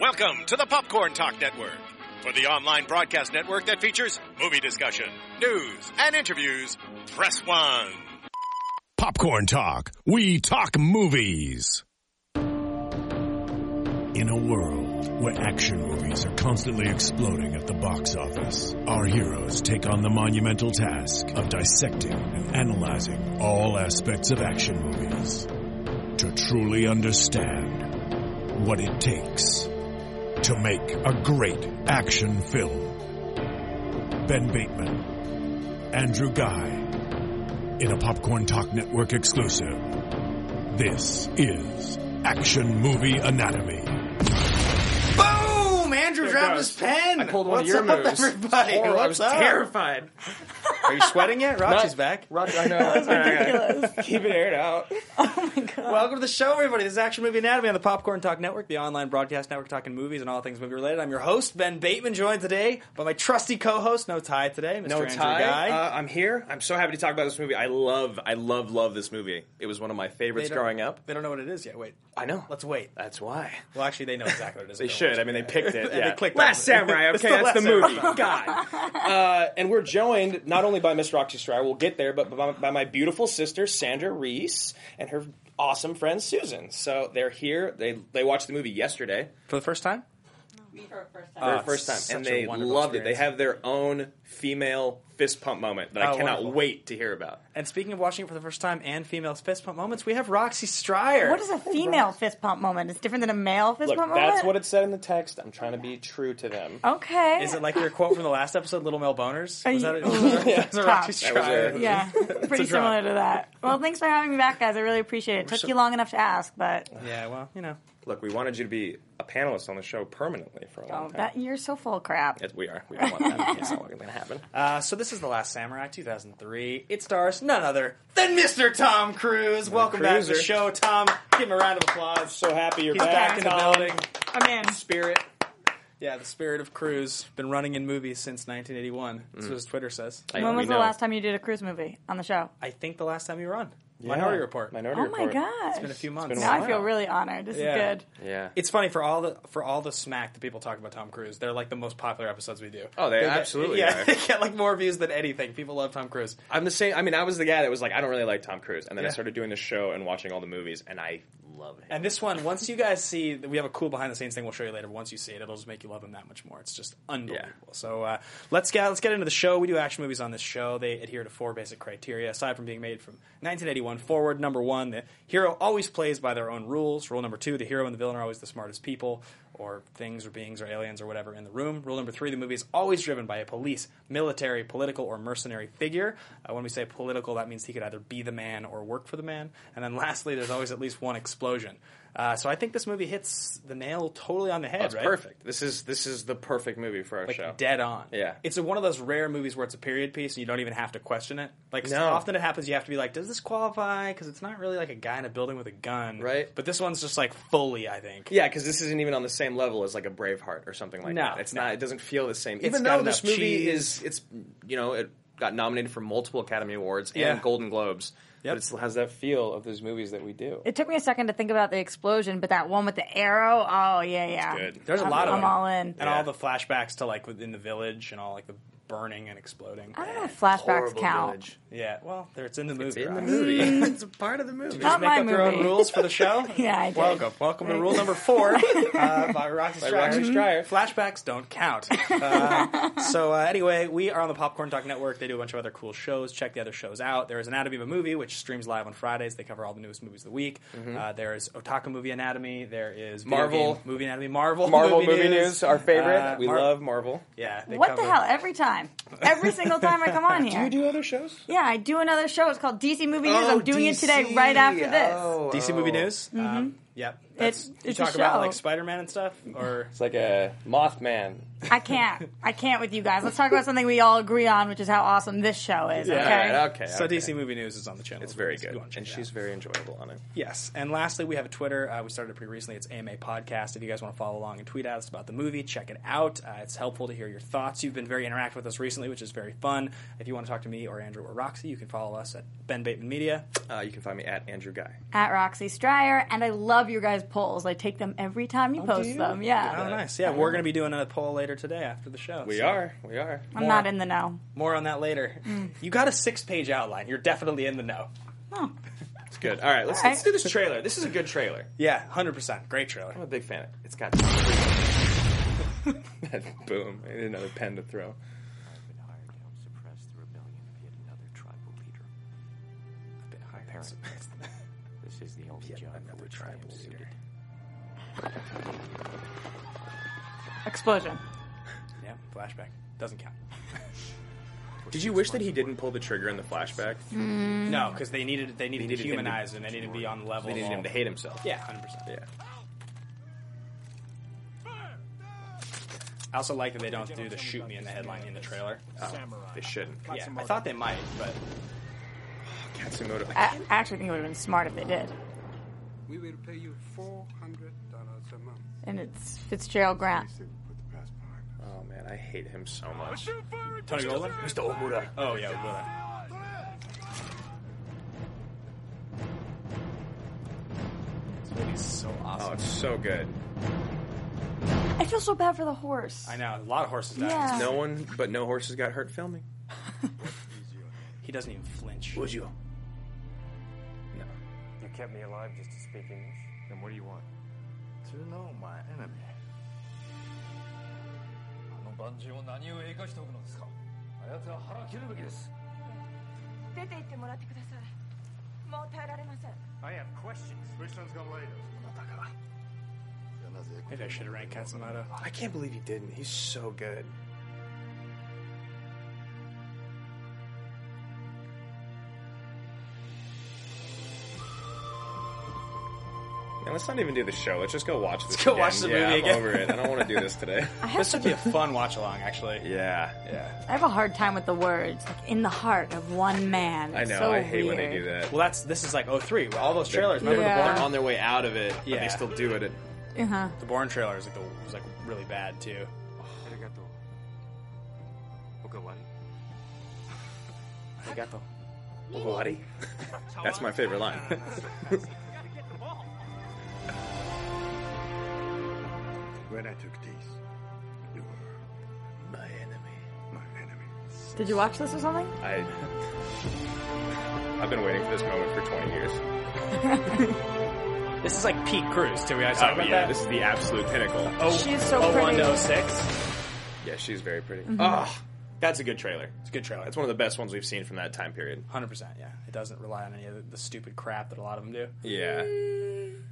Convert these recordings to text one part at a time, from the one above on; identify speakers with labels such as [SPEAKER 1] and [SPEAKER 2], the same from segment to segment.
[SPEAKER 1] Welcome to the Popcorn Talk Network, for the online broadcast network that features movie discussion, news, and interviews. Press one.
[SPEAKER 2] Popcorn Talk. We talk movies.
[SPEAKER 3] In a world where action movies are constantly exploding at the box office, our heroes take on the monumental task of dissecting and analyzing all aspects of action movies to truly understand what it takes to make a great action film. Ben Bateman, Andrew Guy, in a Popcorn Talk Network exclusive. This is Action Movie Anatomy.
[SPEAKER 4] Boom! Andrew dropped his pen.
[SPEAKER 5] I pulled one
[SPEAKER 4] What's
[SPEAKER 5] of your
[SPEAKER 4] up,
[SPEAKER 5] moves.
[SPEAKER 4] everybody?
[SPEAKER 5] Horrible. I
[SPEAKER 4] What's
[SPEAKER 5] was
[SPEAKER 4] up?
[SPEAKER 5] Oh, terrified.
[SPEAKER 4] Are you sweating yet? Roxy's
[SPEAKER 5] Not-
[SPEAKER 4] back.
[SPEAKER 5] Roger, I know. That's ridiculous. Keep it aired out.
[SPEAKER 4] Welcome to the show, everybody. This is Action Movie Anatomy on the Popcorn Talk Network, the online broadcast network talking movies and all things movie related. I'm your host, Ben Bateman, joined today by my trusty co-host, No Tie today, Mr.
[SPEAKER 5] No
[SPEAKER 4] Andrew
[SPEAKER 5] tie.
[SPEAKER 4] Guy.
[SPEAKER 5] Uh, I'm here. I'm so happy to talk about this movie. I love, I love, love this movie. It was one of my
[SPEAKER 4] They
[SPEAKER 5] favorites
[SPEAKER 4] don't-
[SPEAKER 5] growing up.
[SPEAKER 4] They don't know what it is yet. Wait.
[SPEAKER 5] I know.
[SPEAKER 4] Let's wait.
[SPEAKER 5] That's why.
[SPEAKER 4] Well, actually, they know exactly what it is.
[SPEAKER 5] They should. I mean, they picked it.
[SPEAKER 4] And
[SPEAKER 5] Yeah.
[SPEAKER 4] they clicked
[SPEAKER 5] Last
[SPEAKER 4] on it.
[SPEAKER 5] Samurai.
[SPEAKER 4] It's
[SPEAKER 5] Okay,
[SPEAKER 4] the
[SPEAKER 5] that's the
[SPEAKER 4] Last
[SPEAKER 5] movie.
[SPEAKER 4] Samurai.
[SPEAKER 5] God. Uh, and we're joined not only by Miss Roxy Stryer, we'll get there, but by, by my beautiful sister Sandra Reese and her awesome friend Susan. So they're here. They they watched the movie yesterday.
[SPEAKER 4] For the first time?
[SPEAKER 5] their
[SPEAKER 4] Ah,
[SPEAKER 5] first
[SPEAKER 4] such
[SPEAKER 5] time, and
[SPEAKER 4] a
[SPEAKER 5] they
[SPEAKER 4] wonderful
[SPEAKER 5] loved it. They
[SPEAKER 4] experience.
[SPEAKER 5] have their own female fist pump moment that
[SPEAKER 4] Oh,
[SPEAKER 5] I cannot
[SPEAKER 4] wonderful.
[SPEAKER 5] wait to hear about.
[SPEAKER 4] And speaking of watching it for the first time and female fist pump moments, we have Roxy Stryer.
[SPEAKER 6] What is a female fist pump moment? It's different than a male fist
[SPEAKER 5] Look,
[SPEAKER 6] pump
[SPEAKER 5] that's what
[SPEAKER 6] moment. Oh.
[SPEAKER 5] it said in the text. I'm trying to be true to them.
[SPEAKER 6] Okay.
[SPEAKER 4] Is it like your quote from the last episode, Little Mel Boners?
[SPEAKER 6] Are
[SPEAKER 4] Was
[SPEAKER 6] you-
[SPEAKER 4] that it? It's a Roxy
[SPEAKER 6] That
[SPEAKER 5] was
[SPEAKER 4] Stryer.
[SPEAKER 5] it.
[SPEAKER 6] yeah, pretty similar to that. Well, thanks for having me back, guys. I really appreciate it. It took you long enough to ask, but
[SPEAKER 4] Yeah, well, you know.
[SPEAKER 5] Look, we wanted you to be a panelist on the show permanently for a long
[SPEAKER 6] oh,
[SPEAKER 5] time.
[SPEAKER 6] that you're so full of crap.
[SPEAKER 5] Yes, we are. We don't want that. it's not going to happen.
[SPEAKER 4] Uh, so this is The Last Samurai, 2003. It stars none other than Mr. Tom Cruise. Welcome back to the
[SPEAKER 5] Cruiser.
[SPEAKER 4] show, Tom. Give him a round of applause.
[SPEAKER 5] so happy you're
[SPEAKER 4] He's back, in the building.
[SPEAKER 6] I'm in.
[SPEAKER 4] Spirit. Yeah, the spirit of Cruise. Been running in movies since 1981. That's
[SPEAKER 5] Mm.
[SPEAKER 4] what his Twitter says.
[SPEAKER 6] When was the last time you did a cruise movie on the show?
[SPEAKER 4] I think the last time you were on. Minority Report.
[SPEAKER 5] Minority
[SPEAKER 6] Oh my
[SPEAKER 5] Report.
[SPEAKER 6] gosh!
[SPEAKER 4] It's been a few months.
[SPEAKER 5] been a
[SPEAKER 6] Now I
[SPEAKER 5] while.
[SPEAKER 6] feel really honored. This
[SPEAKER 4] Yeah.
[SPEAKER 6] is good.
[SPEAKER 5] Yeah.
[SPEAKER 4] It's funny for all the for all the smack that people talk about Tom Cruise. They're like the most popular episodes we do.
[SPEAKER 5] Oh, they
[SPEAKER 4] get-
[SPEAKER 5] absolutely
[SPEAKER 4] yeah.
[SPEAKER 5] are.
[SPEAKER 4] They get like more views than anything. People love Tom Cruise.
[SPEAKER 5] I'm the same. I mean, I was the guy that was like, I don't really like Tom Cruise, and then
[SPEAKER 4] Yeah.
[SPEAKER 5] I started doing the show and watching all the movies, and I love him.
[SPEAKER 4] And this one, once you guys see, we have a cool behind the scenes thing. We'll show you later. But once you see it, it'll just make you love them that much more. It's just unbelievable.
[SPEAKER 5] Yeah.
[SPEAKER 4] So uh, let's get let's get into the show. We do action movies on this show. They adhere to four basic criteria, aside from being made from 1981 forward. Number one, the hero always plays by their own rules. Rule number two, the hero and the villain are always the smartest people, or things, or beings, or aliens, or whatever in the room. Rule number three, the movie is always driven by a police, military, political, or mercenary figure. Uh, when we say political, that means he could either be the man or work for the man. And then lastly, there's always at least one explosion. Uh, so I think this movie hits the nail totally on the head.
[SPEAKER 5] That's
[SPEAKER 4] right?
[SPEAKER 5] perfect. This is this is the perfect movie for our
[SPEAKER 4] like
[SPEAKER 5] show.
[SPEAKER 4] dead on.
[SPEAKER 5] Yeah.
[SPEAKER 4] it's a, one of those rare movies where it's a period piece and you don't even have to question it. Like
[SPEAKER 5] No.
[SPEAKER 4] often it happens, you have to be like, does this qualify? Because it's not really like a guy in a building with a gun,
[SPEAKER 5] Right.
[SPEAKER 4] But this one's just like fully, I think.
[SPEAKER 5] Yeah, because this isn't even on the same level as like a Braveheart or something like
[SPEAKER 4] No,
[SPEAKER 5] that. It's
[SPEAKER 4] no.
[SPEAKER 5] not. It doesn't feel the same.
[SPEAKER 4] It's
[SPEAKER 5] even
[SPEAKER 4] got
[SPEAKER 5] though this
[SPEAKER 4] enough
[SPEAKER 5] movie
[SPEAKER 4] cheese.
[SPEAKER 5] is, it's you know, it got nominated for multiple Academy Awards
[SPEAKER 4] Yeah.
[SPEAKER 5] and Golden Globes.
[SPEAKER 4] Yep.
[SPEAKER 5] But it still has that feel of those movies that we do.
[SPEAKER 6] It took me a second to think about the explosion, but that one with the arrow. Oh yeah, yeah.
[SPEAKER 5] good.
[SPEAKER 4] There's a
[SPEAKER 6] I'm-
[SPEAKER 4] lot of
[SPEAKER 6] I'm
[SPEAKER 4] them.
[SPEAKER 6] all in.
[SPEAKER 4] and all the flashbacks to like within the village and all like the burning and exploding.
[SPEAKER 6] I don't know if flashbacks count.
[SPEAKER 4] Yeah, well, there it's in the movie.
[SPEAKER 5] It's in the
[SPEAKER 4] right?
[SPEAKER 5] movie. it's a part of the movie.
[SPEAKER 6] Not
[SPEAKER 4] Make
[SPEAKER 6] my
[SPEAKER 4] up your own
[SPEAKER 6] movie.
[SPEAKER 4] rules for the show.
[SPEAKER 6] Yeah, I did.
[SPEAKER 4] welcome, welcome to rule number four uh, by Roxy Stryer.
[SPEAKER 5] Roxy Stryer.
[SPEAKER 4] Flashbacks don't count. Uh, so uh, anyway, we are on the Popcorn Talk Network. They do a bunch of other cool shows. Check the other shows out. There is Anatomy of a Movie, which streams live on Fridays. They cover all the newest movies of the week. Uh, there is Otaku Movie Anatomy. There is Video
[SPEAKER 5] Mm-hmm. Marvel.
[SPEAKER 4] Game Movie Anatomy. Marvel
[SPEAKER 5] Marvel movie, news. our favorite.
[SPEAKER 4] Uh,
[SPEAKER 5] we
[SPEAKER 4] Mar-
[SPEAKER 5] love Marvel.
[SPEAKER 4] Yeah. they
[SPEAKER 6] What the
[SPEAKER 4] cover-
[SPEAKER 6] hell? Every time, every single time I come on here.
[SPEAKER 5] do other shows?
[SPEAKER 6] Yeah, I do another show. It's called DC Movie News.
[SPEAKER 4] Oh,
[SPEAKER 6] I'm doing it today, right after this.
[SPEAKER 5] Oh,
[SPEAKER 4] DC movie news.
[SPEAKER 5] Mm-hmm.
[SPEAKER 4] Um, yep. That's,
[SPEAKER 6] It's-
[SPEAKER 4] you
[SPEAKER 6] it's a
[SPEAKER 4] talk about
[SPEAKER 6] show.
[SPEAKER 4] like Spider Man and stuff, or
[SPEAKER 5] It's like a Mothman
[SPEAKER 6] I can't. I can't with you guys. Let's talk about something we all agree on, which is how awesome this show is.
[SPEAKER 5] Yeah,
[SPEAKER 6] okay.
[SPEAKER 5] all right, okay.
[SPEAKER 4] So
[SPEAKER 5] okay.
[SPEAKER 4] DC Movie News is on the channel.
[SPEAKER 5] It's very
[SPEAKER 4] If you
[SPEAKER 5] good,
[SPEAKER 4] wanna check
[SPEAKER 5] and
[SPEAKER 4] it out.
[SPEAKER 5] she's very enjoyable on it.
[SPEAKER 4] Yes. And lastly, we have a Twitter. Uh, we started it pretty recently. It's AMA Podcast. If you guys want to follow along and tweet at us about the movie, check it out. Uh, it's helpful to hear your thoughts. You've been very interactive with us recently, which is very fun. If you want to talk to me or Andrew or Roxy, you can follow us at Ben Bateman Media.
[SPEAKER 5] Uh, you can find me at Andrew Guy.
[SPEAKER 6] At Roxy Stryer, and I love your guys' polls. I take them every time you post them.
[SPEAKER 4] Oh,
[SPEAKER 6] Yeah,
[SPEAKER 4] nice. Yeah, we're going to be doing a poll later today after the show.
[SPEAKER 5] We
[SPEAKER 4] so
[SPEAKER 5] are, we are.
[SPEAKER 6] I'm not in the know.
[SPEAKER 4] More on that later. You got a six page outline. You're definitely in the know.
[SPEAKER 5] It's good. All right, let's,
[SPEAKER 6] All
[SPEAKER 5] let's
[SPEAKER 6] right.
[SPEAKER 5] do this trailer. This is a good trailer.
[SPEAKER 4] Yeah, 100%. Great trailer.
[SPEAKER 5] I'm a big fan. It's got. Boom! I need another pen to throw.
[SPEAKER 7] I've been hired to help suppress the rebellion of yet another tribal leader. I've been hired. this is the only job for which I am suited.
[SPEAKER 6] Explosion.
[SPEAKER 4] Yeah, flashback. Doesn't count.
[SPEAKER 5] Did you wish that he didn't pull the trigger in the flashback?
[SPEAKER 4] No, because they needed they needed,
[SPEAKER 5] needed
[SPEAKER 4] to
[SPEAKER 5] him to-
[SPEAKER 4] humanize and they needed to be on the level.
[SPEAKER 5] They
[SPEAKER 4] of
[SPEAKER 5] needed
[SPEAKER 4] all-
[SPEAKER 5] him to hate himself.
[SPEAKER 4] Yeah, 100%.
[SPEAKER 5] Yeah.
[SPEAKER 4] I also like that they don't do the shoot me in the headline in the trailer. Uh,
[SPEAKER 5] They shouldn't.
[SPEAKER 4] yeah, I thought they might, but
[SPEAKER 5] Katsumoto.
[SPEAKER 6] I I actually think it would have been smart if they did.
[SPEAKER 8] We will pay you four hundred dollars a month.
[SPEAKER 6] And it's Fitzgerald Grant.
[SPEAKER 8] put the past
[SPEAKER 5] Oh
[SPEAKER 8] behind
[SPEAKER 5] man, I hate him so much.
[SPEAKER 4] Tony Goldwyn, Mr. Omura. Oh yeah, Omura. This movie's so
[SPEAKER 5] Oh,
[SPEAKER 4] awesome.
[SPEAKER 5] it's so good.
[SPEAKER 6] I feel so bad for the horse.
[SPEAKER 4] Oh, I know a lot of horses die.
[SPEAKER 6] Yeah.
[SPEAKER 5] No one, but no horses got hurt filming.
[SPEAKER 4] He doesn't even flinch.
[SPEAKER 5] Would you? No.
[SPEAKER 7] You kept me alive just to speak English. Then what do you want? To know my enemy.
[SPEAKER 9] あの万人を何故生かしておくのですかあやつは腹切るべきです
[SPEAKER 10] 出て行ってもらってくださいもう耐えられません
[SPEAKER 7] I have questions.
[SPEAKER 8] Questions come later.
[SPEAKER 4] Maybe I should have ranked Katsumoto.
[SPEAKER 5] I can't believe he didn't. He's so good. Man, let's not even do the show. Let's just go watch this.
[SPEAKER 4] Let's go
[SPEAKER 5] again.
[SPEAKER 4] watch the
[SPEAKER 5] yeah,
[SPEAKER 4] movie
[SPEAKER 5] I'm
[SPEAKER 4] again.
[SPEAKER 5] Over it. I don't want to do this today.
[SPEAKER 6] I have,
[SPEAKER 4] This would
[SPEAKER 6] such
[SPEAKER 4] be
[SPEAKER 6] a,
[SPEAKER 4] a fun watch along, actually.
[SPEAKER 5] yeah, yeah.
[SPEAKER 6] I have a hard time with the words. Like, in the heart of one man.
[SPEAKER 5] I
[SPEAKER 6] It's
[SPEAKER 5] know.
[SPEAKER 6] so
[SPEAKER 5] I hate when they
[SPEAKER 6] weird.
[SPEAKER 5] do that.
[SPEAKER 4] Well, that's this is like 03. All those trailers. Remember the
[SPEAKER 6] Yeah.
[SPEAKER 5] They're
[SPEAKER 4] Bourne?
[SPEAKER 5] on their way out of it, but
[SPEAKER 4] Yeah.
[SPEAKER 5] they still do it. At,
[SPEAKER 6] Uh-huh.
[SPEAKER 4] The Bourne trailer is like the, was like really bad too. I got the.
[SPEAKER 5] That's my favorite line.
[SPEAKER 8] When I took these, you were
[SPEAKER 5] my enemy.
[SPEAKER 8] my enemy.
[SPEAKER 6] Did you watch this or something?
[SPEAKER 5] I. I've been waiting for this moment for 20 years. Uh,
[SPEAKER 4] This is like peak Cruise too. We guys talk
[SPEAKER 5] Oh
[SPEAKER 4] about
[SPEAKER 5] yeah,
[SPEAKER 4] that.
[SPEAKER 5] this is the absolute pinnacle.
[SPEAKER 4] oh,
[SPEAKER 6] She is so
[SPEAKER 4] 01
[SPEAKER 6] pretty.
[SPEAKER 4] to 06.
[SPEAKER 5] Yeah, she's very pretty. Ah, that's a good trailer.
[SPEAKER 4] It's a good trailer.
[SPEAKER 5] That's one of the best ones we've seen from that time period.
[SPEAKER 4] Hundred percent, yeah. It doesn't rely on any of the, the stupid crap that a lot of them do.
[SPEAKER 5] Yeah,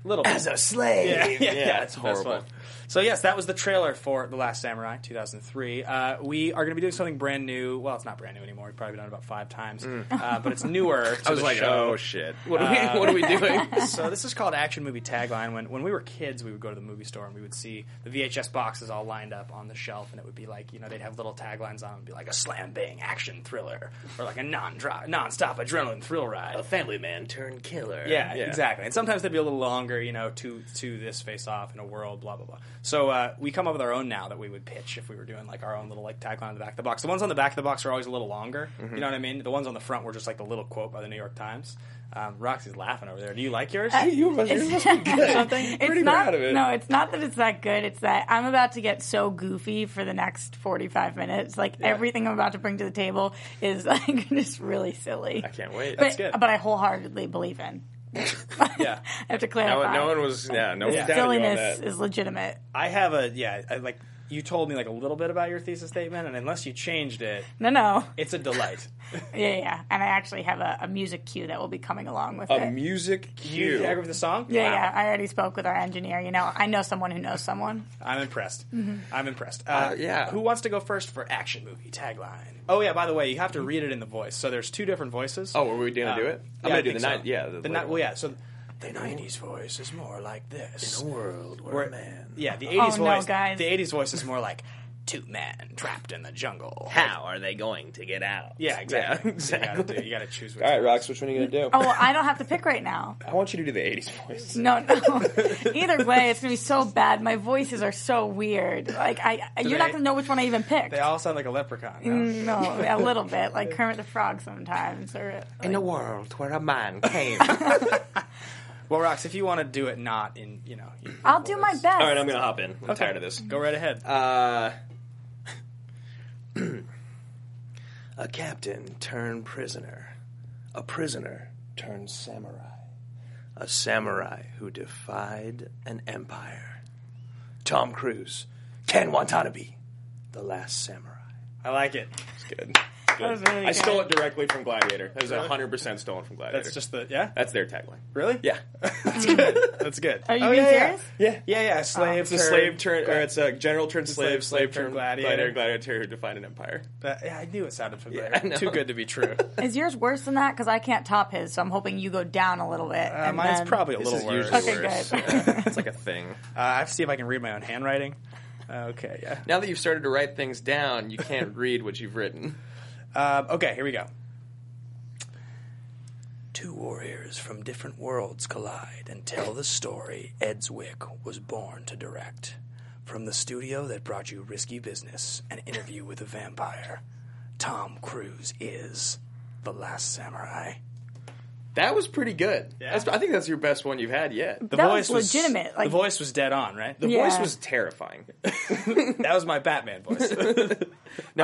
[SPEAKER 4] Little as a slave. Yeah, yeah,
[SPEAKER 5] Yeah,
[SPEAKER 4] it's horrible.
[SPEAKER 5] that's fun.
[SPEAKER 4] So yes, that was the trailer for The Last Samurai, 2003. Uh, we are going to be doing something brand new. Well, it's not brand new anymore. We've probably done it about five times, uh, but it's newer. To
[SPEAKER 5] I was
[SPEAKER 4] the
[SPEAKER 5] like,
[SPEAKER 4] show.
[SPEAKER 5] oh shit, what are we, what are we
[SPEAKER 11] Uh,
[SPEAKER 5] doing?
[SPEAKER 4] so this is called action movie tagline. When when we were kids, we would go to the movie store and we would see the VHS boxes all lined up on the shelf, and it would be like you know they'd have little taglines on them, It'd be like a slam bang action thriller or like a non non stop adrenaline thrill ride, a family man turned killer. Yeah,
[SPEAKER 5] Yeah.
[SPEAKER 4] exactly. And sometimes they'd be a little longer, you know, to to this face off in a world, blah blah blah. So uh, we come up with our own now that we would pitch if we were doing like our own little like tagline on the back of the box. The ones on the back of the box are always a little longer. You know what I mean? The ones on the front were just like the little quote by the New York Times. Um, Roxy's laughing over there. Do you like yours?
[SPEAKER 5] you must, you must be good.
[SPEAKER 6] It's
[SPEAKER 5] Pretty
[SPEAKER 6] not,
[SPEAKER 5] proud of it.
[SPEAKER 6] No, it's not that it's that good. It's that I'm about to get so goofy for the next 45 minutes. Like everything I'm about to bring to the table is like just really silly.
[SPEAKER 5] I can't wait.
[SPEAKER 6] But,
[SPEAKER 4] good.
[SPEAKER 6] but I wholeheartedly believe in.
[SPEAKER 4] yeah.
[SPEAKER 6] I have to clarify.
[SPEAKER 5] no, one- no one was. Yeah, no one doubted you on
[SPEAKER 6] Silliness
[SPEAKER 5] that.
[SPEAKER 6] is legitimate.
[SPEAKER 4] I have a yeah, I, like you told me like a little bit about your thesis statement, and unless you changed it,
[SPEAKER 6] No, no.
[SPEAKER 4] it's a delight.
[SPEAKER 6] Yeah, yeah. And I actually have a, a music cue that will be coming along with
[SPEAKER 5] A
[SPEAKER 6] it.
[SPEAKER 5] music
[SPEAKER 4] you
[SPEAKER 5] cue.
[SPEAKER 4] agree with the song?
[SPEAKER 6] yeah, yeah. I already spoke with our engineer. You know, I know someone who knows someone.
[SPEAKER 4] I'm impressed. I'm impressed. Uh,
[SPEAKER 5] Mm-hmm. yeah.
[SPEAKER 4] Who wants to go first for action movie tagline? Oh yeah. By the way, you have to read it in the voice. So there's two different voices.
[SPEAKER 5] Oh, are we gonna do it?
[SPEAKER 4] yeah,
[SPEAKER 5] I'm
[SPEAKER 4] I
[SPEAKER 5] gonna do
[SPEAKER 4] think
[SPEAKER 5] the
[SPEAKER 4] so.
[SPEAKER 5] night. Yeah,
[SPEAKER 4] the
[SPEAKER 5] later
[SPEAKER 4] ni- Well,
[SPEAKER 5] one.
[SPEAKER 4] yeah. So the '90s voice is more like this.
[SPEAKER 5] world
[SPEAKER 4] Where-
[SPEAKER 5] man. Oh,
[SPEAKER 4] Yeah, the '80s
[SPEAKER 6] no,
[SPEAKER 4] voice.
[SPEAKER 6] guys.
[SPEAKER 4] The '80s voice is more like two men trapped in the jungle.
[SPEAKER 5] How are they going to get out?
[SPEAKER 4] Yeah, exactly.
[SPEAKER 5] exactly.
[SPEAKER 4] You, gotta do, you gotta choose. Which
[SPEAKER 5] All right,
[SPEAKER 4] one.
[SPEAKER 5] Rox, which one are you going to do?
[SPEAKER 6] Oh, well, I don't have to pick right now.
[SPEAKER 5] I want you to do the 80s voice.
[SPEAKER 6] No, no. Either way, it's gonna be so bad. My voices are so weird. Like I, you're not
[SPEAKER 4] they-
[SPEAKER 6] gonna know which one I even picked. Mm,
[SPEAKER 4] They all sound like a leprechaun. no?
[SPEAKER 5] Mm.
[SPEAKER 6] no, a little bit, like Kermit the Frog sometimes, or
[SPEAKER 7] In a world where a man came.
[SPEAKER 4] Well, Rox, if you want to do it, not in you know, you-
[SPEAKER 6] I'll do my best.
[SPEAKER 5] All right, I'm going to hop in. I'm tired of this.
[SPEAKER 4] go right ahead.
[SPEAKER 5] Uh, a captain turned prisoner. A prisoner turned samurai. A samurai who defied an empire. Tom Cruise, Ken Watanabe, the last samurai.
[SPEAKER 4] I like it.
[SPEAKER 5] It's good.
[SPEAKER 6] That was really
[SPEAKER 5] I stole
[SPEAKER 6] good.
[SPEAKER 5] it directly from Gladiator. That was 100% stolen from Gladiator.
[SPEAKER 4] That's just the yeah.
[SPEAKER 5] That's their tagline.
[SPEAKER 4] Really?
[SPEAKER 5] Yeah.
[SPEAKER 4] that's good. That's good.
[SPEAKER 6] Are you
[SPEAKER 4] oh,
[SPEAKER 6] being
[SPEAKER 4] yeah,
[SPEAKER 6] serious?
[SPEAKER 4] Yeah, yeah, yeah. yeah. Slave.
[SPEAKER 5] It's a
[SPEAKER 4] turned-
[SPEAKER 5] slave turn, or it's a general turn slave,
[SPEAKER 4] slave,
[SPEAKER 5] slave
[SPEAKER 4] slave turned
[SPEAKER 5] turn
[SPEAKER 4] gladiator.
[SPEAKER 5] gladiator, gladiator who defined an empire.
[SPEAKER 4] Uh, yeah, I knew it sounded familiar.
[SPEAKER 5] Yeah, I know.
[SPEAKER 4] Too good to be true.
[SPEAKER 6] Is yours worse than that? Because I can't top his, so I'm hoping you go down a little bit.
[SPEAKER 4] Uh,
[SPEAKER 6] and
[SPEAKER 4] mine's
[SPEAKER 6] then-
[SPEAKER 4] probably a
[SPEAKER 5] This
[SPEAKER 4] little
[SPEAKER 5] is
[SPEAKER 4] worse.
[SPEAKER 5] usually
[SPEAKER 6] Okay,
[SPEAKER 5] worse.
[SPEAKER 6] good.
[SPEAKER 5] Yeah. it's like a thing.
[SPEAKER 4] Uh, I have to see if I can read my own handwriting. Okay, yeah.
[SPEAKER 5] Now that you've started to write things down, you can't read what you've written.
[SPEAKER 4] Um, okay, here we go. Two warriors from different worlds collide and tell the story Edswick was born to direct. From the studio that brought you Risky Business, an interview with a vampire, Tom Cruise is the last samurai.
[SPEAKER 5] That was pretty good. That's, I think that's your best one you've had yet.
[SPEAKER 4] The
[SPEAKER 6] That was legitimate, like-
[SPEAKER 4] the voice was dead on, right?
[SPEAKER 5] The
[SPEAKER 6] Yeah.
[SPEAKER 5] voice was terrifying.
[SPEAKER 4] that was my Batman voice.
[SPEAKER 5] No,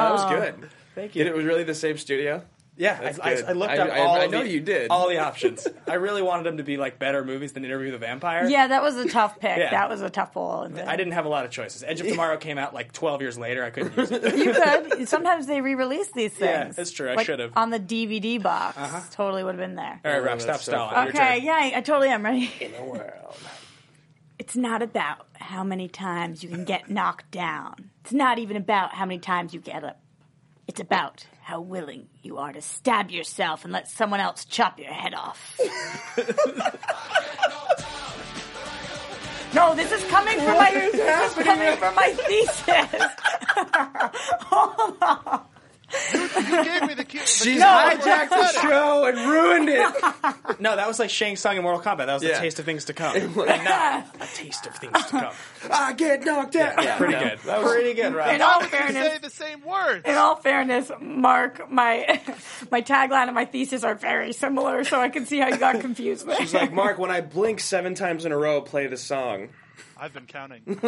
[SPEAKER 5] that was good. Um, Thank you. it was really the same studio?
[SPEAKER 4] Yeah,
[SPEAKER 5] That's
[SPEAKER 4] I, I,
[SPEAKER 5] good.
[SPEAKER 4] I looked
[SPEAKER 5] I-
[SPEAKER 4] up
[SPEAKER 5] I-
[SPEAKER 4] all.
[SPEAKER 5] I
[SPEAKER 4] of the-
[SPEAKER 5] know you did.
[SPEAKER 4] all the options. I really wanted them to be like better movies than Interview with a Vampire.
[SPEAKER 6] Yeah, that was a tough pick.
[SPEAKER 4] Yeah.
[SPEAKER 6] That was a tough pull. And
[SPEAKER 4] I didn't have a lot of choices. Edge of Tomorrow came out like 12 years later. I couldn't use it.
[SPEAKER 6] You could. Sometimes they re-release these
[SPEAKER 4] Yeah,
[SPEAKER 6] things.
[SPEAKER 4] that's true. I
[SPEAKER 6] Like,
[SPEAKER 4] should've. Uh-huh.
[SPEAKER 6] On the DVD box, totally would have been there.
[SPEAKER 4] All right, Rob,
[SPEAKER 5] Oh, that's
[SPEAKER 4] stop
[SPEAKER 5] so
[SPEAKER 4] stalling.
[SPEAKER 5] funny.
[SPEAKER 4] Your
[SPEAKER 6] okay,
[SPEAKER 4] turn.
[SPEAKER 6] yeah, I, I totally am ready.
[SPEAKER 5] In a world.
[SPEAKER 6] It's not about how many times you can get knocked down. It's not even about how many times you get up. It's about how willing you are to stab yourself and let someone else chop your head off. No, this is coming from my this is coming from my thesis.
[SPEAKER 8] You gave me the cue.
[SPEAKER 5] She's hijacked the show and ruined it.
[SPEAKER 4] No, that was like Shang Tsung in Mortal Kombat. That was
[SPEAKER 5] Yeah.
[SPEAKER 4] the taste of things to come. and now, a taste of things to come.
[SPEAKER 5] I get knocked out. Yeah,
[SPEAKER 4] Pretty
[SPEAKER 5] no.
[SPEAKER 4] good. Pretty good,
[SPEAKER 6] In
[SPEAKER 4] Rob.
[SPEAKER 6] all
[SPEAKER 8] You say
[SPEAKER 6] fairness,
[SPEAKER 8] the same words.
[SPEAKER 6] in all fairness, Mark, my my tagline and my thesis are very similar, so I can see how you got confused. There.
[SPEAKER 5] It's like, Mark, when I blink seven times in a row, play the song.
[SPEAKER 8] I've been counting.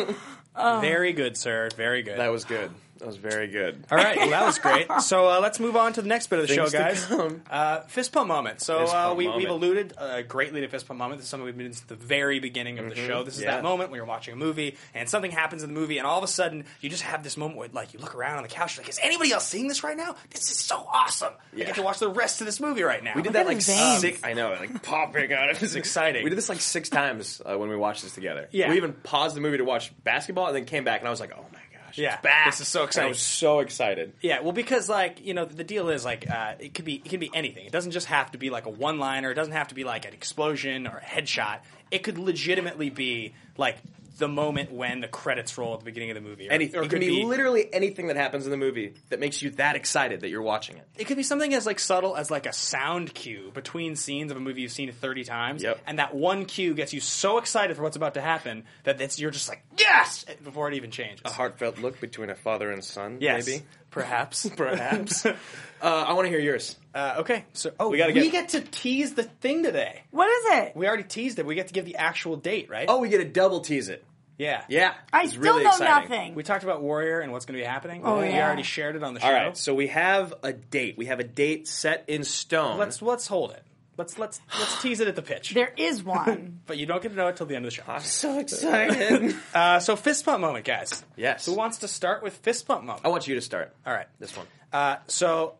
[SPEAKER 4] Very good, sir. Very good.
[SPEAKER 5] That was good. That was very good.
[SPEAKER 4] All right, well, that was great. So uh, let's move on to the next bit of the
[SPEAKER 5] Things
[SPEAKER 4] show,
[SPEAKER 5] to
[SPEAKER 4] guys.
[SPEAKER 5] come.
[SPEAKER 4] Uh, fist pump moment. So
[SPEAKER 5] Fist
[SPEAKER 4] uh,
[SPEAKER 5] pump
[SPEAKER 4] we, we've
[SPEAKER 5] moment.
[SPEAKER 4] alluded uh, greatly to fist pump moment. This is something we've been since the very beginning of the show. This is
[SPEAKER 5] Mm-hmm. yeah.
[SPEAKER 4] that moment when you're watching a movie and something happens in the movie, and all of a sudden you just have this moment where like you look around on the couch, you're like, is anybody else seeing this right now? This is so awesome! I
[SPEAKER 5] Yeah.
[SPEAKER 4] get to watch the rest of this movie right now. Uh,
[SPEAKER 5] We did
[SPEAKER 6] Look
[SPEAKER 5] that
[SPEAKER 6] at
[SPEAKER 5] like
[SPEAKER 6] his veins.
[SPEAKER 5] six. I know, like popping out. It was
[SPEAKER 4] exciting.
[SPEAKER 5] We did this like six times uh, when we watched this together.
[SPEAKER 4] Yeah.
[SPEAKER 5] We even paused the movie to watch basketball and then came back and I was like, oh my gosh,
[SPEAKER 4] Yeah.
[SPEAKER 5] it's back.
[SPEAKER 4] This is so exciting.
[SPEAKER 5] I was so excited.
[SPEAKER 4] Yeah, well, because like you know, the deal is like uh, it could be it could be anything. It doesn't just have to be like a one liner. It doesn't have to be like an explosion or a headshot. It could legitimately be like the moment when the credits roll at the beginning of the movie. Or,
[SPEAKER 5] Any,
[SPEAKER 4] or
[SPEAKER 5] it can be, literally anything that happens in the movie that makes you that excited that you're watching it.
[SPEAKER 4] it could be something as like subtle as like a sound cue between scenes of a movie you've seen thirty times,
[SPEAKER 5] Yep.
[SPEAKER 4] and that one cue gets you so excited for what's about to happen that it's, you're just like yes before it even changes.
[SPEAKER 5] A heartfelt look between a father and son,
[SPEAKER 4] yes,
[SPEAKER 5] maybe.
[SPEAKER 4] perhaps,
[SPEAKER 5] Perhaps. uh, I want to hear yours.
[SPEAKER 4] uh, okay, so oh, we,
[SPEAKER 5] gotta
[SPEAKER 4] we
[SPEAKER 5] get-
[SPEAKER 4] get to tease the thing today.
[SPEAKER 6] What is it?
[SPEAKER 4] We already teased it. We get to give the actual date, right?
[SPEAKER 5] Oh, we get to double tease it.
[SPEAKER 4] yeah,
[SPEAKER 5] Yeah.
[SPEAKER 6] I
[SPEAKER 5] It's
[SPEAKER 6] still
[SPEAKER 5] really
[SPEAKER 6] know
[SPEAKER 5] exciting.
[SPEAKER 6] nothing.
[SPEAKER 4] We talked about Warrior and what's going to be happening.
[SPEAKER 6] Oh,
[SPEAKER 4] we
[SPEAKER 6] yeah.
[SPEAKER 4] already shared it on the show.
[SPEAKER 5] All right, so we have a date. We have a date set in stone.
[SPEAKER 4] let's let's hold it. Let's let's let's tease it at the pitch.
[SPEAKER 6] There is one.
[SPEAKER 4] but you don't get to know it till the end of the show.
[SPEAKER 5] I'm so excited.
[SPEAKER 4] Uh, so fist pump moment, guys.
[SPEAKER 5] Yes. Oh.
[SPEAKER 4] Who wants to start with fist pump moment?
[SPEAKER 5] I want you to start.
[SPEAKER 4] All right.
[SPEAKER 5] This one.
[SPEAKER 4] Uh, so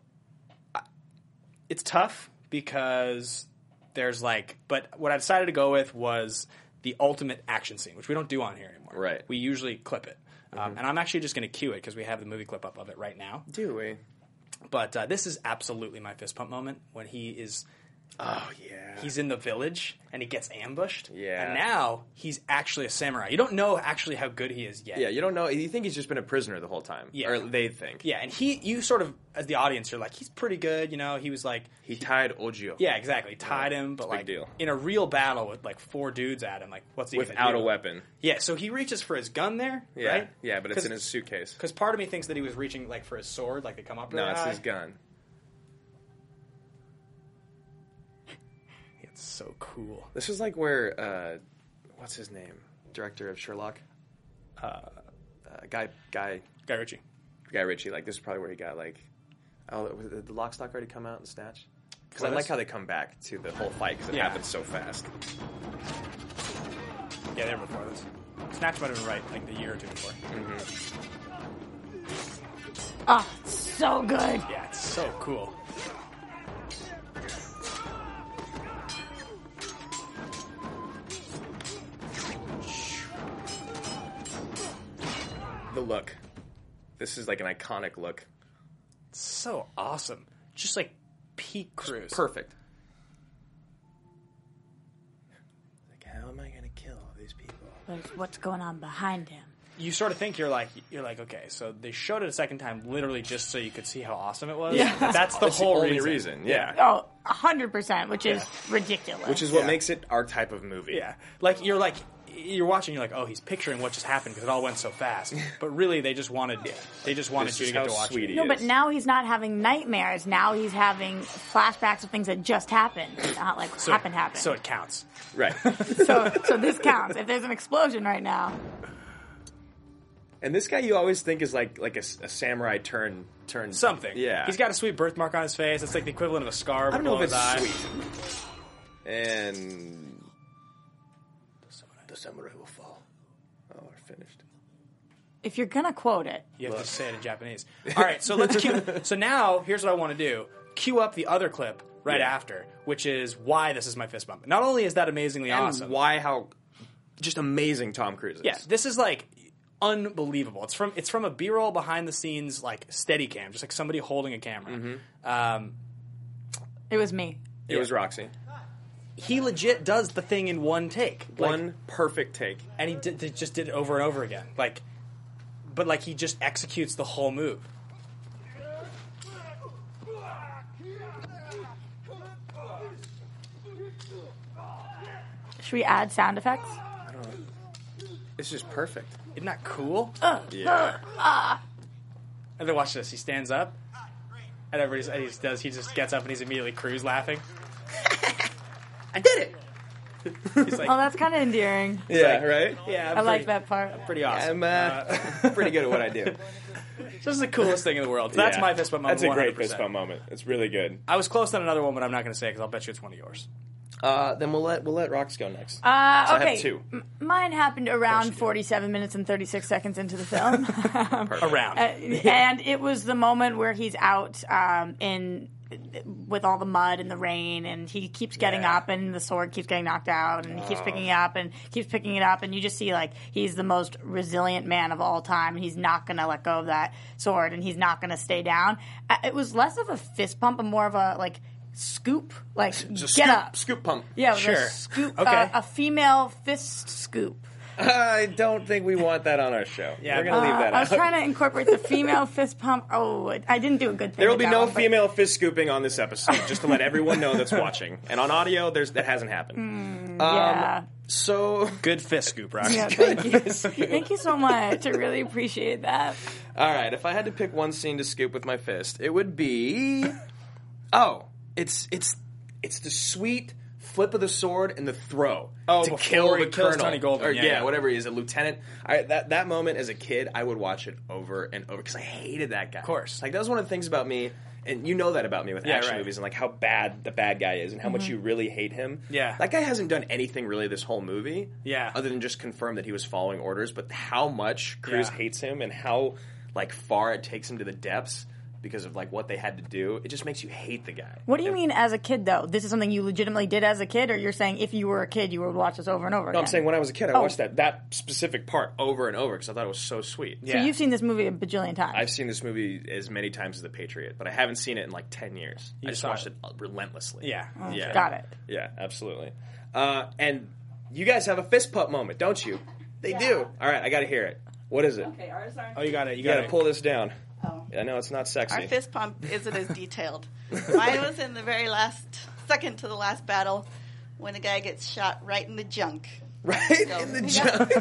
[SPEAKER 4] I- it's tough because there's like, but what I decided to go with was the ultimate action scene, which we don't do on here anymore.
[SPEAKER 5] Right. Mm-hmm.
[SPEAKER 4] We usually clip it. Um, and I'm actually just going to cue it because we have the movie clip up of it right now.
[SPEAKER 5] Do we?
[SPEAKER 4] But uh, this is absolutely my fist pump moment when he is
[SPEAKER 5] Oh yeah.
[SPEAKER 4] He's in the village and he gets ambushed.
[SPEAKER 5] Yeah.
[SPEAKER 4] And now he's actually a samurai. You don't know actually how good he is yet.
[SPEAKER 5] Yeah, you don't know. You think he's just been a prisoner the whole time.
[SPEAKER 4] Yeah.
[SPEAKER 5] Or they think.
[SPEAKER 4] Yeah, and he, you sort of, as the audience, you're like, he's pretty good. You know, he was like,
[SPEAKER 5] He tied Ojio.
[SPEAKER 4] yeah, exactly, tied him, but
[SPEAKER 5] a big
[SPEAKER 4] like,
[SPEAKER 5] deal.
[SPEAKER 4] in a real battle with like four dudes at him, like, what's he gonna
[SPEAKER 5] Without
[SPEAKER 4] do?
[SPEAKER 5] a weapon.
[SPEAKER 4] Yeah, so he reaches for his gun there,
[SPEAKER 5] Yeah.
[SPEAKER 4] right?
[SPEAKER 5] Yeah, but it's in his suitcase.
[SPEAKER 4] Because part of me thinks that he was reaching like for his sword, like they come up.
[SPEAKER 5] No,
[SPEAKER 4] really
[SPEAKER 5] it's
[SPEAKER 4] high.
[SPEAKER 5] his gun.
[SPEAKER 4] It's so cool.
[SPEAKER 5] This is like where, uh, what's his name? Director of Sherlock. Uh, uh, guy, guy,
[SPEAKER 4] Guy Ritchie.
[SPEAKER 5] Guy Ritchie. Like this is probably where he got like, oh, was it- did the lock stock already come out and snatch. Because I
[SPEAKER 4] Was?
[SPEAKER 5] like how they come back to the whole fight because it
[SPEAKER 4] Yeah.
[SPEAKER 5] happens so fast.
[SPEAKER 4] Yeah, they were before this. Snatch might have been right, like the year or two before.
[SPEAKER 5] Mm-hmm.
[SPEAKER 6] Oh, it's so good.
[SPEAKER 4] Yeah, it's so cool.
[SPEAKER 5] The look. This is like an iconic look.
[SPEAKER 4] It's so awesome. Just like peak cruise.
[SPEAKER 5] Perfect. Like, how am I gonna kill all these people?
[SPEAKER 6] But it's what's going on behind him?
[SPEAKER 4] you sort of think you're like you're like okay, so they showed it a second time, literally just so you could see how awesome it was.
[SPEAKER 5] Yeah.
[SPEAKER 4] that's the
[SPEAKER 5] That's the
[SPEAKER 4] whole
[SPEAKER 5] only
[SPEAKER 4] reason.
[SPEAKER 5] reason, yeah.
[SPEAKER 6] Oh, a hundred percent, which is ridiculous.
[SPEAKER 5] Which is what makes it our type of movie.
[SPEAKER 4] Yeah, like you're like you're watching, you're like, oh, he's picturing what just happened because it all went so fast. But really, they just wanted they just wanted
[SPEAKER 5] This
[SPEAKER 4] you
[SPEAKER 5] is
[SPEAKER 4] to get
[SPEAKER 5] how
[SPEAKER 4] to watch
[SPEAKER 5] sweet
[SPEAKER 4] it.
[SPEAKER 5] he
[SPEAKER 6] no,
[SPEAKER 5] is.
[SPEAKER 6] but now he's not having nightmares. Now he's having flashbacks of things that just happened, not like
[SPEAKER 4] So-
[SPEAKER 6] happened happened.
[SPEAKER 4] So it counts.
[SPEAKER 5] Right.
[SPEAKER 6] so, so this counts. If there's an explosion right now,
[SPEAKER 5] and this guy you always think is like like a, s- a samurai turn turn
[SPEAKER 4] Something.
[SPEAKER 5] Yeah.
[SPEAKER 4] He's got a sweet birthmark on his face. It's like the equivalent of a scar.
[SPEAKER 5] I don't
[SPEAKER 4] below
[SPEAKER 5] know if
[SPEAKER 4] his eye.
[SPEAKER 5] it's sweet. And the samurai will fall. Oh, we're finished.
[SPEAKER 6] if you're gonna quote it,
[SPEAKER 4] You have to say it in Japanese. All right, so let's cue. So now here's what I want to do: cue up the other clip right
[SPEAKER 5] Yeah.
[SPEAKER 4] after, which is why this is my fist bump. Not only is that amazingly awesome,
[SPEAKER 5] And why? How? Just amazing, Tom Cruise. is.
[SPEAKER 4] yeah, this is like unbelievable. It's from it's from a B-roll behind the scenes like steady cam, just like somebody holding a camera.
[SPEAKER 5] Mm-hmm.
[SPEAKER 4] Um,
[SPEAKER 6] it was me.
[SPEAKER 5] it was Roxy.
[SPEAKER 4] he legit does the thing in one take, Like,
[SPEAKER 5] One perfect take.
[SPEAKER 4] and he did, they just did it over and over again, like, but like he just executes the whole move.
[SPEAKER 6] Should we add sound effects?
[SPEAKER 5] It's just perfect.
[SPEAKER 4] Isn't that cool?
[SPEAKER 5] Yeah.
[SPEAKER 4] And then watch this. He stands up, and everybody's and he does. He just gets up and he's immediately cruise laughing. I did it. He's like,
[SPEAKER 6] Oh, that's kind of endearing.
[SPEAKER 5] yeah. right.
[SPEAKER 4] yeah, I'm
[SPEAKER 6] I
[SPEAKER 4] pretty-
[SPEAKER 6] like that part.
[SPEAKER 4] Pretty awesome.
[SPEAKER 5] I'm uh, pretty good at what I do.
[SPEAKER 4] this is the coolest thing in the world. That's
[SPEAKER 5] Yeah.
[SPEAKER 4] my fist bump moment.
[SPEAKER 5] That's a great
[SPEAKER 4] 100%.
[SPEAKER 5] fist bump moment. It's really good.
[SPEAKER 4] I was close on another one, but I'm not going to say because I'll bet you it's one of yours.
[SPEAKER 5] Uh, then we'll let we'll let Rox go next.
[SPEAKER 6] Uh,
[SPEAKER 5] So I
[SPEAKER 6] okay.
[SPEAKER 5] have two.
[SPEAKER 6] M- mine happened around 47 minutes and 36 seconds into the film.
[SPEAKER 4] Around.
[SPEAKER 6] Uh, and it was the moment where he's out um, in with all the mud and the rain, and he keeps getting
[SPEAKER 5] Yeah. Oh.
[SPEAKER 6] up, and the sword keeps getting knocked out, and he keeps picking it up, and keeps picking it up, and you just see like he's the most resilient man of all time, and he's not going to let go of that sword, and he's not going to stay down. Uh, It was less of a fist pump and more of a like scoop, like get
[SPEAKER 5] Just scoop,
[SPEAKER 6] up,
[SPEAKER 5] Scoop pump.
[SPEAKER 6] yeah, it was
[SPEAKER 4] Sure.
[SPEAKER 6] a scoop,
[SPEAKER 4] Okay.
[SPEAKER 6] uh, a female fist scoop.
[SPEAKER 5] I don't think we want that on our show.
[SPEAKER 4] Yeah,
[SPEAKER 5] We're gonna
[SPEAKER 4] Uh,
[SPEAKER 5] leave that
[SPEAKER 6] I was
[SPEAKER 5] out.
[SPEAKER 6] trying to incorporate the female fist pump. Oh, I- I didn't do a good thing.
[SPEAKER 5] there will
[SPEAKER 6] with
[SPEAKER 5] be
[SPEAKER 6] that
[SPEAKER 5] no
[SPEAKER 6] one, but-
[SPEAKER 5] female fist scooping on this episode, just to let everyone know that's watching. And on audio, there's that hasn't
[SPEAKER 6] Hmm.
[SPEAKER 5] happened.
[SPEAKER 6] Yeah.
[SPEAKER 5] So,
[SPEAKER 4] Good fist scoop, Rock.
[SPEAKER 6] Um, yeah, thank you. thank you so much. I really appreciate that.
[SPEAKER 5] all right, if I had to pick one scene to scoop with my fist, it would be oh, it's it's it's the sweet flip of the sword and the throw
[SPEAKER 4] Oh,
[SPEAKER 5] to
[SPEAKER 4] before
[SPEAKER 5] kill
[SPEAKER 4] he
[SPEAKER 5] the
[SPEAKER 4] kills
[SPEAKER 5] colonel
[SPEAKER 4] Tony Goldwyn,
[SPEAKER 5] or
[SPEAKER 4] yeah,
[SPEAKER 5] yeah,
[SPEAKER 4] yeah.
[SPEAKER 5] whatever he is, a lieutenant. I, that that moment as a kid, I would watch it over and over because I hated that guy. Of
[SPEAKER 4] course.
[SPEAKER 5] like that was one of the things about me. And you know that about me with
[SPEAKER 4] Yeah,
[SPEAKER 5] action
[SPEAKER 4] right. Mm-hmm.
[SPEAKER 5] movies and like how bad the bad guy is and how much you really hate him.
[SPEAKER 4] Yeah.
[SPEAKER 5] that guy hasn't done anything really this whole movie.
[SPEAKER 4] Yeah.
[SPEAKER 5] other than just confirm that he was following orders. But how much Cruz
[SPEAKER 4] Yeah.
[SPEAKER 5] hates him and how like far it takes him to the depths because of like what they had to do. It just makes you hate the guy.
[SPEAKER 6] What do you mean as a kid, though? This is something you legitimately did as a kid, or you're saying if you were a kid, you would watch this over and over
[SPEAKER 5] No,
[SPEAKER 6] again?
[SPEAKER 5] I'm saying when I was a kid, I
[SPEAKER 6] Oh.
[SPEAKER 5] watched that that specific part over and over because I thought it was so sweet.
[SPEAKER 6] So you've seen this movie a bajillion times.
[SPEAKER 5] I've seen this movie as many times as The Patriot, but I haven't seen it in like ten years. I just
[SPEAKER 4] saw
[SPEAKER 5] watched
[SPEAKER 4] it.
[SPEAKER 5] it uh, relentlessly.
[SPEAKER 4] Yeah. Oh,
[SPEAKER 5] yeah,
[SPEAKER 6] got it.
[SPEAKER 5] Yeah, absolutely. Uh, and you guys have a fist pump moment, don't you? They do. All right, I got to hear it. What is it?
[SPEAKER 12] Okay, ours aren't.
[SPEAKER 4] Oh, you got it. You
[SPEAKER 5] You got
[SPEAKER 4] got
[SPEAKER 5] to
[SPEAKER 4] it.
[SPEAKER 5] pull this down. I know it's not sexy.
[SPEAKER 12] Our fist pump isn't as detailed. Mine was in the very last, second to the last battle, when a guy gets shot right in the junk.
[SPEAKER 5] right
[SPEAKER 12] So-
[SPEAKER 5] in the junk.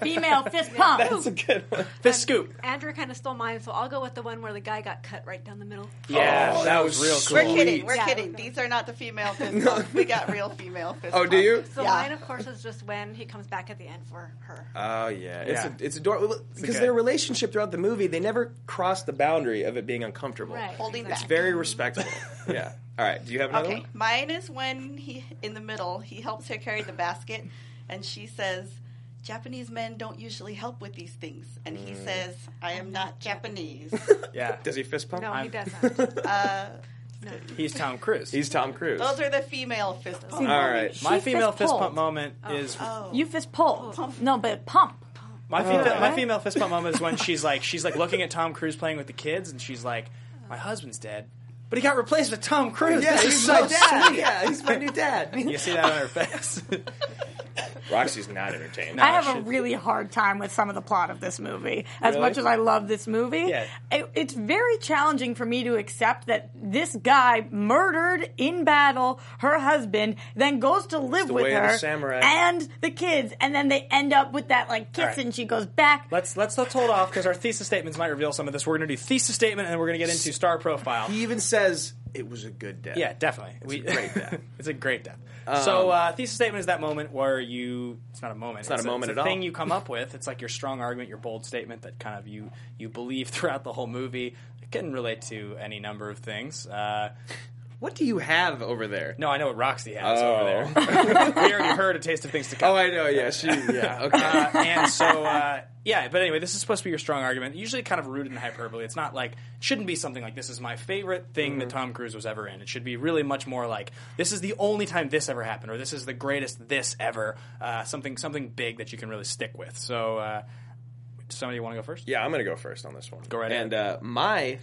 [SPEAKER 6] Female fist pump.
[SPEAKER 5] That's a good one.
[SPEAKER 4] Fist scoop.
[SPEAKER 13] Andrew kind of stole mine, so I'll go with the one where the guy got cut right down the middle.
[SPEAKER 4] Yeah,
[SPEAKER 5] Oh,
[SPEAKER 4] that was real
[SPEAKER 12] We're
[SPEAKER 4] cool.
[SPEAKER 12] kidding. We're
[SPEAKER 13] Yeah.
[SPEAKER 12] kidding. These are not the female fist pumps. We got real female fist
[SPEAKER 5] Oh, do
[SPEAKER 12] pumps.
[SPEAKER 5] you?
[SPEAKER 13] So
[SPEAKER 12] yeah.
[SPEAKER 13] mine, of course, is just when he comes back at the end for her.
[SPEAKER 5] Oh yeah, it's
[SPEAKER 4] Yeah.
[SPEAKER 5] A, it's adorable because
[SPEAKER 4] good-
[SPEAKER 5] their relationship throughout the movie they never cross the boundary of it being uncomfortable.
[SPEAKER 13] Right.
[SPEAKER 12] Holding
[SPEAKER 5] It's
[SPEAKER 12] back.
[SPEAKER 5] very respectful. yeah. All right. Do you have another
[SPEAKER 12] Okay,
[SPEAKER 5] one?
[SPEAKER 12] mine is when he in the middle. He helps her carry the basket, and she says, "Japanese men don't usually help with these things." And he
[SPEAKER 5] Mm.
[SPEAKER 12] says, "I am not Japanese."
[SPEAKER 4] Yeah.
[SPEAKER 5] Does he fist pump?
[SPEAKER 13] No, he doesn't.
[SPEAKER 4] He's Tom Cruise.
[SPEAKER 5] He's Tom Cruise.
[SPEAKER 12] Those are the female fist
[SPEAKER 6] See,
[SPEAKER 12] bumps.
[SPEAKER 5] All right.
[SPEAKER 6] she
[SPEAKER 4] my female fist,
[SPEAKER 6] pulled. Oh.
[SPEAKER 4] pump moment is
[SPEAKER 6] You fist pulled. No, but pump.
[SPEAKER 4] my female
[SPEAKER 6] Oh.
[SPEAKER 4] my female fist pump moment is when she's like she's like looking at Tom Cruise playing with the kids and she's like, my husband's dead, but he got replaced with Tom Cruise.
[SPEAKER 5] Yeah,
[SPEAKER 4] This
[SPEAKER 5] he's
[SPEAKER 4] is
[SPEAKER 5] my
[SPEAKER 4] so
[SPEAKER 5] dad.
[SPEAKER 4] sweet.
[SPEAKER 5] Yeah, he's my new dad.
[SPEAKER 4] You see that on her face.
[SPEAKER 5] Roxy's not entertained.
[SPEAKER 6] I have a
[SPEAKER 4] shit.
[SPEAKER 6] really hard time with some of the plot of this movie. As much as I love this movie,
[SPEAKER 4] Yeah.
[SPEAKER 6] it, it's very challenging for me to accept that this guy murdered in battle her husband, then goes to live
[SPEAKER 5] the
[SPEAKER 6] with
[SPEAKER 5] way of the
[SPEAKER 6] her
[SPEAKER 5] samurai.
[SPEAKER 6] and the kids, and then they end up with that like kiss,
[SPEAKER 4] All right.
[SPEAKER 6] and she goes back.
[SPEAKER 4] Let's let's let's hold off because our thesis statements might reveal some of this. We're gonna do thesis statement and then we're gonna get into star profile.
[SPEAKER 5] He even says it was a good dad.
[SPEAKER 4] Yeah, definitely.
[SPEAKER 5] It's a great death. Um,
[SPEAKER 4] it's a great death. so uh, thesis statement is that moment where you it's not a moment. It's
[SPEAKER 5] not a moment
[SPEAKER 4] it's
[SPEAKER 5] at all.
[SPEAKER 4] Thing you come up with. It's like your strong argument, your bold statement that kind of you you believe throughout the whole movie. It can relate to any number of things. Uh,
[SPEAKER 5] What do you have over there?
[SPEAKER 4] no, I know what Roxy has
[SPEAKER 5] Oh.
[SPEAKER 4] over there. we already heard a taste of things to come.
[SPEAKER 5] Oh, I know. Yeah, she. Yeah. Okay.
[SPEAKER 4] Uh, and so, uh, yeah, but anyway, this is supposed to be your strong argument. Usually kind of rooted in hyperbole. It's not like, it shouldn't be something like, this is my favorite thing that Tom Cruise was ever in. It should be really much more like, this is the only time this ever happened, or this is the greatest this ever. Uh, something, something big that you can really stick with. So, uh, somebody want to go first?
[SPEAKER 5] Yeah, I'm going to go first on this one. Go
[SPEAKER 4] right
[SPEAKER 5] And uh, my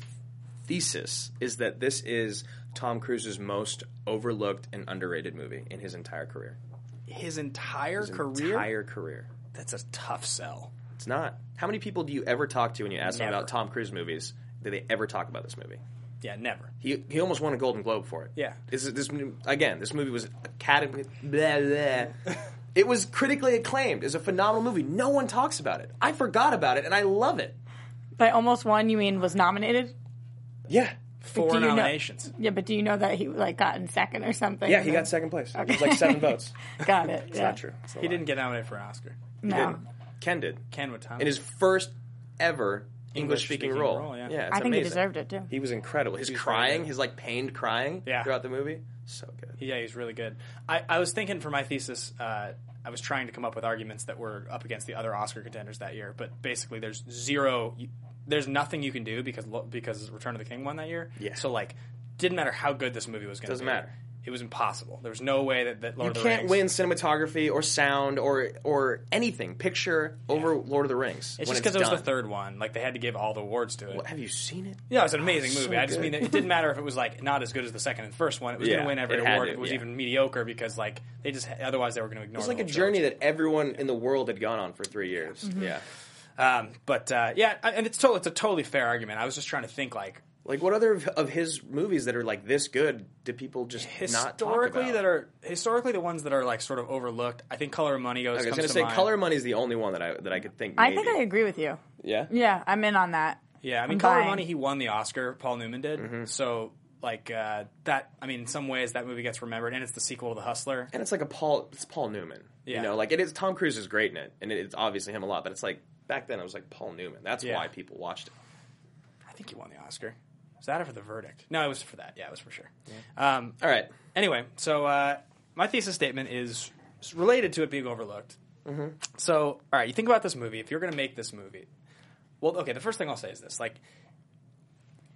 [SPEAKER 5] thesis is that this is Tom Cruise's most overlooked and underrated movie in his entire career.
[SPEAKER 4] His entire
[SPEAKER 5] His
[SPEAKER 4] career?
[SPEAKER 5] Entire career.
[SPEAKER 4] That's a tough sell.
[SPEAKER 5] It's not. How many people do you ever talk to when you ask them
[SPEAKER 4] Never.
[SPEAKER 5] about Tom Cruise movies? Do they ever talk about this movie?
[SPEAKER 4] Yeah, never.
[SPEAKER 5] He, he almost won a Golden Globe for it.
[SPEAKER 4] Yeah.
[SPEAKER 5] This is this again. This movie was Academy. Blah, blah. it was critically acclaimed. It's a phenomenal movie. No one talks about it. I forgot about it, and I love it.
[SPEAKER 6] By almost one, you mean was nominated?
[SPEAKER 5] Yeah.
[SPEAKER 4] Four
[SPEAKER 6] you know-
[SPEAKER 4] nominations.
[SPEAKER 6] Yeah, but do you know that he like got in second or something?
[SPEAKER 5] Yeah, he got second place. It was like seven votes.
[SPEAKER 6] Got it.
[SPEAKER 5] It's
[SPEAKER 6] yeah.
[SPEAKER 5] not true. It's a
[SPEAKER 4] He
[SPEAKER 5] lie.
[SPEAKER 4] didn't get nominated for an Oscar.
[SPEAKER 6] No.
[SPEAKER 5] didn't. Ken did.
[SPEAKER 4] Ken would Tom.
[SPEAKER 5] In his first ever English
[SPEAKER 4] English-speaking
[SPEAKER 5] speaking role.
[SPEAKER 4] role, yeah.
[SPEAKER 5] it's
[SPEAKER 6] I think
[SPEAKER 5] amazing.
[SPEAKER 6] he deserved it too.
[SPEAKER 5] He was incredible. His
[SPEAKER 4] was very
[SPEAKER 5] crying,
[SPEAKER 4] good.
[SPEAKER 5] his like pained crying
[SPEAKER 4] Yeah.
[SPEAKER 5] throughout the movie, so good.
[SPEAKER 4] Yeah, he's really good. I, I was thinking for my thesis, uh, I was trying to come up with arguments that were up against the other Oscar contenders that year, but basically there's zero, there's nothing you can do because lo- because Return of the King won that year.
[SPEAKER 5] Yeah.
[SPEAKER 4] So like, didn't matter how good this movie was going to be.
[SPEAKER 5] Doesn't matter.
[SPEAKER 4] It was impossible. There was no way that, that Lord
[SPEAKER 5] you
[SPEAKER 4] of the
[SPEAKER 5] can't
[SPEAKER 4] Rings.
[SPEAKER 5] win cinematography or sound or or anything picture over Lord of the Rings.
[SPEAKER 4] It's
[SPEAKER 5] when
[SPEAKER 4] just because it was the
[SPEAKER 5] done.
[SPEAKER 4] third one. Like they had to give all the awards to it.
[SPEAKER 5] Well, have you seen it?
[SPEAKER 4] Yeah, it was an amazing movie. I just
[SPEAKER 5] Oh, good.
[SPEAKER 4] mean that it didn't matter if it was like not as good as the second and first one. It was
[SPEAKER 5] Yeah,
[SPEAKER 4] going to win every
[SPEAKER 5] it had
[SPEAKER 4] award.
[SPEAKER 5] to,
[SPEAKER 4] if it was
[SPEAKER 5] yeah.
[SPEAKER 4] even mediocre because like they just otherwise they were going to ignore.
[SPEAKER 5] It was
[SPEAKER 4] the Mm-hmm.
[SPEAKER 5] like a
[SPEAKER 4] whole
[SPEAKER 5] journey
[SPEAKER 4] trilogy.
[SPEAKER 5] that everyone in the world had gone on for three years. Yeah.
[SPEAKER 4] Um, but uh, yeah, I- and it's total, it's a totally fair argument. I was just trying to think like
[SPEAKER 5] Like what other of- of his movies that are like this good do people just not talk
[SPEAKER 4] historically
[SPEAKER 5] about?
[SPEAKER 4] that are historically the ones that are like sort of overlooked. I think Color of Money goes.
[SPEAKER 5] I was
[SPEAKER 4] comes
[SPEAKER 5] gonna
[SPEAKER 4] to
[SPEAKER 5] say
[SPEAKER 4] mind.
[SPEAKER 5] Color Money is the only one that I that I could think.
[SPEAKER 6] I think
[SPEAKER 5] maybe.
[SPEAKER 6] I agree with you.
[SPEAKER 5] Yeah.
[SPEAKER 6] Yeah, I'm in on that.
[SPEAKER 4] Yeah, I mean
[SPEAKER 6] I'm
[SPEAKER 4] Color of
[SPEAKER 6] buying.
[SPEAKER 4] Money. Mm-hmm. He won the Oscar. Paul Newman did. So like uh, that. I mean, in some ways that movie gets remembered, and it's the sequel to The Hustler.
[SPEAKER 5] and it's like a Paul. It's Paul Newman. You
[SPEAKER 4] Yeah.
[SPEAKER 5] know, like it is. Tom Cruise is great in it, and it, it's obviously him a lot. But it's like back then, I was like Paul Newman. That's
[SPEAKER 4] Yeah.
[SPEAKER 5] why people watched it.
[SPEAKER 4] I think he won the Oscar. Was that or for the verdict? No, it was for that. Yeah, it was for sure. Um,
[SPEAKER 5] All right,
[SPEAKER 4] anyway, so uh, my thesis statement is related to it being overlooked. So, all right, you think about this movie. If you're going to make this movie, well, okay. The first thing I'll say is this: like,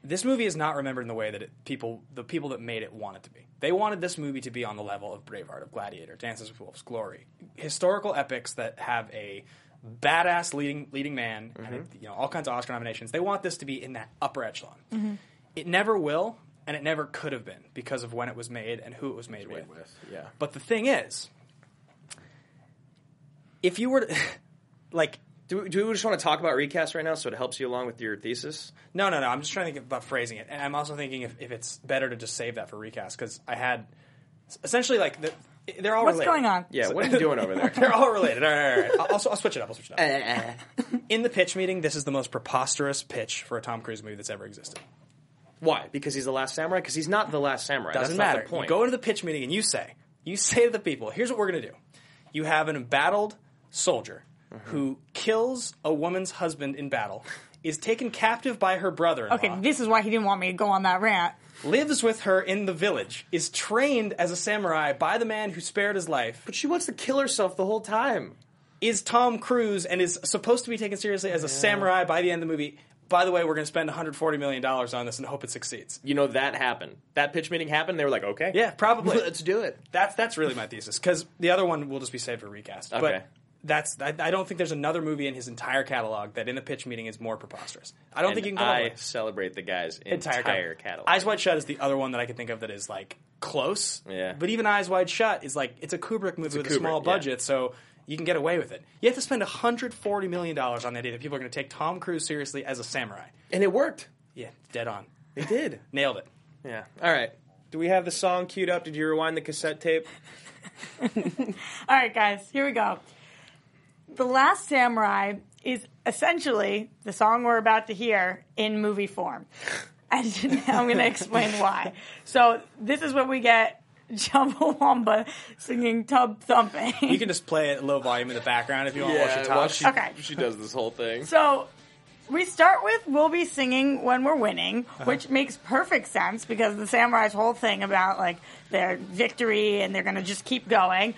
[SPEAKER 4] This movie is not remembered in the way that it, people, the people that made it, want it to be. They wanted this movie to be on the level of Braveheart, of Gladiator, Dances with Wolves, Glory, historical epics that have a badass leading leading man, and you know all kinds of Oscar nominations. They want this to be in that upper echelon. It never will, and it never could have been because of when it was made and who it was made, with.
[SPEAKER 5] Yeah.
[SPEAKER 4] But the thing is, if you were to, like,
[SPEAKER 5] do we, do we just want to talk about recast right now so it helps you along with your thesis?
[SPEAKER 4] no, no, no. I'm just trying to think about phrasing it, and I'm also thinking if, if it's better to just save that for recast because I had essentially like the, they're all
[SPEAKER 6] What's
[SPEAKER 4] related.
[SPEAKER 6] going on?
[SPEAKER 5] Yeah, what are you doing over there?
[SPEAKER 4] They're all related. All right, all right, all right. I'll, I'll, I'll switch it up. I'll switch it up. In the pitch meeting, this is the most preposterous pitch for a Tom Cruise movie that's ever existed.
[SPEAKER 5] Why? Because he's the last samurai? Because he's not the last samurai.
[SPEAKER 4] Doesn't
[SPEAKER 5] That's not
[SPEAKER 4] matter.
[SPEAKER 5] the point.
[SPEAKER 4] You go into the pitch meeting and you say, you say to the people, here's what we're going to do. You have an embattled soldier
[SPEAKER 5] Mm-hmm.
[SPEAKER 4] who kills a woman's husband in battle, is taken captive by her brother-in-law,
[SPEAKER 6] Okay, this is why he didn't want me to go on that rant.
[SPEAKER 4] lives with her in the village, is trained as a samurai by the man who spared his life,
[SPEAKER 5] but she wants to kill herself the whole time.
[SPEAKER 4] is Tom Cruise and is supposed to be taken seriously as a samurai by the end of the movie. By the way, we're going to spend 140 million dollars on this and hope it succeeds.
[SPEAKER 5] You know, that happened. That pitch meeting happened. They were like, okay.
[SPEAKER 4] Yeah, probably.
[SPEAKER 5] Let's do it.
[SPEAKER 4] That's that's really my thesis because the other one will just be saved for recast.
[SPEAKER 5] Okay.
[SPEAKER 4] But that's I, I don't think there's another movie in his entire catalog that in a pitch meeting is more preposterous. I don't think you
[SPEAKER 5] And
[SPEAKER 4] can come up
[SPEAKER 5] I
[SPEAKER 4] with
[SPEAKER 5] celebrate the guy's
[SPEAKER 4] an
[SPEAKER 5] entire,
[SPEAKER 4] catalog.
[SPEAKER 5] catalog.
[SPEAKER 4] Eyes Wide Shut is the other one that I can think of that is like close.
[SPEAKER 5] Yeah.
[SPEAKER 4] But even Eyes Wide Shut is like it's a Kubrick movie with a
[SPEAKER 5] Kubrick,
[SPEAKER 4] small
[SPEAKER 5] yeah.
[SPEAKER 4] budget, so you can get away with it. You have to spend 140 million dollars on the idea that people are going to take Tom Cruise seriously as a samurai.
[SPEAKER 5] and it worked.
[SPEAKER 4] Yeah, dead on,
[SPEAKER 5] It did.
[SPEAKER 4] nailed it.
[SPEAKER 5] Yeah. All right. Do we have the song queued up? Did you rewind the cassette tape?
[SPEAKER 6] All right, guys, here we go. The Last Samurai is essentially the song we're about to hear in movie form. And now I'm going to explain why. So, this is what we get Chumbawamba singing Tub Thumping.
[SPEAKER 4] You can just play it at low volume in the background if you want while she
[SPEAKER 5] while
[SPEAKER 4] talks.
[SPEAKER 5] she,
[SPEAKER 6] Okay.
[SPEAKER 5] she does this whole thing.
[SPEAKER 6] So we start with we'll be singing when we're winning,
[SPEAKER 5] Uh-huh.
[SPEAKER 6] which makes perfect sense because the samurai's whole thing about like their victory and they're going to just keep going.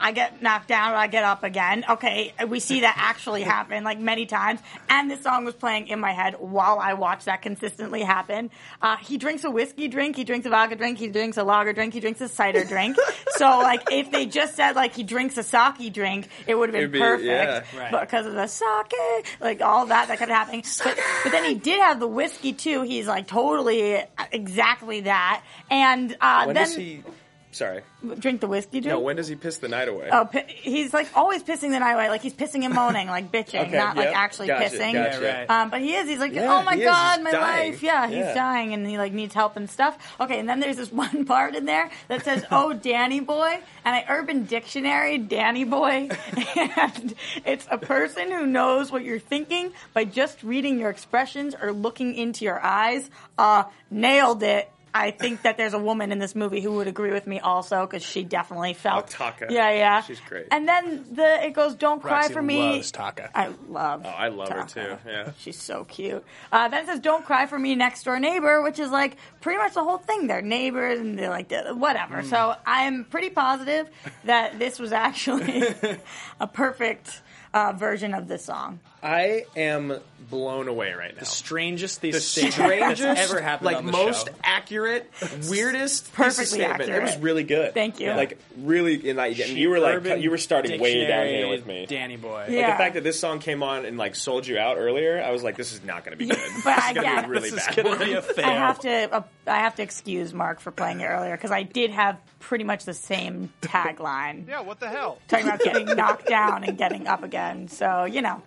[SPEAKER 6] I get knocked down, I get up again. Okay, we see that actually happen like many times. And this song was playing in my head while I watched that consistently happen. Uh, he drinks a whiskey drink, he drinks a vodka drink, he drinks a lager drink, he drinks a cider drink. so like if they just said like he drinks a sake drink, it would have been
[SPEAKER 5] It'd be-
[SPEAKER 6] perfect
[SPEAKER 5] yeah.
[SPEAKER 4] Right.
[SPEAKER 6] but because of the sake, like all that that kept happening. But, but then he did have the whiskey too. He's like totally exactly that. And uh,
[SPEAKER 5] When
[SPEAKER 6] then
[SPEAKER 5] does he? Sorry.
[SPEAKER 6] drink the whiskey drink.
[SPEAKER 5] No. When does he piss the night away?
[SPEAKER 6] Oh, pi- he's like always pissing the night away. Like he's pissing and moaning, like bitching,
[SPEAKER 5] Okay, yep.
[SPEAKER 6] not like actually
[SPEAKER 5] Gotcha,
[SPEAKER 6] pissing.
[SPEAKER 5] gotcha.
[SPEAKER 4] Yeah, right.
[SPEAKER 6] Um, but he is. He's like,
[SPEAKER 5] Yeah,
[SPEAKER 6] oh my
[SPEAKER 5] he is.
[SPEAKER 6] god,
[SPEAKER 5] He's
[SPEAKER 6] my
[SPEAKER 5] dying.
[SPEAKER 6] life. Yeah, he's
[SPEAKER 5] Yeah.
[SPEAKER 6] dying, and he like needs help and stuff. Okay, and then there's this one part in there that says, "Oh, Danny boy," and I Urban Dictionary, Danny boy, and it's a person who knows what you're thinking by just reading your expressions or looking into your eyes. Uh, nailed it. I think that there's a woman in this movie who would agree with me also because she definitely felt.
[SPEAKER 5] Taka.
[SPEAKER 6] Yeah, yeah.
[SPEAKER 5] Oh, She's great.
[SPEAKER 6] And then the it goes, "Don't cry
[SPEAKER 4] Roxy
[SPEAKER 6] for me."
[SPEAKER 4] loves Taka.
[SPEAKER 6] I love. Oh,
[SPEAKER 5] I love her too, yeah.
[SPEAKER 6] she's so cute. Uh, then it says, "Don't cry for me, next door neighbor," which is like pretty much the whole thing. They're neighbors and they're like they're- whatever.
[SPEAKER 11] Mm.
[SPEAKER 6] So I'm pretty positive that this was actually a perfect uh, version of this song.
[SPEAKER 5] I am blown away right now.
[SPEAKER 4] strangest these
[SPEAKER 5] the
[SPEAKER 4] statements
[SPEAKER 5] strangest,
[SPEAKER 4] that's ever happened
[SPEAKER 5] like
[SPEAKER 4] on the
[SPEAKER 5] most
[SPEAKER 4] show.
[SPEAKER 5] accurate, weirdest,
[SPEAKER 6] Perfectly
[SPEAKER 5] piece of statement.
[SPEAKER 6] accurate.
[SPEAKER 5] It was really good.
[SPEAKER 6] Thank you. Yeah.
[SPEAKER 5] Like really, and like and you were like
[SPEAKER 4] Urban
[SPEAKER 5] you were starting way down
[SPEAKER 4] Dictionary,
[SPEAKER 5] here with me.
[SPEAKER 4] Danny boy.
[SPEAKER 6] Yeah.
[SPEAKER 5] The fact that this song came on and like sold you out earlier, I was like, this is not going to be good. this is
[SPEAKER 6] But I
[SPEAKER 5] going to
[SPEAKER 6] get
[SPEAKER 5] be a really
[SPEAKER 4] this
[SPEAKER 5] bad.
[SPEAKER 4] is gonna be a
[SPEAKER 5] one.
[SPEAKER 4] fail.
[SPEAKER 6] I have to uh, I have to excuse Mark for playing it earlier because I did have pretty much the same tagline.
[SPEAKER 11] Yeah, what the hell?
[SPEAKER 6] Talking about getting knocked down and getting up again. So, you know.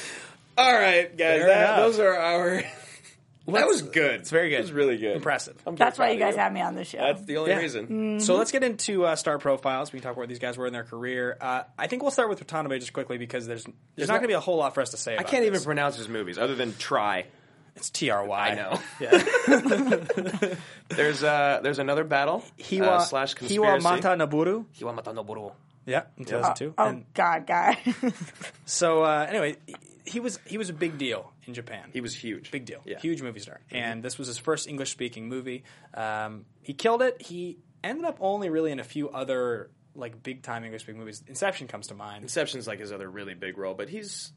[SPEAKER 5] All right, guys,
[SPEAKER 4] Fair
[SPEAKER 5] that,
[SPEAKER 4] enough.
[SPEAKER 5] those are our. that
[SPEAKER 4] Let's-
[SPEAKER 5] was good.
[SPEAKER 4] It's very good.
[SPEAKER 5] It was really good.
[SPEAKER 4] Impressive.
[SPEAKER 5] I'm
[SPEAKER 6] That's
[SPEAKER 5] very
[SPEAKER 6] why you
[SPEAKER 5] proud
[SPEAKER 6] guys Mm.
[SPEAKER 5] of
[SPEAKER 6] had me on the show.
[SPEAKER 5] That's the only
[SPEAKER 4] Yeah.
[SPEAKER 5] reason.
[SPEAKER 4] So let's get into uh, star profiles. We can talk about where these guys were in their career. Uh, I think we'll start with Watanabe just quickly because there's there's, not
[SPEAKER 5] not-
[SPEAKER 4] going to be a whole lot for us to say.
[SPEAKER 5] I
[SPEAKER 4] About
[SPEAKER 5] can't even
[SPEAKER 4] this.
[SPEAKER 5] pronounce his movies other than try.
[SPEAKER 4] It's T R Y.
[SPEAKER 5] I know.
[SPEAKER 4] Yeah.
[SPEAKER 5] There's uh, there's another battle.
[SPEAKER 4] Hiwa
[SPEAKER 5] uh, slash
[SPEAKER 4] Hiwa
[SPEAKER 5] conspiracy.
[SPEAKER 4] Mata Naburu.
[SPEAKER 5] Hiwa Mata Noboro.
[SPEAKER 4] Yeah, in 2002.
[SPEAKER 6] Oh,
[SPEAKER 4] And
[SPEAKER 6] God, guy.
[SPEAKER 4] so uh, anyway, he was he was a big deal in Japan.
[SPEAKER 5] He was huge.
[SPEAKER 4] big deal,
[SPEAKER 5] Yeah. Mm-hmm.
[SPEAKER 4] huge movie star, and this was his first English speaking movie. Um, he killed it. He ended up only really in a few other like big time English speaking movies. Inception comes to mind.
[SPEAKER 5] Inception's like his other really big role, but he's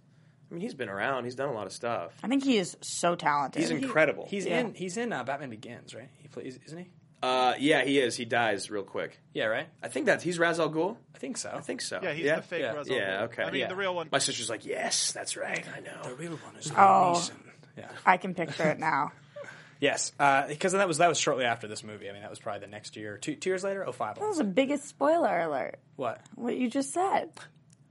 [SPEAKER 5] I mean, he's been around. He's done a lot of stuff.
[SPEAKER 6] I think he is so talented.
[SPEAKER 5] He's incredible.
[SPEAKER 4] He's
[SPEAKER 5] Yeah.
[SPEAKER 4] in. He's in uh, Batman Begins, right? He plays, isn't he?
[SPEAKER 5] Uh, yeah, he is. He dies real quick.
[SPEAKER 4] Yeah, right.
[SPEAKER 5] I think that he's Ra's al Ghul.
[SPEAKER 4] I think so.
[SPEAKER 5] I think so.
[SPEAKER 11] Yeah, he's the fake
[SPEAKER 5] yeah.
[SPEAKER 11] Ra's al
[SPEAKER 5] Yeah,
[SPEAKER 11] Ghul.
[SPEAKER 5] okay.
[SPEAKER 11] I mean,
[SPEAKER 5] Yeah.
[SPEAKER 11] the real one-
[SPEAKER 5] My sister's like, yes, that's right. I know.
[SPEAKER 4] The real one is
[SPEAKER 6] Oh, I can picture it now.
[SPEAKER 4] Yes, because that was that was shortly after this movie. I mean, that was probably the next year, two, two years later. Oh five.
[SPEAKER 6] That was the biggest spoiler alert.
[SPEAKER 4] What?
[SPEAKER 6] What you just said.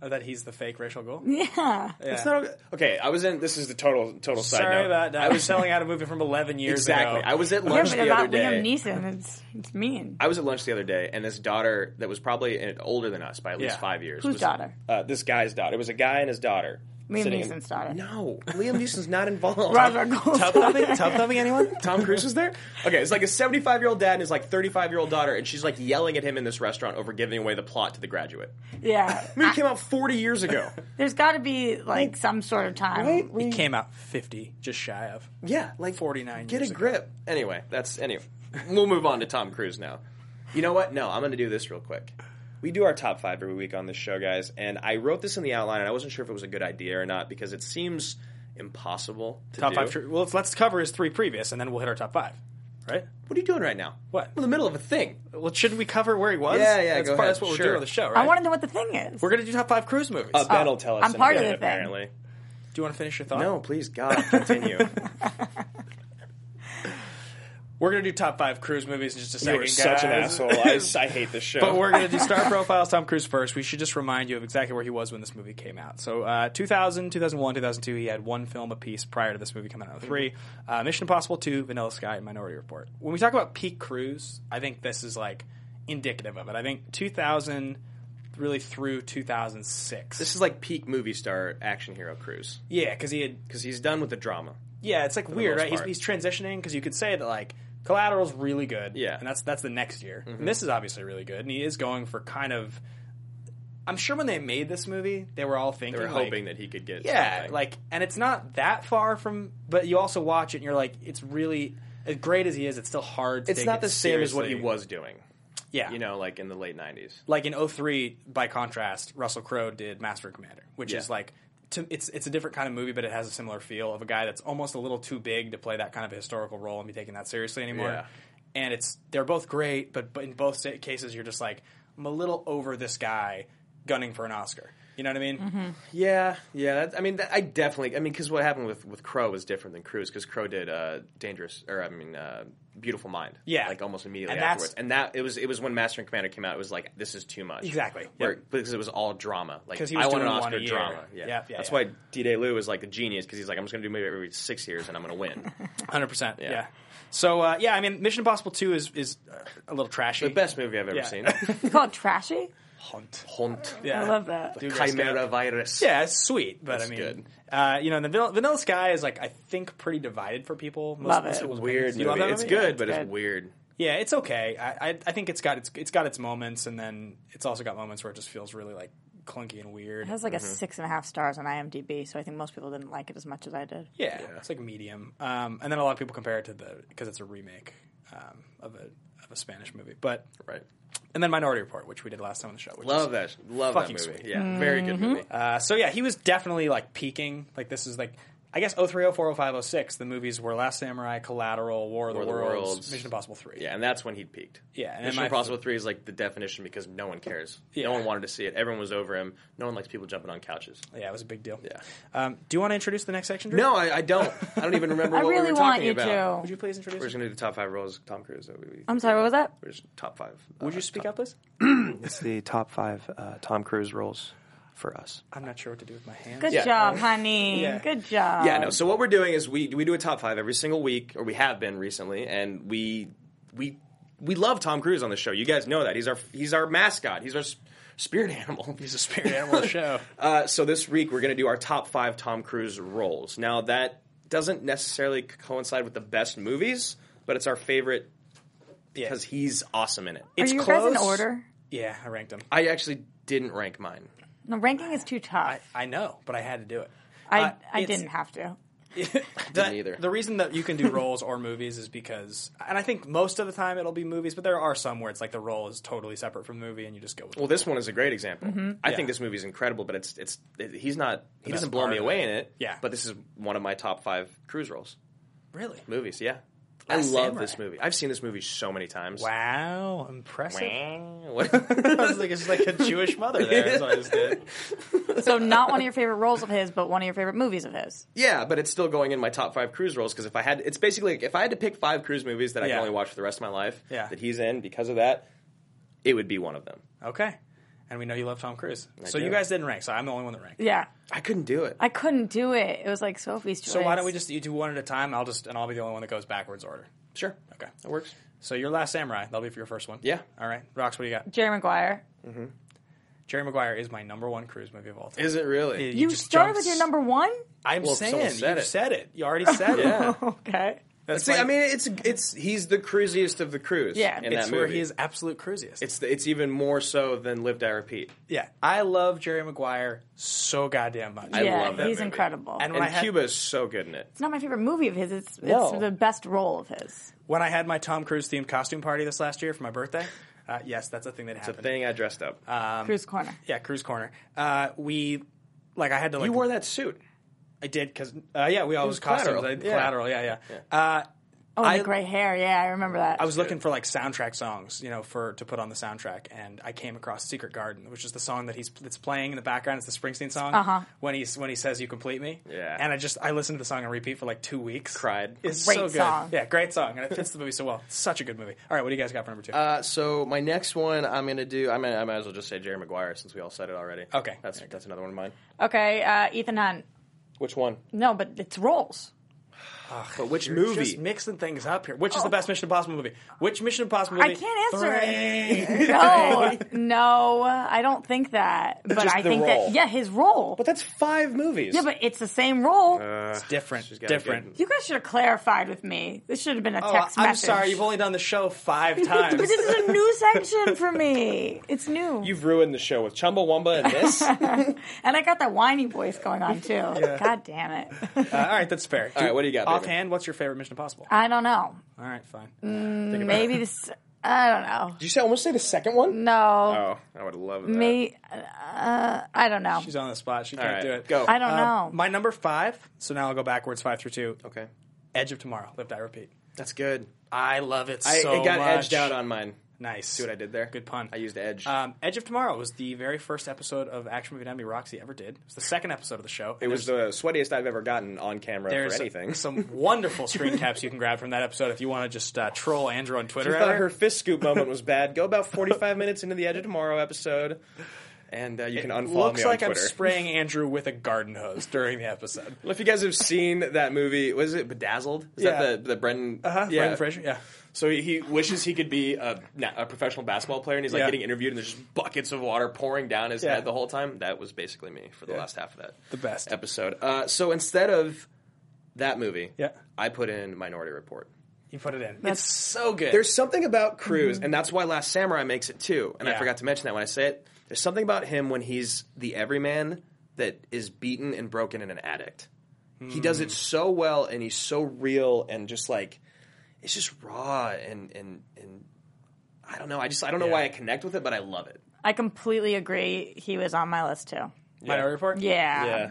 [SPEAKER 4] Oh, that he's the fake racial goal.
[SPEAKER 6] Yeah.
[SPEAKER 5] It's not okay. okay. I was in. This is the total total side
[SPEAKER 4] Sorry
[SPEAKER 5] note.
[SPEAKER 4] about that.
[SPEAKER 5] I
[SPEAKER 4] I was
[SPEAKER 5] was
[SPEAKER 4] selling out a movie from eleven years ago.
[SPEAKER 5] Exactly. I was at
[SPEAKER 6] Yeah,
[SPEAKER 5] lunch
[SPEAKER 6] but
[SPEAKER 5] the other
[SPEAKER 6] about
[SPEAKER 5] day.
[SPEAKER 6] Liam Neeson, it's it's mean.
[SPEAKER 5] I was at lunch the other day, and this daughter that was probably uh, older than us by at least
[SPEAKER 6] Yeah.
[SPEAKER 5] five years.
[SPEAKER 6] Whose
[SPEAKER 5] was,
[SPEAKER 6] daughter?
[SPEAKER 5] Uh, this guy's daughter. It was a guy and his daughter.
[SPEAKER 6] Liam
[SPEAKER 5] sitting in-
[SPEAKER 6] Neeson's daughter.
[SPEAKER 5] No, Liam Neeson's not involved.
[SPEAKER 6] Roger Gold.
[SPEAKER 5] Tub thumbing? Tub thumbing anyone? Tom Cruise was there? Okay, it's like a 75 year old dad and his like 35 year old daughter, and she's like yelling at him in this restaurant over giving away the plot to the graduate.
[SPEAKER 6] Yeah.
[SPEAKER 5] I mean, it came out 40 years ago.
[SPEAKER 6] There's got to be like some sort of time.
[SPEAKER 4] He came out fifty, just shy of.
[SPEAKER 5] Yeah, like
[SPEAKER 4] 49
[SPEAKER 5] Get
[SPEAKER 4] years
[SPEAKER 5] a grip. Anyway, that's anyway. We'll move on to Tom Cruise now. You know what? No, I'm going to do this real quick. We do our top five every week on this show, guys, and I wrote this in the outline, and I wasn't sure if it was a good idea or not because it seems impossible to
[SPEAKER 4] top
[SPEAKER 5] do.
[SPEAKER 4] five. Tr- well, let's, let's cover his three previous, and then we'll hit our top five. Right?
[SPEAKER 5] What are you doing right now?
[SPEAKER 4] What?
[SPEAKER 5] We're in the middle of a thing.
[SPEAKER 4] Well, shouldn't we cover where he was?
[SPEAKER 5] Yeah, yeah,
[SPEAKER 4] That's,
[SPEAKER 5] go
[SPEAKER 4] part-
[SPEAKER 5] ahead.
[SPEAKER 4] that's what
[SPEAKER 5] Sure.
[SPEAKER 4] we're doing on the show, right?
[SPEAKER 6] I want to know what the thing is.
[SPEAKER 4] We're gonna do top five cruise movies.
[SPEAKER 5] Uh, ben will tell us.
[SPEAKER 6] Oh, I'm
[SPEAKER 5] in a
[SPEAKER 6] part of
[SPEAKER 5] bit,
[SPEAKER 6] the thing.
[SPEAKER 5] Apparently, Oh.
[SPEAKER 4] do you want to finish your thought?
[SPEAKER 5] no. Please, God, continue.
[SPEAKER 4] We're gonna do top five cruise movies in just a second.
[SPEAKER 5] you are such an
[SPEAKER 4] guys.
[SPEAKER 5] asshole. I, I hate this show.
[SPEAKER 4] But we're going to do star profiles, Tom Cruise first. We should just remind you of exactly where he was when this movie came out. So, uh, 2000, 2001, 2002, he had one film apiece prior to this movie coming out in 03. Uh, Mission Impossible 2, Vanilla Sky, and Minority Report. When we talk about peak Cruise, I think this is like indicative of it. I think 2000 really through 2006.
[SPEAKER 5] This is like peak movie star action hero Cruise
[SPEAKER 4] yeah, because he had
[SPEAKER 5] because he's done with the drama.
[SPEAKER 4] Yeah, it's like
[SPEAKER 5] the
[SPEAKER 4] weird,
[SPEAKER 5] most
[SPEAKER 4] right? He's,
[SPEAKER 5] part.
[SPEAKER 4] he's transitioning because you could say that like Collateral's really good,
[SPEAKER 5] Yeah. Mm-hmm.
[SPEAKER 4] and that's that's the next year. And this is obviously really good, and he is going for kind of. I'm sure when they made this movie, they were all
[SPEAKER 5] They
[SPEAKER 4] thinking,
[SPEAKER 5] were
[SPEAKER 4] like,
[SPEAKER 5] hoping that he could get.
[SPEAKER 4] yeah,
[SPEAKER 5] something.
[SPEAKER 4] like, and it's not that far from, but you also watch it and you're like, it's really as great as he is, it's still hard. to
[SPEAKER 5] it's
[SPEAKER 4] take
[SPEAKER 5] not
[SPEAKER 4] it
[SPEAKER 5] the same as what he
[SPEAKER 4] seriously.
[SPEAKER 5] was doing.
[SPEAKER 4] Yeah,
[SPEAKER 5] You know, like in the late '90s.
[SPEAKER 4] like in 03 by contrast russell crowe did master and commander which
[SPEAKER 5] Yeah.
[SPEAKER 4] is like to, it's it's a different kind of movie but it has a similar feel of a guy that's almost a little too big to play that kind of a historical role and be taken that seriously anymore
[SPEAKER 5] Yeah.
[SPEAKER 4] and it's they're both great but, but in both sa- cases you're just like i'm a little over this guy gunning for an oscar you know what i mean
[SPEAKER 6] Mm-hmm.
[SPEAKER 5] Yeah, yeah. That, I mean, that, I definitely. I mean, because what happened with with Crow was different than Cruise because Crow did uh, Dangerous, or I mean, uh, Beautiful Mind.
[SPEAKER 4] Yeah.
[SPEAKER 5] like almost immediately
[SPEAKER 4] And that's-
[SPEAKER 5] afterwards. And that it was it was when Master and Commander came out. It was like this is too much.
[SPEAKER 4] Exactly.
[SPEAKER 5] Where-
[SPEAKER 4] Yep.
[SPEAKER 5] because it was all drama. Like
[SPEAKER 4] 'Cause he was
[SPEAKER 5] I want an
[SPEAKER 4] doing one
[SPEAKER 5] Oscar
[SPEAKER 4] a year.
[SPEAKER 5] drama. Yeah,
[SPEAKER 4] Yep, yeah,
[SPEAKER 5] that's
[SPEAKER 4] yeah.
[SPEAKER 5] why D Day Lou is like a genius because he's like I'm just gonna do maybe every six years and I'm gonna win.
[SPEAKER 4] Hundred percent.
[SPEAKER 5] Yeah.
[SPEAKER 4] Yeah. So uh, yeah, I mean, Mission Impossible Two is is uh, a little trashy.
[SPEAKER 5] the best movie I've ever
[SPEAKER 4] Yeah.
[SPEAKER 5] seen.
[SPEAKER 6] It's called trashy.
[SPEAKER 4] Hunt.
[SPEAKER 5] Hunt.
[SPEAKER 4] Yeah.
[SPEAKER 6] I love that.
[SPEAKER 5] The
[SPEAKER 4] Do guys
[SPEAKER 5] Chimera
[SPEAKER 4] get-
[SPEAKER 5] virus.
[SPEAKER 4] Yeah, it's sweet, but
[SPEAKER 5] That's
[SPEAKER 4] I mean,
[SPEAKER 5] good.
[SPEAKER 4] Uh, you know, and the Vanilla, Vanilla Sky is like I think pretty divided for people. Most,
[SPEAKER 6] Love
[SPEAKER 4] most
[SPEAKER 6] it.
[SPEAKER 4] people's
[SPEAKER 5] Weird
[SPEAKER 4] opinions. You love
[SPEAKER 5] movie.
[SPEAKER 4] that
[SPEAKER 5] It's
[SPEAKER 4] movie?
[SPEAKER 5] good,
[SPEAKER 4] Yeah.
[SPEAKER 5] but it's
[SPEAKER 6] good.
[SPEAKER 5] weird.
[SPEAKER 4] Yeah, it's okay. I, I I think it's got its it's got its moments, and then it's also got moments where it just feels really like clunky and weird.
[SPEAKER 6] It has like a six and a half stars on IMDb, so I think most people didn't like it as much as I did.
[SPEAKER 4] yeah, it's like medium. Um, and then a lot of people compare it to the because it's a remake um, of a of a Spanish movie, but
[SPEAKER 5] Right.
[SPEAKER 4] and then Minority Report, which we did last time on the show. Which
[SPEAKER 5] Love
[SPEAKER 4] is,
[SPEAKER 5] that. Love that
[SPEAKER 4] fucking
[SPEAKER 5] movie.
[SPEAKER 4] sweet.
[SPEAKER 5] Yeah. Very good movie.
[SPEAKER 4] Uh, so yeah, he was definitely like peaking. Like this is like I guess 03, 04, 05, 06, The movies were Last Samurai, Collateral, War of
[SPEAKER 5] War
[SPEAKER 4] the,
[SPEAKER 5] of the
[SPEAKER 4] Worlds,
[SPEAKER 5] Worlds.
[SPEAKER 4] Mission Impossible three.
[SPEAKER 5] Yeah, and that's when he peaked.
[SPEAKER 4] Yeah, and
[SPEAKER 5] Mission
[SPEAKER 4] my-
[SPEAKER 5] Impossible Three is like the definition because no one cares.
[SPEAKER 4] Yeah.
[SPEAKER 5] No one wanted to see it. Everyone was over him. No one likes people jumping on couches.
[SPEAKER 4] Yeah, it was a big deal.
[SPEAKER 5] Yeah.
[SPEAKER 4] Um, do you want to introduce the next section? Drew?
[SPEAKER 5] No, I, I don't. I don't even remember
[SPEAKER 6] I
[SPEAKER 5] what we
[SPEAKER 6] really
[SPEAKER 5] were
[SPEAKER 6] want
[SPEAKER 5] talking
[SPEAKER 6] you
[SPEAKER 5] about.
[SPEAKER 4] Would
[SPEAKER 6] to.
[SPEAKER 4] you please introduce?
[SPEAKER 5] We're just gonna do the top five roles. of Tom Cruise. That we,
[SPEAKER 6] I'm sorry, what was that?
[SPEAKER 5] We're just top five. uh,
[SPEAKER 4] Would you speak up, please?
[SPEAKER 7] It's the top five uh, Tom Cruise roles for us.
[SPEAKER 4] I'm not sure what to do with my hands.
[SPEAKER 6] Good
[SPEAKER 5] Yeah.
[SPEAKER 6] job, honey.
[SPEAKER 4] Yeah.
[SPEAKER 6] Good job.
[SPEAKER 5] Yeah, no. So what we're doing is we we do a top five every single week, or we have been recently, and we we we love Tom Cruise on the show. You guys know that he's our he's our mascot. He's our s- spirit animal. He's a spirit
[SPEAKER 4] Animal show.
[SPEAKER 5] Uh, so this week we're going to do our top five Tom Cruise roles. Now that doesn't necessarily c- coincide with the best movies, but it's our favorite because he's awesome in it.
[SPEAKER 6] Are
[SPEAKER 4] it's
[SPEAKER 6] you guys in
[SPEAKER 4] close.
[SPEAKER 6] order?
[SPEAKER 4] Yeah, I ranked them.
[SPEAKER 5] I actually didn't rank mine.
[SPEAKER 6] No, ranking is too tough.
[SPEAKER 4] I know, but I had to do it.
[SPEAKER 6] I,
[SPEAKER 4] Uh,
[SPEAKER 6] I
[SPEAKER 4] it's-
[SPEAKER 6] didn't have to.
[SPEAKER 4] That- The reason that you can do roles or movies is because, and I think most of the time it'll be movies, but there are some where it's like the role is totally separate from the movie, and you just go with.
[SPEAKER 5] Well, this one is a great example.
[SPEAKER 4] Mhm.
[SPEAKER 5] I
[SPEAKER 4] Yeah.
[SPEAKER 5] think this movie is incredible, but it's it's it, he's not
[SPEAKER 4] The
[SPEAKER 5] he doesn't
[SPEAKER 4] best
[SPEAKER 5] blow
[SPEAKER 4] part
[SPEAKER 5] me
[SPEAKER 4] of
[SPEAKER 5] away
[SPEAKER 4] it.
[SPEAKER 5] in it.
[SPEAKER 4] Yeah.
[SPEAKER 5] but this is one of my top five cruise roles.
[SPEAKER 4] Really?
[SPEAKER 5] movies? Yeah, I
[SPEAKER 4] Last
[SPEAKER 5] love
[SPEAKER 4] Samurai.
[SPEAKER 5] this movie. I've seen this movie so many times.
[SPEAKER 4] Wow, impressive!
[SPEAKER 5] Wow.
[SPEAKER 4] I was like, it's like a Jewish mother there. is what I just did.
[SPEAKER 6] so not one of your favorite roles of his, but one of your favorite movies of his.
[SPEAKER 5] Yeah, but it's still going in my top five cruise roles because if I had, it's basically like if I had to pick five cruise movies that I
[SPEAKER 4] Yeah.
[SPEAKER 5] can only watch for the rest of my life
[SPEAKER 4] Yeah.
[SPEAKER 5] that he's in because of that, it would be one of them.
[SPEAKER 4] Okay, and we know you love Tom Cruise,
[SPEAKER 5] I
[SPEAKER 4] so
[SPEAKER 5] do.
[SPEAKER 4] you guys didn't rank. So I'm the only one that ranked.
[SPEAKER 6] Yeah,
[SPEAKER 5] I couldn't do it.
[SPEAKER 6] I couldn't do it. It was like Sophie's choice.
[SPEAKER 4] So why don't we just you do one at a time? I'll just and I'll be the only one that goes backwards order.
[SPEAKER 5] Sure.
[SPEAKER 4] Okay,
[SPEAKER 5] that works.
[SPEAKER 4] So your last samurai, that'll be for your first one.
[SPEAKER 5] Yeah.
[SPEAKER 4] All right, Rox, what do you got?
[SPEAKER 6] Jerry Maguire?
[SPEAKER 4] Mm-hmm. Jerry Maguire is my number one cruise movie of all time.
[SPEAKER 5] Is it really?
[SPEAKER 6] You, started with your number one.
[SPEAKER 4] I'm
[SPEAKER 5] Well, someone
[SPEAKER 4] saying
[SPEAKER 5] said
[SPEAKER 4] you
[SPEAKER 5] it.
[SPEAKER 4] said it. You already said
[SPEAKER 5] Yeah.
[SPEAKER 4] it.
[SPEAKER 6] okay.
[SPEAKER 4] That's
[SPEAKER 5] See,
[SPEAKER 4] my-
[SPEAKER 5] I mean, it's it's he's the cruisiest of the cruise.
[SPEAKER 4] Yeah.
[SPEAKER 5] in
[SPEAKER 4] It's
[SPEAKER 5] that
[SPEAKER 4] where
[SPEAKER 5] movie.
[SPEAKER 4] he is absolute cruisiest.
[SPEAKER 5] It's the, it's even more so than Live Die Repeat.
[SPEAKER 4] Yeah, I love Jerry Maguire so goddamn much.
[SPEAKER 5] I love that
[SPEAKER 6] he's
[SPEAKER 5] movie.
[SPEAKER 6] incredible.
[SPEAKER 5] And,
[SPEAKER 4] when I had-
[SPEAKER 5] Cuba is so good in it.
[SPEAKER 6] It's not my favorite movie of his. It's
[SPEAKER 4] No.
[SPEAKER 6] it's the best role of his.
[SPEAKER 4] When I had my Tom Cruise themed costume party this last year for my birthday, uh, yes, that's a thing that
[SPEAKER 5] It's a
[SPEAKER 4] happened.
[SPEAKER 5] thing I dressed up.
[SPEAKER 4] Um,
[SPEAKER 6] Cruise Corner.
[SPEAKER 4] Yeah, Cruise Corner. Uh, we like I had to like
[SPEAKER 5] you wore that suit.
[SPEAKER 4] I did because uh, yeah, we always
[SPEAKER 5] was collateral.
[SPEAKER 4] costumes. I-
[SPEAKER 5] Yeah.
[SPEAKER 4] Collateral, yeah, yeah. Uh,
[SPEAKER 6] Oh, and
[SPEAKER 4] I,
[SPEAKER 6] the gray hair. Yeah, I remember that.
[SPEAKER 4] I was looking for like soundtrack songs, you know, for to put on the soundtrack, and I came across "Secret Garden," which is the song that he's that's playing in the background. It's the Springsteen song
[SPEAKER 6] Uh-huh.
[SPEAKER 4] when he's when he says "You complete me."
[SPEAKER 5] Yeah.
[SPEAKER 4] and I just I listened to the song on repeat for like two weeks. Cried. It's
[SPEAKER 5] Great
[SPEAKER 4] so good.
[SPEAKER 5] song.
[SPEAKER 4] Yeah, great song, and it fits the movie so well. It's such a good movie. All right, what do you guys got for number two?
[SPEAKER 5] Uh, so my next one, I'm gonna do. I mean, I might as well just say Jerry Maguire since we all said it already.
[SPEAKER 4] Okay,
[SPEAKER 5] that's that's another one of mine.
[SPEAKER 6] Okay, uh, Ethan Hunt.
[SPEAKER 5] Which one?
[SPEAKER 6] No, but it's roles.
[SPEAKER 5] but which
[SPEAKER 4] You're
[SPEAKER 5] movie?
[SPEAKER 4] Just mixing things up here. Which is the best Mission Impossible movie? Which Mission Impossible
[SPEAKER 6] Oh. I
[SPEAKER 4] movie?
[SPEAKER 6] can't answer
[SPEAKER 4] Three.
[SPEAKER 6] it. No, no, I don't think that. But
[SPEAKER 4] Just
[SPEAKER 6] I
[SPEAKER 4] the
[SPEAKER 6] think
[SPEAKER 4] role.
[SPEAKER 6] that yeah, his role. But
[SPEAKER 5] that's five movies.
[SPEAKER 6] Yeah, but it's the same role.
[SPEAKER 4] it's different.
[SPEAKER 5] got a
[SPEAKER 4] Different.
[SPEAKER 6] you guys should have clarified with me. This should have been a
[SPEAKER 4] Oh,
[SPEAKER 6] text
[SPEAKER 4] I'm
[SPEAKER 6] message.
[SPEAKER 4] sorry. You've only done the show five
[SPEAKER 6] but
[SPEAKER 4] times.
[SPEAKER 6] this is a new section for me. It's new,
[SPEAKER 5] You've ruined the show with Chumbawamba and this. uh,
[SPEAKER 6] and I got that whiny voice going on too. God damn it!
[SPEAKER 4] Uh, all right, that's fair.
[SPEAKER 5] all right, what do you got? baby?
[SPEAKER 4] Offhand, what's your favorite Mission Impossible?
[SPEAKER 6] I don't know.
[SPEAKER 4] All right, fine.
[SPEAKER 6] Mm,
[SPEAKER 4] about
[SPEAKER 6] maybe
[SPEAKER 4] it.
[SPEAKER 6] this. I don't know.
[SPEAKER 5] Did you say almost say the second one?
[SPEAKER 6] No,
[SPEAKER 5] Oh, I would love that.
[SPEAKER 6] me. Uh, I don't know.
[SPEAKER 4] She's on the spot. She
[SPEAKER 5] All
[SPEAKER 4] can't
[SPEAKER 5] right,
[SPEAKER 4] do it. Uh,
[SPEAKER 5] go.
[SPEAKER 6] I don't know.
[SPEAKER 4] My number five. So now I'll go backwards five through two.
[SPEAKER 5] Okay.
[SPEAKER 4] Edge of Tomorrow. Live, Die, Repeat.
[SPEAKER 5] That's good.
[SPEAKER 4] I love it
[SPEAKER 5] I,
[SPEAKER 4] so
[SPEAKER 5] it got
[SPEAKER 4] much.
[SPEAKER 5] edged out on mine.
[SPEAKER 4] Nice.
[SPEAKER 5] See what I did there?
[SPEAKER 4] Good pun.
[SPEAKER 5] I used edge.
[SPEAKER 4] Um, Edge of Tomorrow was the very first episode of Action Movie Enemy Roxy ever did. It was the second episode of the show.
[SPEAKER 5] it was the sweatiest I've ever gotten on camera
[SPEAKER 4] There's
[SPEAKER 5] for anything.
[SPEAKER 4] some wonderful screen caps you can grab from that episode if you want to just uh, troll Andrew on
[SPEAKER 5] If you
[SPEAKER 4] Twitter. at
[SPEAKER 5] thought
[SPEAKER 4] her.
[SPEAKER 5] her fist scoop moment was bad. Go about 45 minutes into the Edge of Tomorrow episode, and uh, you can unfollow
[SPEAKER 4] Looks
[SPEAKER 5] me on
[SPEAKER 4] like I'm
[SPEAKER 5] Twitter.
[SPEAKER 4] spraying Andrew with a garden hose during the episode.
[SPEAKER 5] well, if you guys have seen that movie, was it Bedazzled? Is
[SPEAKER 4] Yeah.
[SPEAKER 5] that the, the Brendan?
[SPEAKER 4] Uh huh.
[SPEAKER 5] Uh-huh. Yeah.
[SPEAKER 4] Brendan Fraser. Yeah.
[SPEAKER 5] So he- he wishes he could be a, na- a professional basketball player, and he's like
[SPEAKER 4] Yeah.
[SPEAKER 5] getting interviewed, and there's just buckets of water pouring down his
[SPEAKER 4] Yeah.
[SPEAKER 5] head the whole time. That was basically me for the last half of that
[SPEAKER 4] The best.
[SPEAKER 5] episode. Uh, so instead of that movie,
[SPEAKER 4] Yeah.
[SPEAKER 5] I put in Minority Report.
[SPEAKER 4] You put it in. It's so good. Mm-hmm.
[SPEAKER 5] There's something about Cruz, and that's why Last Samurai makes it too. And
[SPEAKER 4] Yeah.
[SPEAKER 5] I forgot to mention that when I say it. There's something about him when he's the everyman that is beaten and broken and an addict. He does
[SPEAKER 4] Hmm.
[SPEAKER 5] it so well, and he's so real, and just like it's just raw and and and I don't know. I just I don't know why I connect with it, but I love it.
[SPEAKER 6] I completely agree. He was on my list too.
[SPEAKER 4] Minority Report.
[SPEAKER 6] Yeah. Yeah.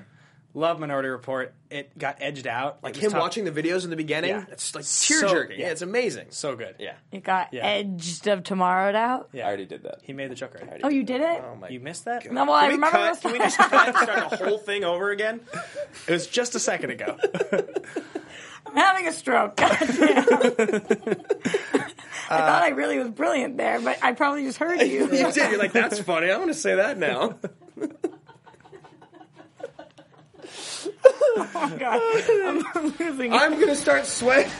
[SPEAKER 4] Love Minority Report. It got edged out.
[SPEAKER 5] Like
[SPEAKER 4] It was
[SPEAKER 5] him
[SPEAKER 4] tough.
[SPEAKER 5] watching the videos in the beginning,
[SPEAKER 4] Yeah.
[SPEAKER 5] it's like
[SPEAKER 4] So-
[SPEAKER 5] tear jerking.
[SPEAKER 4] yeah.
[SPEAKER 5] yeah, it's amazing.
[SPEAKER 4] So good.
[SPEAKER 5] Yeah.
[SPEAKER 6] It got
[SPEAKER 4] Yeah.
[SPEAKER 6] edged of tomorrowed out.
[SPEAKER 4] Yeah.
[SPEAKER 5] I already did that.
[SPEAKER 4] He made the joke already.
[SPEAKER 6] Oh, you did it?
[SPEAKER 4] you missed that?
[SPEAKER 6] No, well, I remember it was-
[SPEAKER 5] Can we just cut, start the whole thing over again?
[SPEAKER 4] It was just a second ago.
[SPEAKER 6] I'm having a stroke. Goddamn. I thought I really was brilliant there, but I probably just heard you.
[SPEAKER 5] you did. You're like, that's funny. I'm going to say that now.
[SPEAKER 4] Uh,
[SPEAKER 6] Oh my God. I'm, I'm losing it.
[SPEAKER 5] I'm going to start sweating.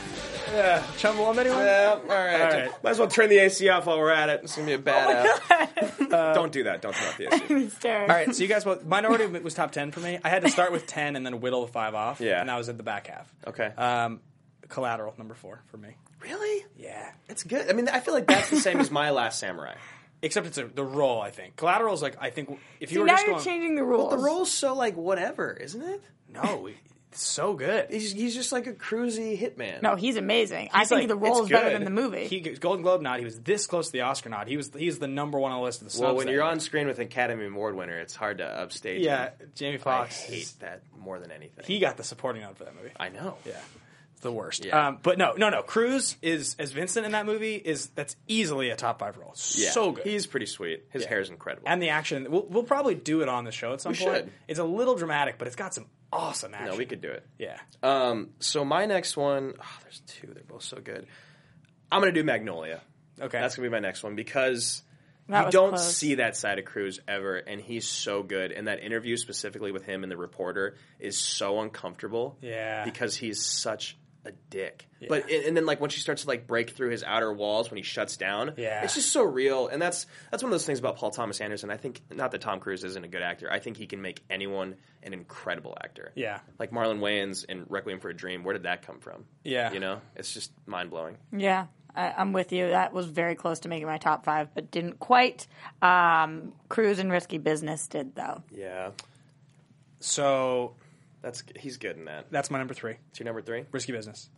[SPEAKER 4] yeah. Chumbawamba, anyone?
[SPEAKER 5] Yeah, all right.
[SPEAKER 4] All right.
[SPEAKER 5] Might as well turn the AC off while we're at it. It's going to be a bad app.
[SPEAKER 4] Uh,
[SPEAKER 5] don't do that. Don't turn off the AC.
[SPEAKER 6] I'm hysterical.
[SPEAKER 4] All right, so you guys, both, Minority was top 10 for me. I had to start with 10 and then whittle the five off.
[SPEAKER 5] Yeah.
[SPEAKER 4] And I was at the back half.
[SPEAKER 5] Okay.
[SPEAKER 4] Um, collateral, number four for me.
[SPEAKER 5] really?
[SPEAKER 4] Yeah.
[SPEAKER 5] It's good. I mean, I feel like that's the same as My Last Samurai.
[SPEAKER 4] Except it's a, the role, I think. Collateral is like, I think, if you
[SPEAKER 6] See,
[SPEAKER 4] were
[SPEAKER 6] now
[SPEAKER 4] just
[SPEAKER 6] you're
[SPEAKER 4] going,
[SPEAKER 6] changing the rules.
[SPEAKER 5] But the role's so, like, whatever, isn't it?
[SPEAKER 4] no, we- so good.
[SPEAKER 5] He's, he's just like a cruisy hitman.
[SPEAKER 6] No, he's amazing. I think the role is better than the movie.
[SPEAKER 4] He gets Golden Globe nod. He was this close to the Oscar nod. He was he's the number one on the list of the.
[SPEAKER 5] well,
[SPEAKER 4] snubs
[SPEAKER 5] when
[SPEAKER 4] that
[SPEAKER 5] you're
[SPEAKER 4] year.
[SPEAKER 5] on screen with an Academy Award winner, it's hard to upstage.
[SPEAKER 4] yeah,
[SPEAKER 5] him.
[SPEAKER 4] Jamie Foxx
[SPEAKER 5] I hate that more than anything.
[SPEAKER 4] He got the supporting nod for that movie.
[SPEAKER 5] I know.
[SPEAKER 4] Yeah, it's the worst.
[SPEAKER 5] Yeah.
[SPEAKER 4] Um, but no, no, no. Cruz is as Vincent in that movie is that's easily a top five role.
[SPEAKER 5] Yeah.
[SPEAKER 4] So good.
[SPEAKER 5] He's pretty sweet. His hair is incredible.
[SPEAKER 4] and the action, we'll, we'll probably do it on the show at some
[SPEAKER 5] We
[SPEAKER 4] point.
[SPEAKER 5] should.
[SPEAKER 4] It's a little dramatic, but it's got some awesome action.
[SPEAKER 5] No, we could do it.
[SPEAKER 4] Yeah.
[SPEAKER 5] Um, so my next one, oh, there's two. They're both so good. I'm gonna do Magnolia.
[SPEAKER 4] Okay.
[SPEAKER 5] that's gonna be my next one because
[SPEAKER 6] That
[SPEAKER 5] you
[SPEAKER 6] was
[SPEAKER 5] don't
[SPEAKER 6] close.
[SPEAKER 5] see that side of Cruz ever, and he's so good. And that interview specifically with him and the reporter is so uncomfortable.
[SPEAKER 4] Yeah.
[SPEAKER 5] because he's such a dick. But and and then like when she starts to like break through his outer walls when he shuts down,
[SPEAKER 4] Yeah.
[SPEAKER 5] it's just so real. And that's that's one of those things about Paul Thomas Anderson. I think not that Tom Cruise isn't a good actor. I think he can make anyone an incredible actor
[SPEAKER 4] Yeah.
[SPEAKER 5] like Marlon Wayans in Requiem for a Dream. Where did that come from?
[SPEAKER 4] Yeah.
[SPEAKER 5] you know, it's just mind blowing.
[SPEAKER 6] Yeah, I, I'm with you. That was very close to making my top five, but didn't quite. Um, Cruise and Risky Business did though.
[SPEAKER 5] Yeah,
[SPEAKER 4] So
[SPEAKER 5] that's he's good in that.
[SPEAKER 4] that's my number three,
[SPEAKER 5] It's your number three.
[SPEAKER 4] Risky Business,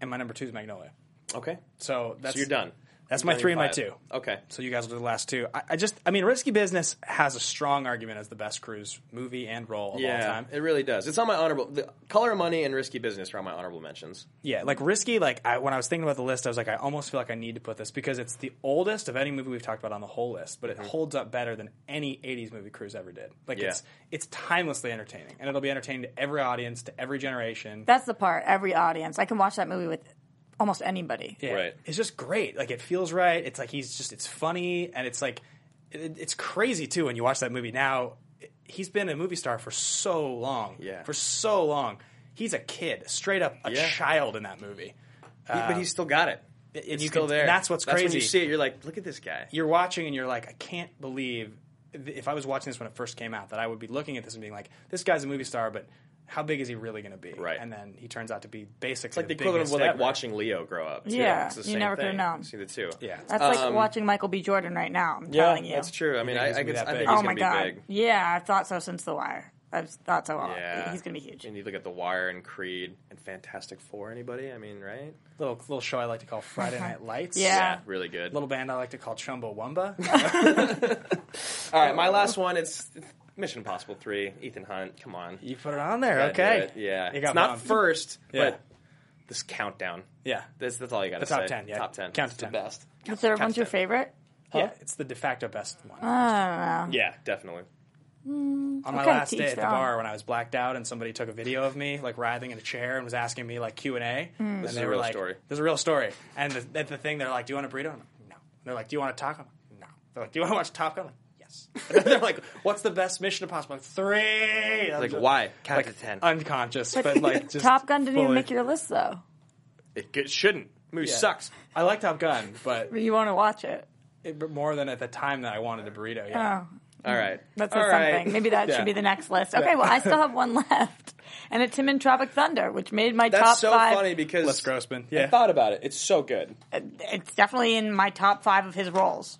[SPEAKER 4] and my number two is Magnolia.
[SPEAKER 5] Okay,
[SPEAKER 4] So that's
[SPEAKER 5] so you're done.
[SPEAKER 4] That's
[SPEAKER 5] You've
[SPEAKER 4] my
[SPEAKER 5] done
[SPEAKER 4] three
[SPEAKER 5] your
[SPEAKER 4] and my
[SPEAKER 5] five.
[SPEAKER 4] two.
[SPEAKER 5] Okay,
[SPEAKER 4] So you guys will do the last two. I, I just, I mean, Risky Business has a strong argument as the best cruise movie and role of all
[SPEAKER 5] yeah,
[SPEAKER 4] time.
[SPEAKER 5] it really does. It's on my honorable. The Color of Money and Risky Business are on my honorable mentions.
[SPEAKER 4] Yeah, like Risky. Like I, when I was thinking about the list, I was like, I almost feel like I need to put this because it's the oldest of any movie we've talked about on the whole list, but it holds up better than any '80s movie cruise ever did. Like
[SPEAKER 5] Mm-hmm. Yeah.
[SPEAKER 4] it's it's timelessly entertaining, and it'll be entertaining to every audience, to every generation.
[SPEAKER 6] That's the part. Every audience, I can watch that movie with almost anybody.
[SPEAKER 4] Yeah.
[SPEAKER 5] Right.
[SPEAKER 4] It's just great. Like it feels right. It's like he's just it's funny and it's like it, it's crazy too when you watch that movie now. He's been a movie star for so long.
[SPEAKER 5] Yeah.
[SPEAKER 4] For so long. He's a kid, straight up a
[SPEAKER 5] Yeah.
[SPEAKER 4] child in that movie.
[SPEAKER 5] He-
[SPEAKER 4] Uh,
[SPEAKER 5] but he's still got it.
[SPEAKER 4] And
[SPEAKER 5] It's
[SPEAKER 4] you
[SPEAKER 5] still
[SPEAKER 4] can-
[SPEAKER 5] there.
[SPEAKER 4] and that's what's
[SPEAKER 5] When
[SPEAKER 4] crazy.
[SPEAKER 5] you see it, you're like, look at this guy.
[SPEAKER 4] You're watching and you're like, I can't believe th- if I was watching this when it first came out that I would be looking at this and being like, this guy's a movie star, but how big is he really going to be?
[SPEAKER 5] Right.
[SPEAKER 4] And then he turns out to be basically
[SPEAKER 5] It's like the
[SPEAKER 4] the
[SPEAKER 5] equivalent of
[SPEAKER 4] biggest
[SPEAKER 5] like
[SPEAKER 4] ever.
[SPEAKER 5] watching Leo grow up. too.
[SPEAKER 6] Yeah,
[SPEAKER 5] It's the
[SPEAKER 6] you
[SPEAKER 5] same
[SPEAKER 6] never could've
[SPEAKER 5] thing.
[SPEAKER 6] known.
[SPEAKER 5] See the two.
[SPEAKER 4] Yeah.
[SPEAKER 6] That's like watching Michael B. Jordan right now. I'm telling you,
[SPEAKER 5] that's true. I mean,
[SPEAKER 4] think
[SPEAKER 5] I,
[SPEAKER 4] he's
[SPEAKER 5] I,
[SPEAKER 4] gonna be
[SPEAKER 5] could,
[SPEAKER 4] that
[SPEAKER 5] I think
[SPEAKER 4] big?
[SPEAKER 5] he's
[SPEAKER 6] Oh
[SPEAKER 5] gonna
[SPEAKER 6] my
[SPEAKER 5] be
[SPEAKER 6] god!
[SPEAKER 5] big.
[SPEAKER 6] Yeah, I've thought so since The Wire. I've thought so.
[SPEAKER 5] Yeah.
[SPEAKER 6] He's gonna be huge.
[SPEAKER 5] And you look at The Wire and Creed and Fantastic Four. Anybody? I mean, right?
[SPEAKER 4] little little show I like to call Friday Night Lights.
[SPEAKER 6] Yeah.
[SPEAKER 5] really good.
[SPEAKER 4] Little band I like to call Chumbawamba.
[SPEAKER 5] All right, my last one. It's Mission Impossible Three. Ethan Hunt. Come on.
[SPEAKER 4] You put it on there,
[SPEAKER 5] Gotta do
[SPEAKER 4] okay?
[SPEAKER 5] it. Yeah.
[SPEAKER 4] You
[SPEAKER 5] It's
[SPEAKER 4] got
[SPEAKER 5] not
[SPEAKER 4] bumped.
[SPEAKER 5] first,
[SPEAKER 4] Yeah.
[SPEAKER 5] but this countdown.
[SPEAKER 4] Yeah.
[SPEAKER 5] That's that's all you got to
[SPEAKER 4] The
[SPEAKER 5] say.
[SPEAKER 4] top 10, yeah.
[SPEAKER 5] Top ten.
[SPEAKER 4] Count to
[SPEAKER 5] It's
[SPEAKER 4] 10.
[SPEAKER 5] The best.
[SPEAKER 6] The third one's your favorite.
[SPEAKER 4] Yeah, it's the de facto best one.
[SPEAKER 6] Oh, I don't know.
[SPEAKER 5] Yeah, definitely.
[SPEAKER 4] on my
[SPEAKER 6] okay,
[SPEAKER 4] last
[SPEAKER 6] to
[SPEAKER 4] day
[SPEAKER 6] each
[SPEAKER 4] at the
[SPEAKER 6] their own.
[SPEAKER 4] bar when I was blacked out and somebody took a video of me like writhing in a chair and was asking me like Q and A.
[SPEAKER 6] Hmm.
[SPEAKER 4] And
[SPEAKER 5] This is
[SPEAKER 4] they
[SPEAKER 5] a
[SPEAKER 4] were
[SPEAKER 5] real
[SPEAKER 4] like,
[SPEAKER 5] story.
[SPEAKER 4] This is a real story. And the, at the thing, they're like, "Do you want a burrito?" I'm like, "No." And they're like, "Do you want to taco?" I'm like, "No." They're like, "Do you want to watch Top Gun?" I'm like, "Yes." And they're like, "What's the best Mission Impossible?" I'm like, Three. I'm
[SPEAKER 5] Like,
[SPEAKER 4] just-
[SPEAKER 5] why? Count
[SPEAKER 4] like,
[SPEAKER 5] to 10.
[SPEAKER 4] Unconscious, but like just
[SPEAKER 6] Top Gun didn't even
[SPEAKER 4] fully-
[SPEAKER 6] make your list though.
[SPEAKER 5] It, it shouldn't. Movie
[SPEAKER 4] Yeah.
[SPEAKER 5] sucks.
[SPEAKER 4] I like Top Gun, but
[SPEAKER 6] But you want to watch it.
[SPEAKER 4] it, but more than at the time that I wanted a burrito. Yeah.
[SPEAKER 6] Oh.
[SPEAKER 5] All right.
[SPEAKER 6] That's
[SPEAKER 5] All right.
[SPEAKER 6] something. Maybe that
[SPEAKER 4] Yeah.
[SPEAKER 6] should be the next list. Okay, well, I still have one left, and it's him in Tropic Thunder, which made my top
[SPEAKER 5] That's so
[SPEAKER 6] five.
[SPEAKER 5] funny because
[SPEAKER 4] Les Grossman. Yeah.
[SPEAKER 5] I thought about it. It's so good.
[SPEAKER 6] It's definitely in my top five of his roles.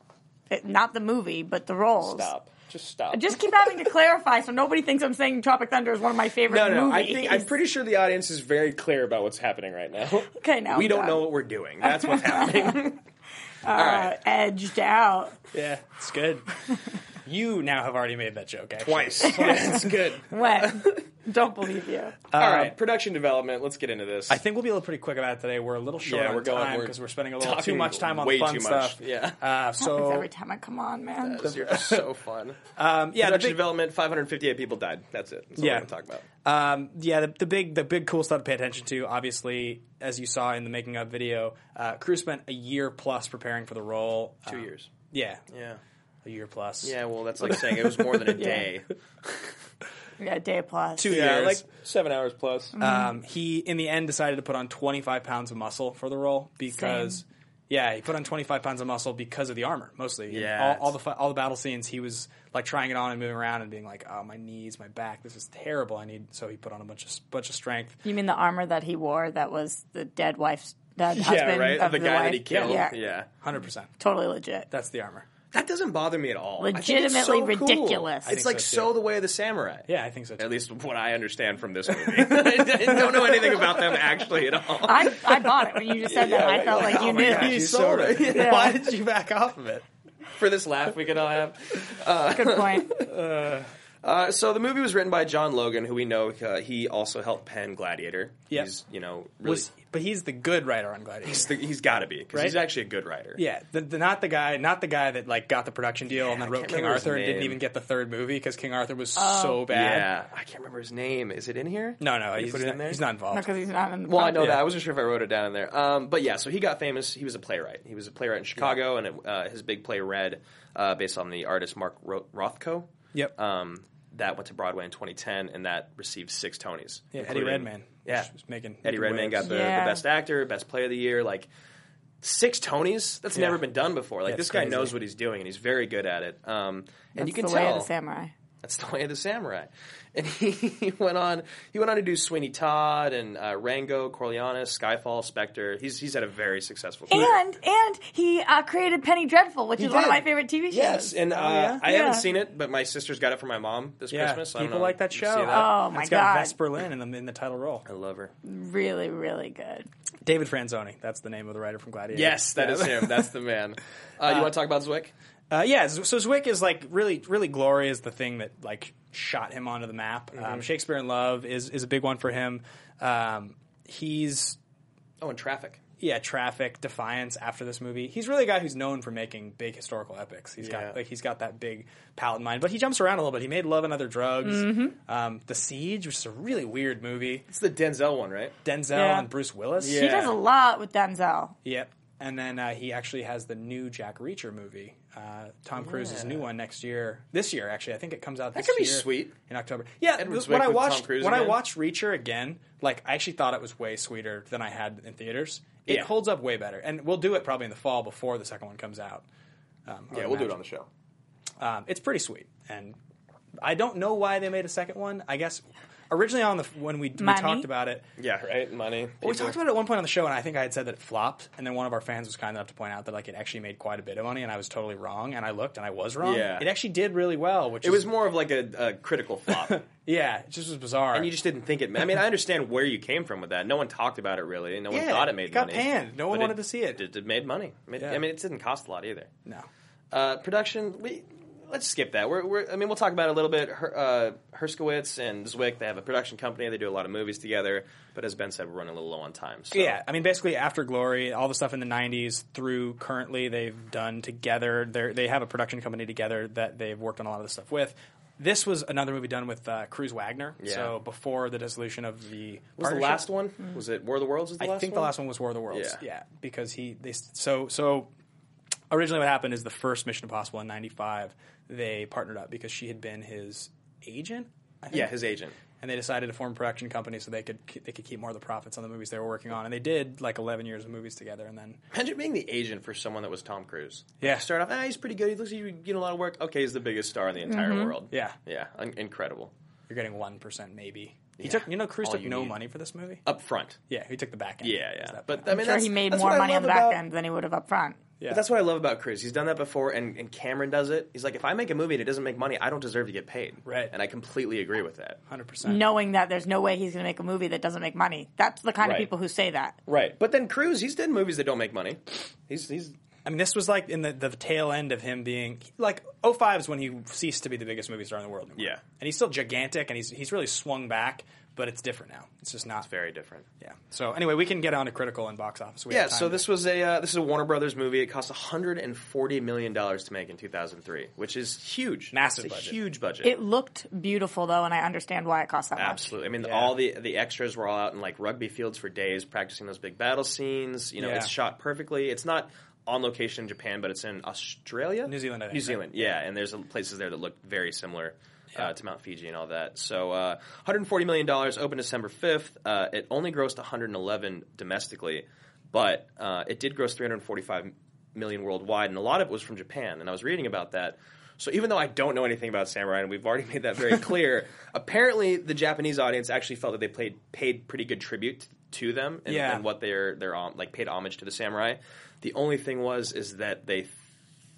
[SPEAKER 6] It, not the movie, but the roles.
[SPEAKER 5] Stop. Just stop.
[SPEAKER 6] I just keep having to clarify so nobody thinks I'm saying Tropic Thunder is one of my favorite
[SPEAKER 5] no, no. I
[SPEAKER 6] movies.
[SPEAKER 5] think I'm pretty sure the audience is very clear about what's happening right now.
[SPEAKER 6] Okay, now
[SPEAKER 5] we
[SPEAKER 6] I'm
[SPEAKER 5] don't
[SPEAKER 6] done.
[SPEAKER 5] know what we're doing. That's what's happening. All
[SPEAKER 6] Uh,
[SPEAKER 5] right.
[SPEAKER 6] edged out.
[SPEAKER 4] Yeah, it's good. you now have already made that joke actually.
[SPEAKER 5] Twice. It's good.
[SPEAKER 6] When? don't believe you.
[SPEAKER 5] All right, Uh, production development. Let's get into this.
[SPEAKER 4] I think we'll be able to pretty quick about it today. We're a little short
[SPEAKER 5] Yeah,
[SPEAKER 4] on
[SPEAKER 5] we're going-
[SPEAKER 4] time
[SPEAKER 5] we're
[SPEAKER 4] because we're spending a little too
[SPEAKER 5] talking
[SPEAKER 4] much time on
[SPEAKER 5] way
[SPEAKER 4] the fun
[SPEAKER 5] too much.
[SPEAKER 4] stuff.
[SPEAKER 5] Yeah.
[SPEAKER 4] Uh,
[SPEAKER 6] Happens
[SPEAKER 4] so
[SPEAKER 6] every time I come on, man.
[SPEAKER 5] You're so fun.
[SPEAKER 4] um, yeah, the
[SPEAKER 5] production
[SPEAKER 4] big,
[SPEAKER 5] development. 558 people died. That's it. That's all
[SPEAKER 4] Yeah.
[SPEAKER 5] we're gonna talk about.
[SPEAKER 4] um, yeah, the, the big, the big cool stuff to pay attention to. Obviously, as you saw in the making of video, uh, Crew spent a year plus preparing for the role.
[SPEAKER 5] Two
[SPEAKER 4] Um,
[SPEAKER 5] years.
[SPEAKER 4] Yeah,
[SPEAKER 5] Yeah.
[SPEAKER 4] a year plus.
[SPEAKER 5] Yeah. Well, that's like saying it was more than a day.
[SPEAKER 6] Yeah, day applause.
[SPEAKER 4] two
[SPEAKER 5] yeah,
[SPEAKER 4] years.
[SPEAKER 5] like seven hours plus.
[SPEAKER 4] Um, he in the end decided to put on 25 pounds of muscle for the role because
[SPEAKER 6] Same.
[SPEAKER 4] yeah, he put on 25 pounds of muscle because of the armor mostly. And
[SPEAKER 5] Yeah,
[SPEAKER 4] all, all the fi- all the battle scenes he was like trying it on and moving around and being like, oh my knees, my back, this is terrible. I need so he put on a bunch of bunch of strength.
[SPEAKER 6] You mean the armor that he wore that was the dead wife's dead
[SPEAKER 5] yeah.
[SPEAKER 6] husband
[SPEAKER 5] Right.
[SPEAKER 6] of
[SPEAKER 5] the guy that
[SPEAKER 6] wife?
[SPEAKER 5] he killed.
[SPEAKER 6] Yeah.
[SPEAKER 5] yeah.
[SPEAKER 4] 100. percent
[SPEAKER 6] totally legit.
[SPEAKER 4] That's the armor.
[SPEAKER 5] That doesn't bother me at all. I think it's
[SPEAKER 11] Legitimately
[SPEAKER 5] so cool.
[SPEAKER 11] ridiculous. I think
[SPEAKER 5] It's like
[SPEAKER 11] so, too.
[SPEAKER 5] so, the way of the samurai.
[SPEAKER 4] Yeah, I think so.
[SPEAKER 5] At least what I understand from this movie. I don't know anything about them actually at all.
[SPEAKER 11] I, I bought it when you just said that. I felt like you
[SPEAKER 5] Oh my
[SPEAKER 11] knew.
[SPEAKER 5] gosh, you sold it.
[SPEAKER 11] Yeah.
[SPEAKER 5] Why did you back off of it? For this laugh we can all have. Uh,
[SPEAKER 11] Good point.
[SPEAKER 5] Uh, so the movie was written by John Logan, who we know uh, he also helped pen Gladiator.
[SPEAKER 4] Yep.
[SPEAKER 5] He's you know really
[SPEAKER 4] Was- but he's the good writer on Gladiator.
[SPEAKER 5] he's, the, he's got to be because
[SPEAKER 4] Right?
[SPEAKER 5] he's actually a good writer.
[SPEAKER 4] Yeah, the, the, not the guy, not the guy that like got the production deal and then wrote
[SPEAKER 5] can't
[SPEAKER 4] King
[SPEAKER 5] remember his
[SPEAKER 4] Arthur and didn't
[SPEAKER 5] name.
[SPEAKER 4] even get the third movie because King Arthur was
[SPEAKER 5] Oh.
[SPEAKER 4] so bad.
[SPEAKER 5] Yeah, I can't remember his name. Is it in here?
[SPEAKER 4] No, no,
[SPEAKER 5] Did you
[SPEAKER 4] he's,
[SPEAKER 5] put it in
[SPEAKER 4] not,
[SPEAKER 5] there?
[SPEAKER 4] he's not Oh, involved.
[SPEAKER 11] because he's not in the
[SPEAKER 5] Well, I know
[SPEAKER 11] project.
[SPEAKER 5] that. I wasn't sure if I wrote it down in there. Um, but yeah, so he got famous. He was a playwright. He was a playwright in Chicago, and it, uh, his big play Red, uh, based on the artist Mark Ro- Rothko.
[SPEAKER 4] Yep.
[SPEAKER 5] Um, that went to Broadway in 2010, and that received six Tonys.
[SPEAKER 4] Yeah, Eddie
[SPEAKER 5] including-
[SPEAKER 4] Redmayne,
[SPEAKER 5] Yeah,
[SPEAKER 4] which was making-
[SPEAKER 5] Eddie
[SPEAKER 4] making
[SPEAKER 5] Redmayne
[SPEAKER 4] waves.
[SPEAKER 5] got the,
[SPEAKER 4] Yeah.
[SPEAKER 5] the best actor, best play of the year. Like six Tonys. That's
[SPEAKER 4] Yeah.
[SPEAKER 5] never been done before. Like
[SPEAKER 4] That's
[SPEAKER 5] this guy
[SPEAKER 4] crazy.
[SPEAKER 5] knows what he's doing, and he's very good at it. Um, and
[SPEAKER 11] That's
[SPEAKER 5] you can
[SPEAKER 11] the
[SPEAKER 5] tell
[SPEAKER 11] way of the samurai.
[SPEAKER 5] that's the way of the samurai. And he, he went on. He went on to do Sweeney Todd and uh, Rango, Corleones, Skyfall, Spectre. He's he's had a very successful career.
[SPEAKER 11] And and he uh, created Penny Dreadful, which
[SPEAKER 5] He
[SPEAKER 11] is one of
[SPEAKER 5] did.
[SPEAKER 11] my favorite TV shows. Oh,
[SPEAKER 5] Yes, and uh,
[SPEAKER 11] yeah?
[SPEAKER 5] I
[SPEAKER 11] Yeah.
[SPEAKER 5] haven't seen it, but my sister's got it for my mom this
[SPEAKER 4] Yeah,
[SPEAKER 5] Christmas. I don't
[SPEAKER 4] people
[SPEAKER 5] know
[SPEAKER 4] like that
[SPEAKER 5] if you
[SPEAKER 4] show.
[SPEAKER 5] see that.
[SPEAKER 11] Oh my
[SPEAKER 4] it's got
[SPEAKER 11] God.
[SPEAKER 4] Vesper Berlin in the in the title role.
[SPEAKER 5] I love her.
[SPEAKER 4] Mm.
[SPEAKER 11] really, really good.
[SPEAKER 4] David Franzoni, that's the name of the writer from Gladiator.
[SPEAKER 5] Yes, that
[SPEAKER 4] Yeah.
[SPEAKER 5] is him. That's the man. Uh, you want to talk about Zwick?
[SPEAKER 4] Uh, yeah, Z- so Zwick is like really, really glory is the thing that like shot him onto the map.
[SPEAKER 5] Mm-hmm.
[SPEAKER 4] Um, Shakespeare in Love is is a big one for him. Um, he's
[SPEAKER 5] Oh, and Traffic.
[SPEAKER 4] yeah, Traffic, Defiance. After this movie, he's really a guy who's known for making big historical epics. He's
[SPEAKER 5] Yeah.
[SPEAKER 4] got like he's got that big palette in mind, but he jumps around a little bit. He made Love and Other Drugs,
[SPEAKER 5] Mhm.
[SPEAKER 4] um, The Siege, which is a really weird movie.
[SPEAKER 5] It's the Denzel one, right?
[SPEAKER 4] Denzel
[SPEAKER 11] Yeah.
[SPEAKER 4] and Bruce Willis.
[SPEAKER 11] He does a lot with Denzel.
[SPEAKER 4] Yep. And then uh, he actually has the new Jack Reacher movie, uh, Tom Cruise's
[SPEAKER 5] Oh, Yeah.
[SPEAKER 4] new one next year. This year, actually, I think it comes out.
[SPEAKER 5] That
[SPEAKER 4] This
[SPEAKER 5] could be
[SPEAKER 4] year
[SPEAKER 5] sweet.
[SPEAKER 4] in October. Yeah,
[SPEAKER 5] Edward
[SPEAKER 4] th-
[SPEAKER 5] Zwick
[SPEAKER 4] when I
[SPEAKER 5] with Tom
[SPEAKER 4] watched
[SPEAKER 5] Cruise
[SPEAKER 4] when I
[SPEAKER 5] again.
[SPEAKER 4] watched Reacher again, like I actually thought it was way sweeter than I had in theaters. It
[SPEAKER 5] Yeah.
[SPEAKER 4] holds up way better, and we'll do it probably in the fall before the second one comes out. Um, I
[SPEAKER 5] Yeah,
[SPEAKER 4] would
[SPEAKER 5] we'll do it
[SPEAKER 4] imagine.
[SPEAKER 5] on the show.
[SPEAKER 4] Um, it's pretty sweet, and I don't know why they made a second one. I guess originally on the when we, we
[SPEAKER 11] Money?
[SPEAKER 4] talked about it,
[SPEAKER 5] Yeah, right. Money.
[SPEAKER 4] well, we
[SPEAKER 5] people.
[SPEAKER 4] talked about it at one point on the show, and I think I had said that it flopped. And then one of our fans was kind enough to point out that like it actually made quite a bit of money, and I was totally wrong. And I looked, and I was wrong.
[SPEAKER 5] Yeah.
[SPEAKER 4] it actually did really well, which
[SPEAKER 5] It
[SPEAKER 4] is,
[SPEAKER 5] was more of like a, a critical flop.
[SPEAKER 4] yeah, it just was bizarre.
[SPEAKER 5] And you just didn't think it. I mean, I understand where you came from with that. No one talked about it really. No one
[SPEAKER 4] Yeah,
[SPEAKER 5] thought it made
[SPEAKER 4] it got
[SPEAKER 5] money.
[SPEAKER 4] panned. No one
[SPEAKER 5] But
[SPEAKER 4] wanted to see it.
[SPEAKER 5] It, it made money. It made-
[SPEAKER 4] Yeah.
[SPEAKER 5] I mean, it didn't cost a lot either.
[SPEAKER 4] no,
[SPEAKER 5] Uh, production. We let's skip that. We're, we're. I mean, we'll talk about it a little bit. Her, uh, Herskowitz and Zwick. They have a production company. They do a lot of movies together. But as Ben said, we're running a little low on time. So.
[SPEAKER 4] yeah, I mean, basically after Glory, all the stuff in the '90s through currently, they've done together. They they have a production company together that they've worked on a lot of the stuff with. This was another movie done with uh, Cruz Wagner.
[SPEAKER 5] Yeah.
[SPEAKER 4] So before the dissolution of the
[SPEAKER 5] Was the
[SPEAKER 4] partnership. Mm-hmm.
[SPEAKER 5] last one? Was it War of the Worlds? Was the
[SPEAKER 4] I
[SPEAKER 5] last
[SPEAKER 4] think
[SPEAKER 5] one?
[SPEAKER 4] the last one was War of the Worlds.
[SPEAKER 5] Yeah.
[SPEAKER 4] Yeah. because he they so so originally what happened is the first Mission Impossible in '95 they partnered up because she had been his agent. I think.
[SPEAKER 5] Yeah, his agent.
[SPEAKER 4] And they decided to form a production company so they could they could keep more of the profits on the movies they were working on, and they did like 11 years of movies together, and then
[SPEAKER 5] Imagine being the agent for someone that was Tom Cruise.
[SPEAKER 4] Yeah.
[SPEAKER 5] Start off, ah, he's pretty good. He looks like he's getting a lot of work. Okay, he's the biggest star in the entire
[SPEAKER 11] Mm-hmm.
[SPEAKER 4] Mhm.
[SPEAKER 5] world.
[SPEAKER 4] Yeah.
[SPEAKER 5] Yeah. Un- incredible.
[SPEAKER 4] you're getting one percent maybe. He
[SPEAKER 5] Yeah.
[SPEAKER 4] took you know Cruz
[SPEAKER 5] All
[SPEAKER 4] took
[SPEAKER 5] you
[SPEAKER 4] no
[SPEAKER 5] need.
[SPEAKER 4] money for this movie.
[SPEAKER 5] Up front.
[SPEAKER 4] Yeah, he took the back end.
[SPEAKER 5] Yeah,
[SPEAKER 4] It was
[SPEAKER 5] yeah.
[SPEAKER 4] that
[SPEAKER 5] But
[SPEAKER 4] bad.
[SPEAKER 5] I mean,
[SPEAKER 11] I'm sure
[SPEAKER 5] that's-
[SPEAKER 11] he made
[SPEAKER 5] that's
[SPEAKER 11] more
[SPEAKER 5] what I
[SPEAKER 11] money on the
[SPEAKER 5] love
[SPEAKER 11] back
[SPEAKER 5] about-
[SPEAKER 11] end than he would have up front.
[SPEAKER 5] But that's what I love about Cruz. He's done that before, and, and Cameron does it. He's like, if I make a movie and it doesn't make money, I don't deserve to get paid. Right. And I completely agree with that.
[SPEAKER 4] 100%.
[SPEAKER 11] Knowing that there's no way he's going to make a movie that doesn't make money. That's the kind
[SPEAKER 5] Right.
[SPEAKER 11] of people who say that.
[SPEAKER 5] Right. But then Cruz, he's done movies that don't make money. He's he's
[SPEAKER 4] I mean, this was like in the, the tail end of him being like 05 is when he ceased to be the biggest movie star in the world. Anymore.
[SPEAKER 5] Yeah.
[SPEAKER 4] and he's still gigantic, and he's he's really swung back, but it's different now. It's just not
[SPEAKER 5] very different.
[SPEAKER 4] Yeah. So anyway, we can get on to critical and box office. We
[SPEAKER 5] yeah.
[SPEAKER 4] have time
[SPEAKER 5] So
[SPEAKER 4] to-
[SPEAKER 5] this was a uh, this is a Warner Brothers movie. It cost 140 million dollars to make in 2003, which is huge,
[SPEAKER 4] Massive
[SPEAKER 5] It's a
[SPEAKER 4] budget.
[SPEAKER 5] huge budget.
[SPEAKER 11] It looked beautiful though, and I understand why it cost that
[SPEAKER 5] Absolutely. I mean, all the the extras were all out in like rugby fields for days, practicing those big battle scenes. You know,
[SPEAKER 4] Yeah.
[SPEAKER 5] it's shot perfectly. It's not on location in Japan, but it's in Australia,
[SPEAKER 4] New Zealand, I think,
[SPEAKER 5] New
[SPEAKER 4] right?
[SPEAKER 5] Zealand. Yeah, and there's places there that look very similar. Uh, to Mount Fiji and all that. So, uh, 140 million dollars opened December 5th. Uh, it only grossed 111 domestically, but uh, it did gross 345 million worldwide, and a lot of it was from Japan. And I was reading about that. So even though I don't know anything about samurai, and we've already made that very clear, apparently the Japanese audience actually felt that they played paid pretty good tribute to them and,
[SPEAKER 4] Yeah.
[SPEAKER 5] and what they're they're um, like paid homage to the samurai. The only thing was is that they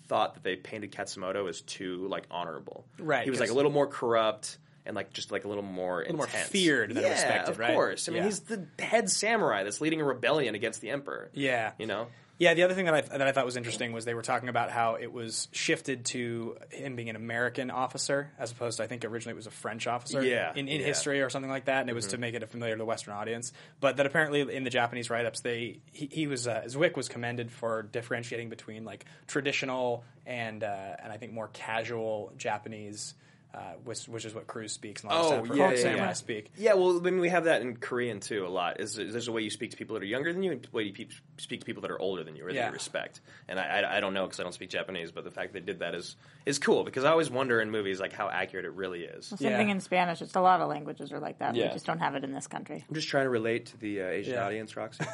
[SPEAKER 5] thought that they painted Katsumoto as too like honorable.
[SPEAKER 4] Right,
[SPEAKER 5] He was like
[SPEAKER 4] 'cause-
[SPEAKER 5] a little more corrupt and like just like a little more
[SPEAKER 4] little more
[SPEAKER 5] intense.
[SPEAKER 4] feared than
[SPEAKER 5] yeah,
[SPEAKER 4] respected,
[SPEAKER 5] Of
[SPEAKER 4] right?
[SPEAKER 5] course. I mean,
[SPEAKER 4] Yeah.
[SPEAKER 5] he's the head samurai that's leading a rebellion against the emperor.
[SPEAKER 4] Yeah.
[SPEAKER 5] You know.
[SPEAKER 4] Yeah, the other thing that I that I thought was interesting was they were talking about how it was shifted to him being an American officer as opposed to I think originally it was a French officer
[SPEAKER 5] Yeah,
[SPEAKER 4] in, in
[SPEAKER 5] yeah. Mm-hmm.
[SPEAKER 4] history or something like that, and it was to make it familiar to the Western audience. But that apparently in the Japanese write ups they he, he was uh, Zwick was commended for differentiating between like traditional and uh, and I think more casual Japanese. Uh, which, which is what Cruz speaks and a lot of
[SPEAKER 5] Oh
[SPEAKER 4] samurai-
[SPEAKER 5] yeah, yeah,
[SPEAKER 4] samurai
[SPEAKER 5] yeah.
[SPEAKER 4] speak.
[SPEAKER 5] Yeah, well, I mean, we have that in Korean too a lot. Is is there's a way you speak to people that are younger than you, and a way you pe- speak to people that are older than you, or that
[SPEAKER 4] Yeah.
[SPEAKER 5] you respect. And I, I, I don't know because I don't speak Japanese, but the fact they did that is is cool because I always wonder in movies like how accurate it really is.
[SPEAKER 11] Well, same thing in Spanish. It's a lot of languages are like that. We
[SPEAKER 5] Yeah.
[SPEAKER 11] just don't have it in this country.
[SPEAKER 5] I'm just trying to relate to the uh, Asian
[SPEAKER 11] Yeah.
[SPEAKER 5] audience, Roxy.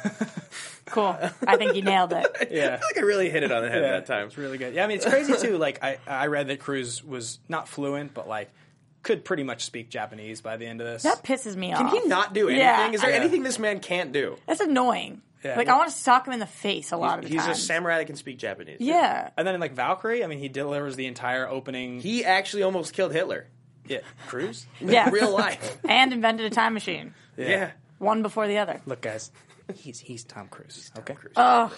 [SPEAKER 11] Cool. I think you nailed it.
[SPEAKER 5] I feel like I really hit it on the head
[SPEAKER 4] Yeah,
[SPEAKER 5] that time. It's
[SPEAKER 4] really good. Yeah, I mean it's crazy too. Like I, I read that Cruz was not fluent, but like could pretty much speak Japanese by the end of this.
[SPEAKER 11] That pisses me
[SPEAKER 4] Can
[SPEAKER 11] off.
[SPEAKER 4] he not do
[SPEAKER 11] Yeah.
[SPEAKER 4] anything? Is there Yeah. anything
[SPEAKER 5] this man can't do?
[SPEAKER 11] That's annoying.
[SPEAKER 4] Yeah.
[SPEAKER 11] like I want to sock him in the face a lot of the
[SPEAKER 5] He's
[SPEAKER 11] time.
[SPEAKER 5] a samurai that can speak Japanese.
[SPEAKER 11] Yeah.
[SPEAKER 4] And then in like Valkyrie, I mean he delivers the entire opening.
[SPEAKER 5] He actually almost killed Hitler.
[SPEAKER 4] Yeah, Cruz.
[SPEAKER 11] yeah,
[SPEAKER 5] real life,
[SPEAKER 11] and invented a time machine.
[SPEAKER 4] Yeah. Yeah.
[SPEAKER 11] one before the other.
[SPEAKER 4] Look, guys, he's he's Tom Cruise. okay.
[SPEAKER 11] Oh,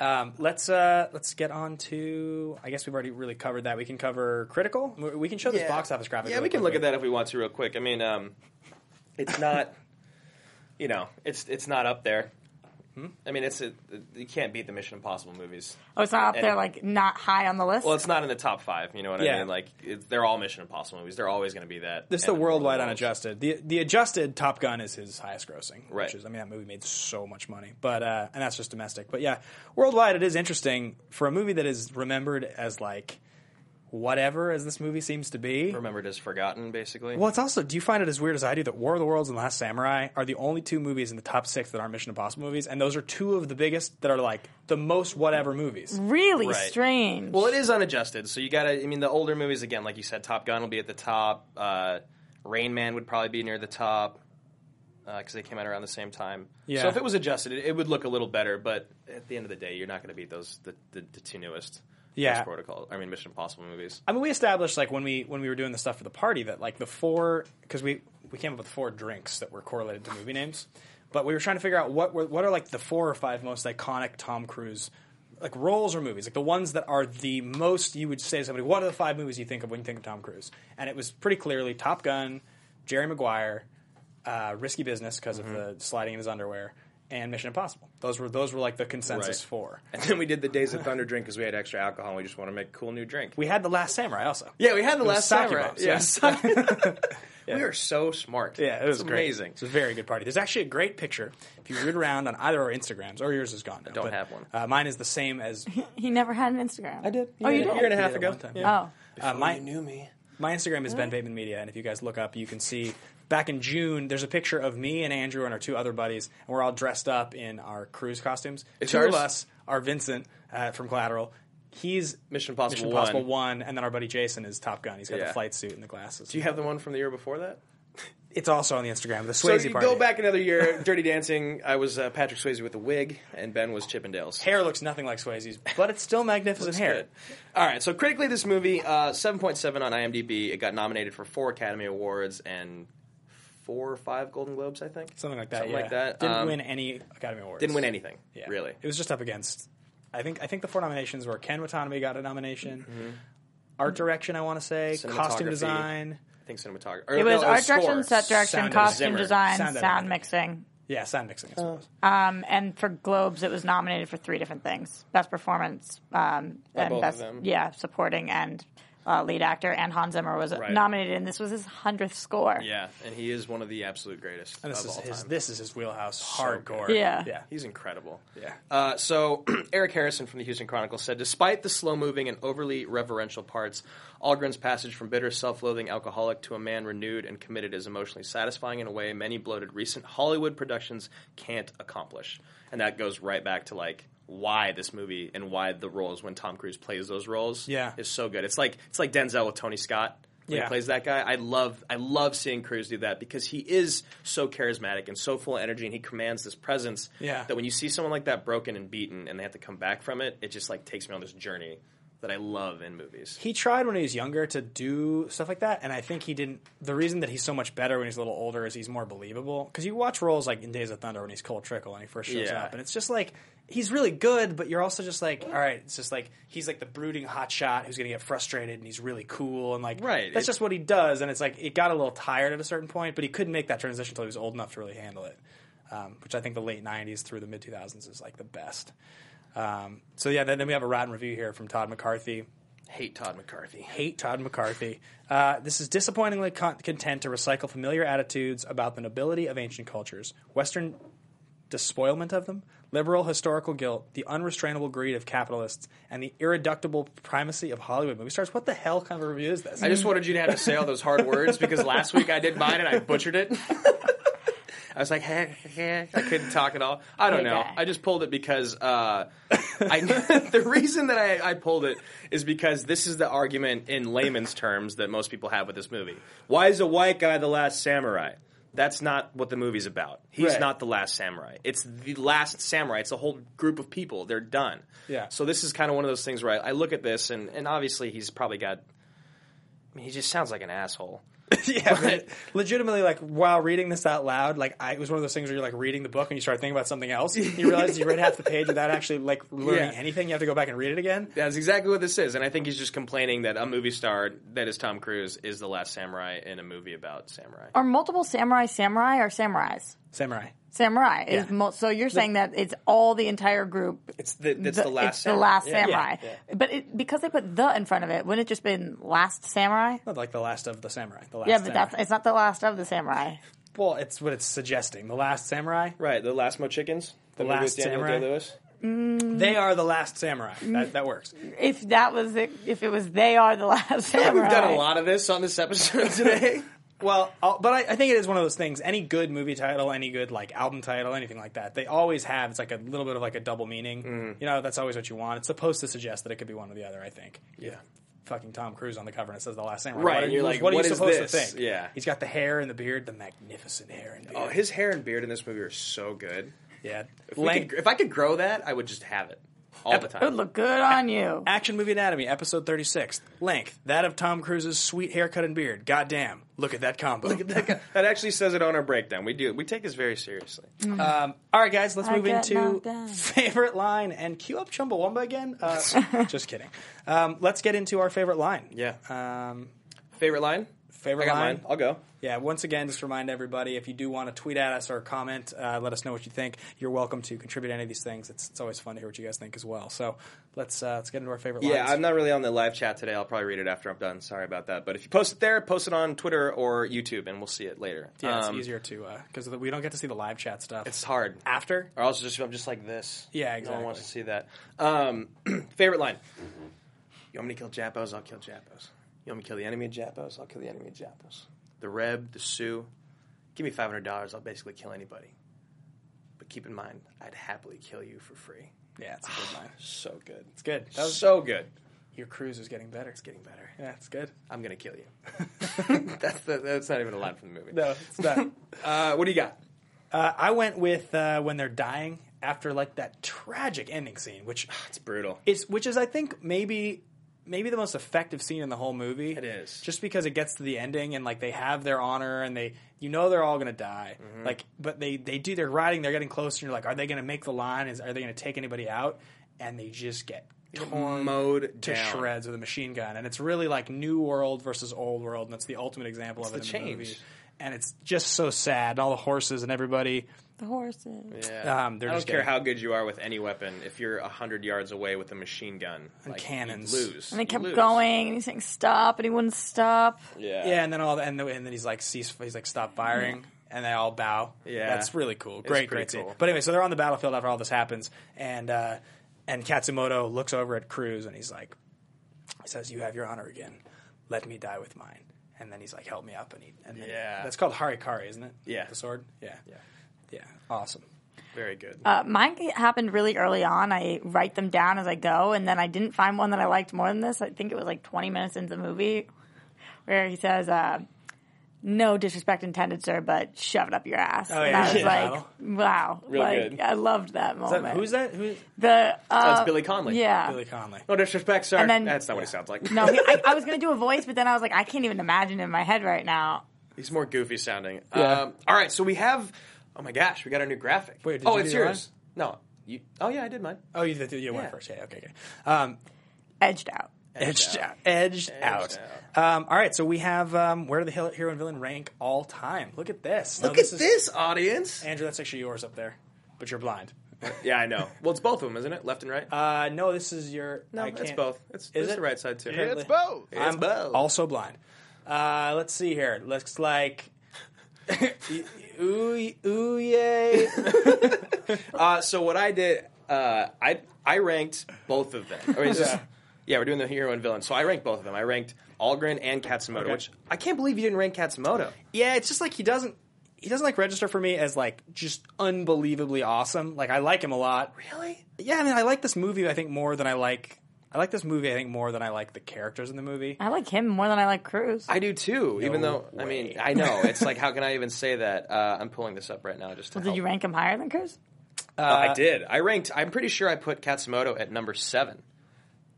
[SPEAKER 4] Um, let's uh, let's get on to. I guess we've already really covered that. We can cover critical. We we can show this
[SPEAKER 5] Yeah.
[SPEAKER 4] box office graphic.
[SPEAKER 5] Yeah,
[SPEAKER 4] really
[SPEAKER 5] we can look
[SPEAKER 4] quickly.
[SPEAKER 5] at that if we want to, real quick. I mean, um, it's not, you know, it's it's not up there.
[SPEAKER 4] Hmm?
[SPEAKER 5] I mean, it's a, you can't beat the Mission Impossible movies.
[SPEAKER 11] oh, it's not up
[SPEAKER 5] And-
[SPEAKER 11] there like not high on the list.
[SPEAKER 5] Well, it's not in the top five. You know what I
[SPEAKER 4] Yeah.
[SPEAKER 5] mean? Like, it's, they're all Mission Impossible movies. They're always going to be that.
[SPEAKER 4] This is the worldwide unadjusted. The the adjusted Top Gun is his highest grossing.
[SPEAKER 5] Right.
[SPEAKER 4] Which is, I mean, that movie made so much money, but uh, and that's just domestic. But yeah, worldwide, it is interesting for a movie that is remembered as like whatever as this movie seems to be.
[SPEAKER 5] Remembered as forgotten, basically.
[SPEAKER 4] Well, it's also. Do you find it as weird as I do that War of the Worlds and Last Samurai are the only two movies in the top six that aren't Mission Impossible movies, and those are two of the biggest that are like the most whatever movies.
[SPEAKER 11] really
[SPEAKER 5] Right.
[SPEAKER 11] strange.
[SPEAKER 5] Well, it is unadjusted, so you gotta. I mean, the older movies again, like you said, Top Gun will be at the top. Uh, Rain Man would probably be near the top because they came out around the same time.
[SPEAKER 4] Yeah.
[SPEAKER 5] So if it was adjusted, it, it would look a little better. But at the end of the day, you're not going to beat those the, the, the two newest.
[SPEAKER 4] Yeah.
[SPEAKER 5] Ghost Protocol. I mean, Mission Impossible movies.
[SPEAKER 4] I mean, we established like when we when we were doing the stuff for the party that like the four because we we came up with four drinks that were correlated to movie names, but we were trying to figure out what were, what are like the four or five most iconic Tom Cruise like roles or movies, like the ones that are the most you would say to somebody, what are the five movies you think of when you think of Tom Cruise? And it was pretty clearly Top Gun, Jerry Maguire, uh, Risky Business because
[SPEAKER 5] Mm-hmm.
[SPEAKER 4] of the sliding in his underwear, and Mission Impossible. Those were those were like the consensus
[SPEAKER 5] Right.
[SPEAKER 4] four.
[SPEAKER 5] And then we did the Days of Thunder drink because we had extra alcohol. and We just want to make a cool new drink.
[SPEAKER 4] We had the Last Samurai also.
[SPEAKER 5] yeah, we had the
[SPEAKER 4] It was
[SPEAKER 5] last
[SPEAKER 4] sake
[SPEAKER 5] samurai.
[SPEAKER 4] bombs,
[SPEAKER 5] Yeah,
[SPEAKER 4] yes.
[SPEAKER 5] we are so smart.
[SPEAKER 4] Yeah, it was
[SPEAKER 5] It's
[SPEAKER 4] great.
[SPEAKER 5] amazing.
[SPEAKER 4] It was a very good party. There's actually a great picture. If you root around on either our Instagrams, or yours is gone. Now,
[SPEAKER 5] don't
[SPEAKER 4] but,
[SPEAKER 5] have one.
[SPEAKER 4] Uh, mine is the same as
[SPEAKER 11] he never had an Instagram. I did.
[SPEAKER 4] You
[SPEAKER 11] oh, you did.
[SPEAKER 4] did it a year and a half ago. Yeah.
[SPEAKER 11] Oh,
[SPEAKER 4] Uh, my,
[SPEAKER 5] knew me.
[SPEAKER 4] my Instagram is Ben Bateman Media, and if you guys look up, you can see back in June. There's a picture of me and Andrew and our two other buddies, and we're all dressed up in our cruise costumes.
[SPEAKER 5] It's
[SPEAKER 4] two of
[SPEAKER 5] ours?
[SPEAKER 4] us are Vincent uh, from Collateral. He's
[SPEAKER 5] Mission Impossible
[SPEAKER 4] Mission Impossible
[SPEAKER 5] 1.
[SPEAKER 4] One, and then our buddy Jason is Top Gun. He's got
[SPEAKER 5] Yeah.
[SPEAKER 4] the flight suit and the glasses.
[SPEAKER 5] Do you have the one from the year before that?
[SPEAKER 4] It's also on the Instagram. The
[SPEAKER 5] So
[SPEAKER 4] Swayze
[SPEAKER 5] you
[SPEAKER 4] party.
[SPEAKER 5] go back another year, Dirty Dancing. I was uh, Patrick Swayze with a wig, and Ben was Chippendales.
[SPEAKER 4] Hair looks nothing like Swayze's, but it's still magnificent
[SPEAKER 5] Looks
[SPEAKER 4] hair.
[SPEAKER 5] good. All right, so critically, this movie uh, seven point seven on IMDb. It got nominated for four Academy Awards and four or five Golden Globes, I think.
[SPEAKER 4] Something like that.
[SPEAKER 5] Something
[SPEAKER 4] yeah.
[SPEAKER 5] like that.
[SPEAKER 4] Didn't
[SPEAKER 5] Um,
[SPEAKER 4] win any Academy Awards.
[SPEAKER 5] Didn't win anything.
[SPEAKER 4] Yeah.
[SPEAKER 5] really.
[SPEAKER 4] It was just up against. I think I think the four nominations were Ken Watanabe got a nomination, art direction I want to say, costume
[SPEAKER 5] Mm-hmm. Cinematography.
[SPEAKER 4] design.
[SPEAKER 5] I think cinematography.
[SPEAKER 11] it was art direction,
[SPEAKER 5] score.
[SPEAKER 11] set direction,
[SPEAKER 4] Sound
[SPEAKER 11] costume
[SPEAKER 4] design.
[SPEAKER 11] design,
[SPEAKER 4] Sound
[SPEAKER 11] sound,
[SPEAKER 4] design.
[SPEAKER 11] mixing.
[SPEAKER 4] Yeah, sound mixing.
[SPEAKER 5] Oh.
[SPEAKER 4] I suppose.
[SPEAKER 11] Um, and for Globes, it was nominated for three different things: best performance, um,
[SPEAKER 5] By
[SPEAKER 11] and
[SPEAKER 5] both of
[SPEAKER 11] best,
[SPEAKER 5] them.
[SPEAKER 11] yeah, supporting and uh, lead actor. And Hans Zimmer was
[SPEAKER 5] Right.
[SPEAKER 11] nominated, and this was his hundredth score.
[SPEAKER 5] Yeah, and he is one of the absolute greatest
[SPEAKER 4] and this
[SPEAKER 5] of
[SPEAKER 4] is
[SPEAKER 5] all
[SPEAKER 4] his.
[SPEAKER 5] time.
[SPEAKER 4] This is his wheelhouse.
[SPEAKER 5] So
[SPEAKER 4] hardcore.
[SPEAKER 5] good.
[SPEAKER 11] Yeah.
[SPEAKER 4] yeah.
[SPEAKER 5] He's incredible.
[SPEAKER 4] Yeah.
[SPEAKER 5] Uh, so Eric Harrison from the Houston Chronicle said, despite the slow-moving and overly reverential parts, Algren's passage from bitter, self-loathing alcoholic to a man renewed and committed is emotionally satisfying in a way many bloated recent Hollywood productions can't accomplish. And that goes right back to like why this movie and why the roles when Tom Cruise plays those roles
[SPEAKER 4] Yeah.
[SPEAKER 5] is so good. It's like it's like Denzel with Tony Scott. When
[SPEAKER 4] Yeah.
[SPEAKER 5] he plays that guy, I love I love seeing Cruz do that because he is so charismatic and so full of energy, and he commands this presence
[SPEAKER 4] Yeah.
[SPEAKER 5] that when you see someone like that broken and beaten and they have to come back from it, it just like takes me on this journey that I love in movies.
[SPEAKER 4] He tried when he was younger to do stuff like that, and I think he didn't. The reason that he's so much better when he's a little older is he's more believable. Because you watch roles like in Days of Thunder when he's Cole Trickle and he first shows
[SPEAKER 5] Yeah.
[SPEAKER 4] up, and it's just like he's really good, but you're also just like, all right, it's just like he's like the brooding hotshot who's gonna get frustrated, and he's really cool, and like
[SPEAKER 5] Right,
[SPEAKER 4] that's
[SPEAKER 5] it-
[SPEAKER 4] just what he does. And it's like it got a little tired at a certain point, but he couldn't make that transition until he was old enough to really handle it. Um, which I think the late '90s through the mid 2000s is like the best. Um, so yeah, then, then we have a rotten review here from Todd McCarthy.
[SPEAKER 5] Hate Todd McCarthy.
[SPEAKER 4] Hate Todd McCarthy. Uh, this is disappointingly con- content to recycle familiar attitudes about the nobility of ancient cultures, Western despoilment of them, liberal historical guilt, the unrestrainable greed of capitalists, and the irreductible primacy of Hollywood movie stars. What the hell kind of a review is this?
[SPEAKER 5] I just wanted you to have to say all those hard words because last week I did mine and I butchered it. I was like, heh, heh, heh. I couldn't talk at all. I don't
[SPEAKER 14] Hey,
[SPEAKER 5] know.
[SPEAKER 14] guy.
[SPEAKER 5] I just pulled it because uh, I, the reason that I, I pulled it is because this is the argument in layman's terms that most people have with this movie. Why is a white guy the last samurai? That's not what the movie's about. He's
[SPEAKER 4] Right.
[SPEAKER 5] not the last samurai. It's the last samurai. It's a whole group of people. They're done.
[SPEAKER 4] Yeah.
[SPEAKER 5] So this is kind of one of those things where I, I look at this and, and obviously he's probably got I mean, he just sounds like an asshole.
[SPEAKER 4] yeah, but legitimately, like while reading this out loud, like I, it was one of those things where you're like reading the book and you start thinking about something else. You realize you read half the page without actually like learning
[SPEAKER 5] Yeah.
[SPEAKER 4] anything. You have to go back and read it again.
[SPEAKER 5] That's exactly what this is, and I think he's just complaining that a movie star that is Tom Cruise is the last samurai in a movie about samurai.
[SPEAKER 11] Are multiple samurai samurai or samurais?
[SPEAKER 4] Samurai.
[SPEAKER 11] Samurai is
[SPEAKER 5] Yeah.
[SPEAKER 11] mo- so you're saying that it's all the entire group.
[SPEAKER 5] It's the it's the, last
[SPEAKER 11] it's the
[SPEAKER 5] samurai.
[SPEAKER 11] last
[SPEAKER 5] Yeah.
[SPEAKER 11] samurai. But it, because they put the in front of it, wouldn't it just been last samurai?
[SPEAKER 4] Not like the last of the samurai. The last
[SPEAKER 11] yeah, but
[SPEAKER 4] samurai.
[SPEAKER 11] that's it's not the last of the samurai.
[SPEAKER 4] Well, it's what it's suggesting. The Last Samurai.
[SPEAKER 5] Right, the Last Mo Chickens.
[SPEAKER 4] The,
[SPEAKER 5] movie with
[SPEAKER 4] Last
[SPEAKER 5] Daniel
[SPEAKER 4] Samurai.
[SPEAKER 5] Day-Lewis.
[SPEAKER 4] They are the Last Samurai. That, that works.
[SPEAKER 11] If that was it, if it was they are the last
[SPEAKER 5] Yeah,
[SPEAKER 11] samurai.
[SPEAKER 5] we've done a lot of this on this episode today.
[SPEAKER 4] Well, I'll, but I, I think it is one of those things. Any good movie title, any good like album title, anything like that, they always have. It's like a little bit of like a double meaning.
[SPEAKER 5] Mm.
[SPEAKER 4] You know, that's always what you want. It's supposed to suggest that it could be one or the other. I think.
[SPEAKER 5] Yeah.
[SPEAKER 4] Fucking Tom Cruise on the cover and it says the last samurai.
[SPEAKER 5] Right,
[SPEAKER 4] What are,
[SPEAKER 5] and you're like,
[SPEAKER 4] what are
[SPEAKER 5] what
[SPEAKER 4] you
[SPEAKER 5] is
[SPEAKER 4] supposed
[SPEAKER 5] this?
[SPEAKER 4] to think?
[SPEAKER 5] Yeah.
[SPEAKER 4] He's got the hair and the beard, the magnificent hair and beard.
[SPEAKER 5] Oh, his hair and beard in this movie are so good.
[SPEAKER 4] Yeah,
[SPEAKER 5] if, we
[SPEAKER 4] Length-
[SPEAKER 5] could, if I could grow that, I would just have it all the time.
[SPEAKER 11] good on you.
[SPEAKER 4] Action Movie Anatomy, episode 36. Length, that of Tom Cruise's sweet haircut and beard. Goddamn, look at that combo. Look at that
[SPEAKER 5] That actually says it on our breakdown. We do we take this very seriously.
[SPEAKER 4] Um, all right, guys, let's
[SPEAKER 11] I
[SPEAKER 4] move
[SPEAKER 11] get knocked
[SPEAKER 4] into
[SPEAKER 11] down.
[SPEAKER 4] favorite line and cue up Chumbawamba again. Uh, just kidding. Um, let's get into our favorite line.
[SPEAKER 5] Yeah.
[SPEAKER 4] Um,
[SPEAKER 5] favorite line?
[SPEAKER 4] Favorite
[SPEAKER 5] I got
[SPEAKER 4] line?
[SPEAKER 5] mine. I'll go.
[SPEAKER 4] Yeah, once again, just remind everybody if you do want to tweet at us or comment, uh, let us know what you think. You're welcome to contribute any of these things. It's, it's always fun to hear what you guys think as well. So let's uh, let's get into our favorite
[SPEAKER 5] Yeah,
[SPEAKER 4] lines.
[SPEAKER 5] I'm not really on the live chat today. I'll probably read it after I'm done. Sorry about that. But if you post it there, post it on Twitter or YouTube, and we'll see it later.
[SPEAKER 4] Yeah, it's
[SPEAKER 5] Um,
[SPEAKER 4] easier to because we don't get to see the live chat stuff.
[SPEAKER 5] It's hard.
[SPEAKER 4] after.
[SPEAKER 5] Or else just I'm just like this.
[SPEAKER 4] Yeah,
[SPEAKER 5] No one
[SPEAKER 4] exactly.
[SPEAKER 5] wants to see that. Um, favorite line. Mm-hmm. You want me to kill Japos? I'll kill Japos. You want me to kill the enemy of Japos? I'll kill the enemy of Japos. The Reb, the Sioux. Give me five hundred dollars. I'll basically kill anybody. But keep in mind, I'd happily kill you for free.
[SPEAKER 4] Yeah, it's a good line.
[SPEAKER 5] So good. It's
[SPEAKER 4] good. That was-
[SPEAKER 5] so good.
[SPEAKER 4] Your cruise is getting better. It's
[SPEAKER 5] getting better.
[SPEAKER 4] Yeah, it's good.
[SPEAKER 5] I'm gonna kill you. that's the, that's not even a line from the movie.
[SPEAKER 4] No, it's not.
[SPEAKER 5] uh, what do you got?
[SPEAKER 4] Uh, I went with uh, when they're dying after like that tragic ending scene, which
[SPEAKER 5] it's brutal.
[SPEAKER 4] It's which is I think maybe maybe the most effective scene in the whole movie. It
[SPEAKER 5] is
[SPEAKER 4] just because it gets to the ending and like they have their honor and they you know they're all gonna die.
[SPEAKER 5] Mm-hmm.
[SPEAKER 4] Like, but they they do they're riding, they're getting close, and you're like, are they gonna make the line? Is are they gonna take anybody out? And they just get torn
[SPEAKER 5] Mowed
[SPEAKER 4] to
[SPEAKER 5] down.
[SPEAKER 4] shreds with a machine gun, and it's really like new world versus old world, and that's the ultimate example of it
[SPEAKER 5] the
[SPEAKER 4] in the
[SPEAKER 5] change.
[SPEAKER 4] movie. And it's just so sad, and all the horses and everybody.
[SPEAKER 11] The horses.
[SPEAKER 5] Yeah.
[SPEAKER 4] Um, they're
[SPEAKER 5] I don't
[SPEAKER 4] just
[SPEAKER 5] care
[SPEAKER 4] getting-
[SPEAKER 5] how good you are with any weapon. If you're hundred yards away with a machine gun
[SPEAKER 4] And
[SPEAKER 5] like,
[SPEAKER 4] cannons.
[SPEAKER 5] you lose.
[SPEAKER 11] And they
[SPEAKER 5] You
[SPEAKER 11] kept
[SPEAKER 5] lose.
[SPEAKER 11] going, and he's saying stop, and he wouldn't stop.
[SPEAKER 5] Yeah.
[SPEAKER 4] Yeah, and then all the, and, the, and then he's like cease. He's like stop firing, and they all bow.
[SPEAKER 5] Yeah.
[SPEAKER 4] that's really cool.
[SPEAKER 5] It's
[SPEAKER 4] Great,
[SPEAKER 5] pretty
[SPEAKER 4] great scene.
[SPEAKER 5] cool.
[SPEAKER 4] But anyway, so they're on the battlefield after all this happens, and uh, and Katsumoto looks over at Cruz and he's like, he says, "You have your honor again. Let me die with mine." And then he's like, "Help me up," and he and then
[SPEAKER 5] Yeah.
[SPEAKER 4] that's called Harikari, isn't it?
[SPEAKER 5] Yeah.
[SPEAKER 4] the sword. Yeah, yeah, yeah. Awesome.
[SPEAKER 5] Very good.
[SPEAKER 11] Uh, mine happened really early on. I write them down as I go, and then I didn't find one that I liked more than this. I think it was like 20 minutes into the movie where he says, uh, no disrespect intended, sir, but shove it up your ass.
[SPEAKER 4] Oh,
[SPEAKER 11] and
[SPEAKER 4] yeah.
[SPEAKER 11] I was
[SPEAKER 4] Yeah.
[SPEAKER 11] like, wow.
[SPEAKER 5] Really
[SPEAKER 11] like,
[SPEAKER 5] good.
[SPEAKER 11] I loved that
[SPEAKER 5] Is
[SPEAKER 11] moment.
[SPEAKER 5] that- who's
[SPEAKER 4] that? Who's
[SPEAKER 11] The, uh,
[SPEAKER 5] That's Billy Conley.
[SPEAKER 11] Yeah.
[SPEAKER 4] Conley.
[SPEAKER 5] No disrespect, sir.
[SPEAKER 11] And then-
[SPEAKER 5] That's not what he sounds like.
[SPEAKER 11] no, he, I, I was going to do a voice, but then I was like, I can't even imagine it in my head right now.
[SPEAKER 5] He's more goofy sounding.
[SPEAKER 11] Yeah.
[SPEAKER 5] Um, all right, so we have. Oh my gosh, we got our new graphic. Wait,
[SPEAKER 4] did
[SPEAKER 5] oh,
[SPEAKER 4] you
[SPEAKER 5] it's
[SPEAKER 4] do your
[SPEAKER 5] yours. No, you. Oh yeah, I did mine.
[SPEAKER 4] Oh, you did you went
[SPEAKER 5] Yeah.
[SPEAKER 4] first. Yeah, okay, okay. Um,
[SPEAKER 11] edged out.
[SPEAKER 4] Edged out. Edged, out. Um, all right, so we have um, where do the hero and villain rank all time? Look at this.
[SPEAKER 5] Look at this, audience.
[SPEAKER 4] Andrew, that's actually yours up there, but you're blind.
[SPEAKER 5] yeah, I know. Well, it's both of them, isn't it? Left and right.
[SPEAKER 4] Uh, no, this is your.
[SPEAKER 5] No,
[SPEAKER 4] I
[SPEAKER 5] it's
[SPEAKER 4] can't-
[SPEAKER 5] both. It's-
[SPEAKER 4] is
[SPEAKER 5] it's
[SPEAKER 4] it?
[SPEAKER 5] the right side, too.
[SPEAKER 4] Apparently.
[SPEAKER 5] It's both. It's
[SPEAKER 4] I'm
[SPEAKER 5] both.
[SPEAKER 4] Also blind. Uh, let's see here. Looks like. ooh, ooh, yay!
[SPEAKER 5] uh, so what I did, uh, I I ranked both of them. I mean, it's just- yeah. we're doing the hero and villain. So I ranked both of them. I ranked Algren and Katsumoto,
[SPEAKER 4] Okay.
[SPEAKER 5] which I can't believe you didn't rank Katsumoto.
[SPEAKER 4] Yeah, it's just like he doesn't he doesn't like register for me as like just unbelievably awesome. Like I like him a lot.
[SPEAKER 5] Really?
[SPEAKER 4] Yeah, I mean I like this movie I think more than I like I like this movie I think more than I like the characters in the movie.
[SPEAKER 11] I like him more than I like Cruz.
[SPEAKER 5] I do too. even though I mean, I know it's like, how can I even say that? Uh, I'm pulling this up right now just to.
[SPEAKER 11] Well, did
[SPEAKER 5] help.
[SPEAKER 11] you rank him higher than Cruz?
[SPEAKER 5] Uh, I did. I ranked. I'm pretty sure I put Katsumoto at number seven.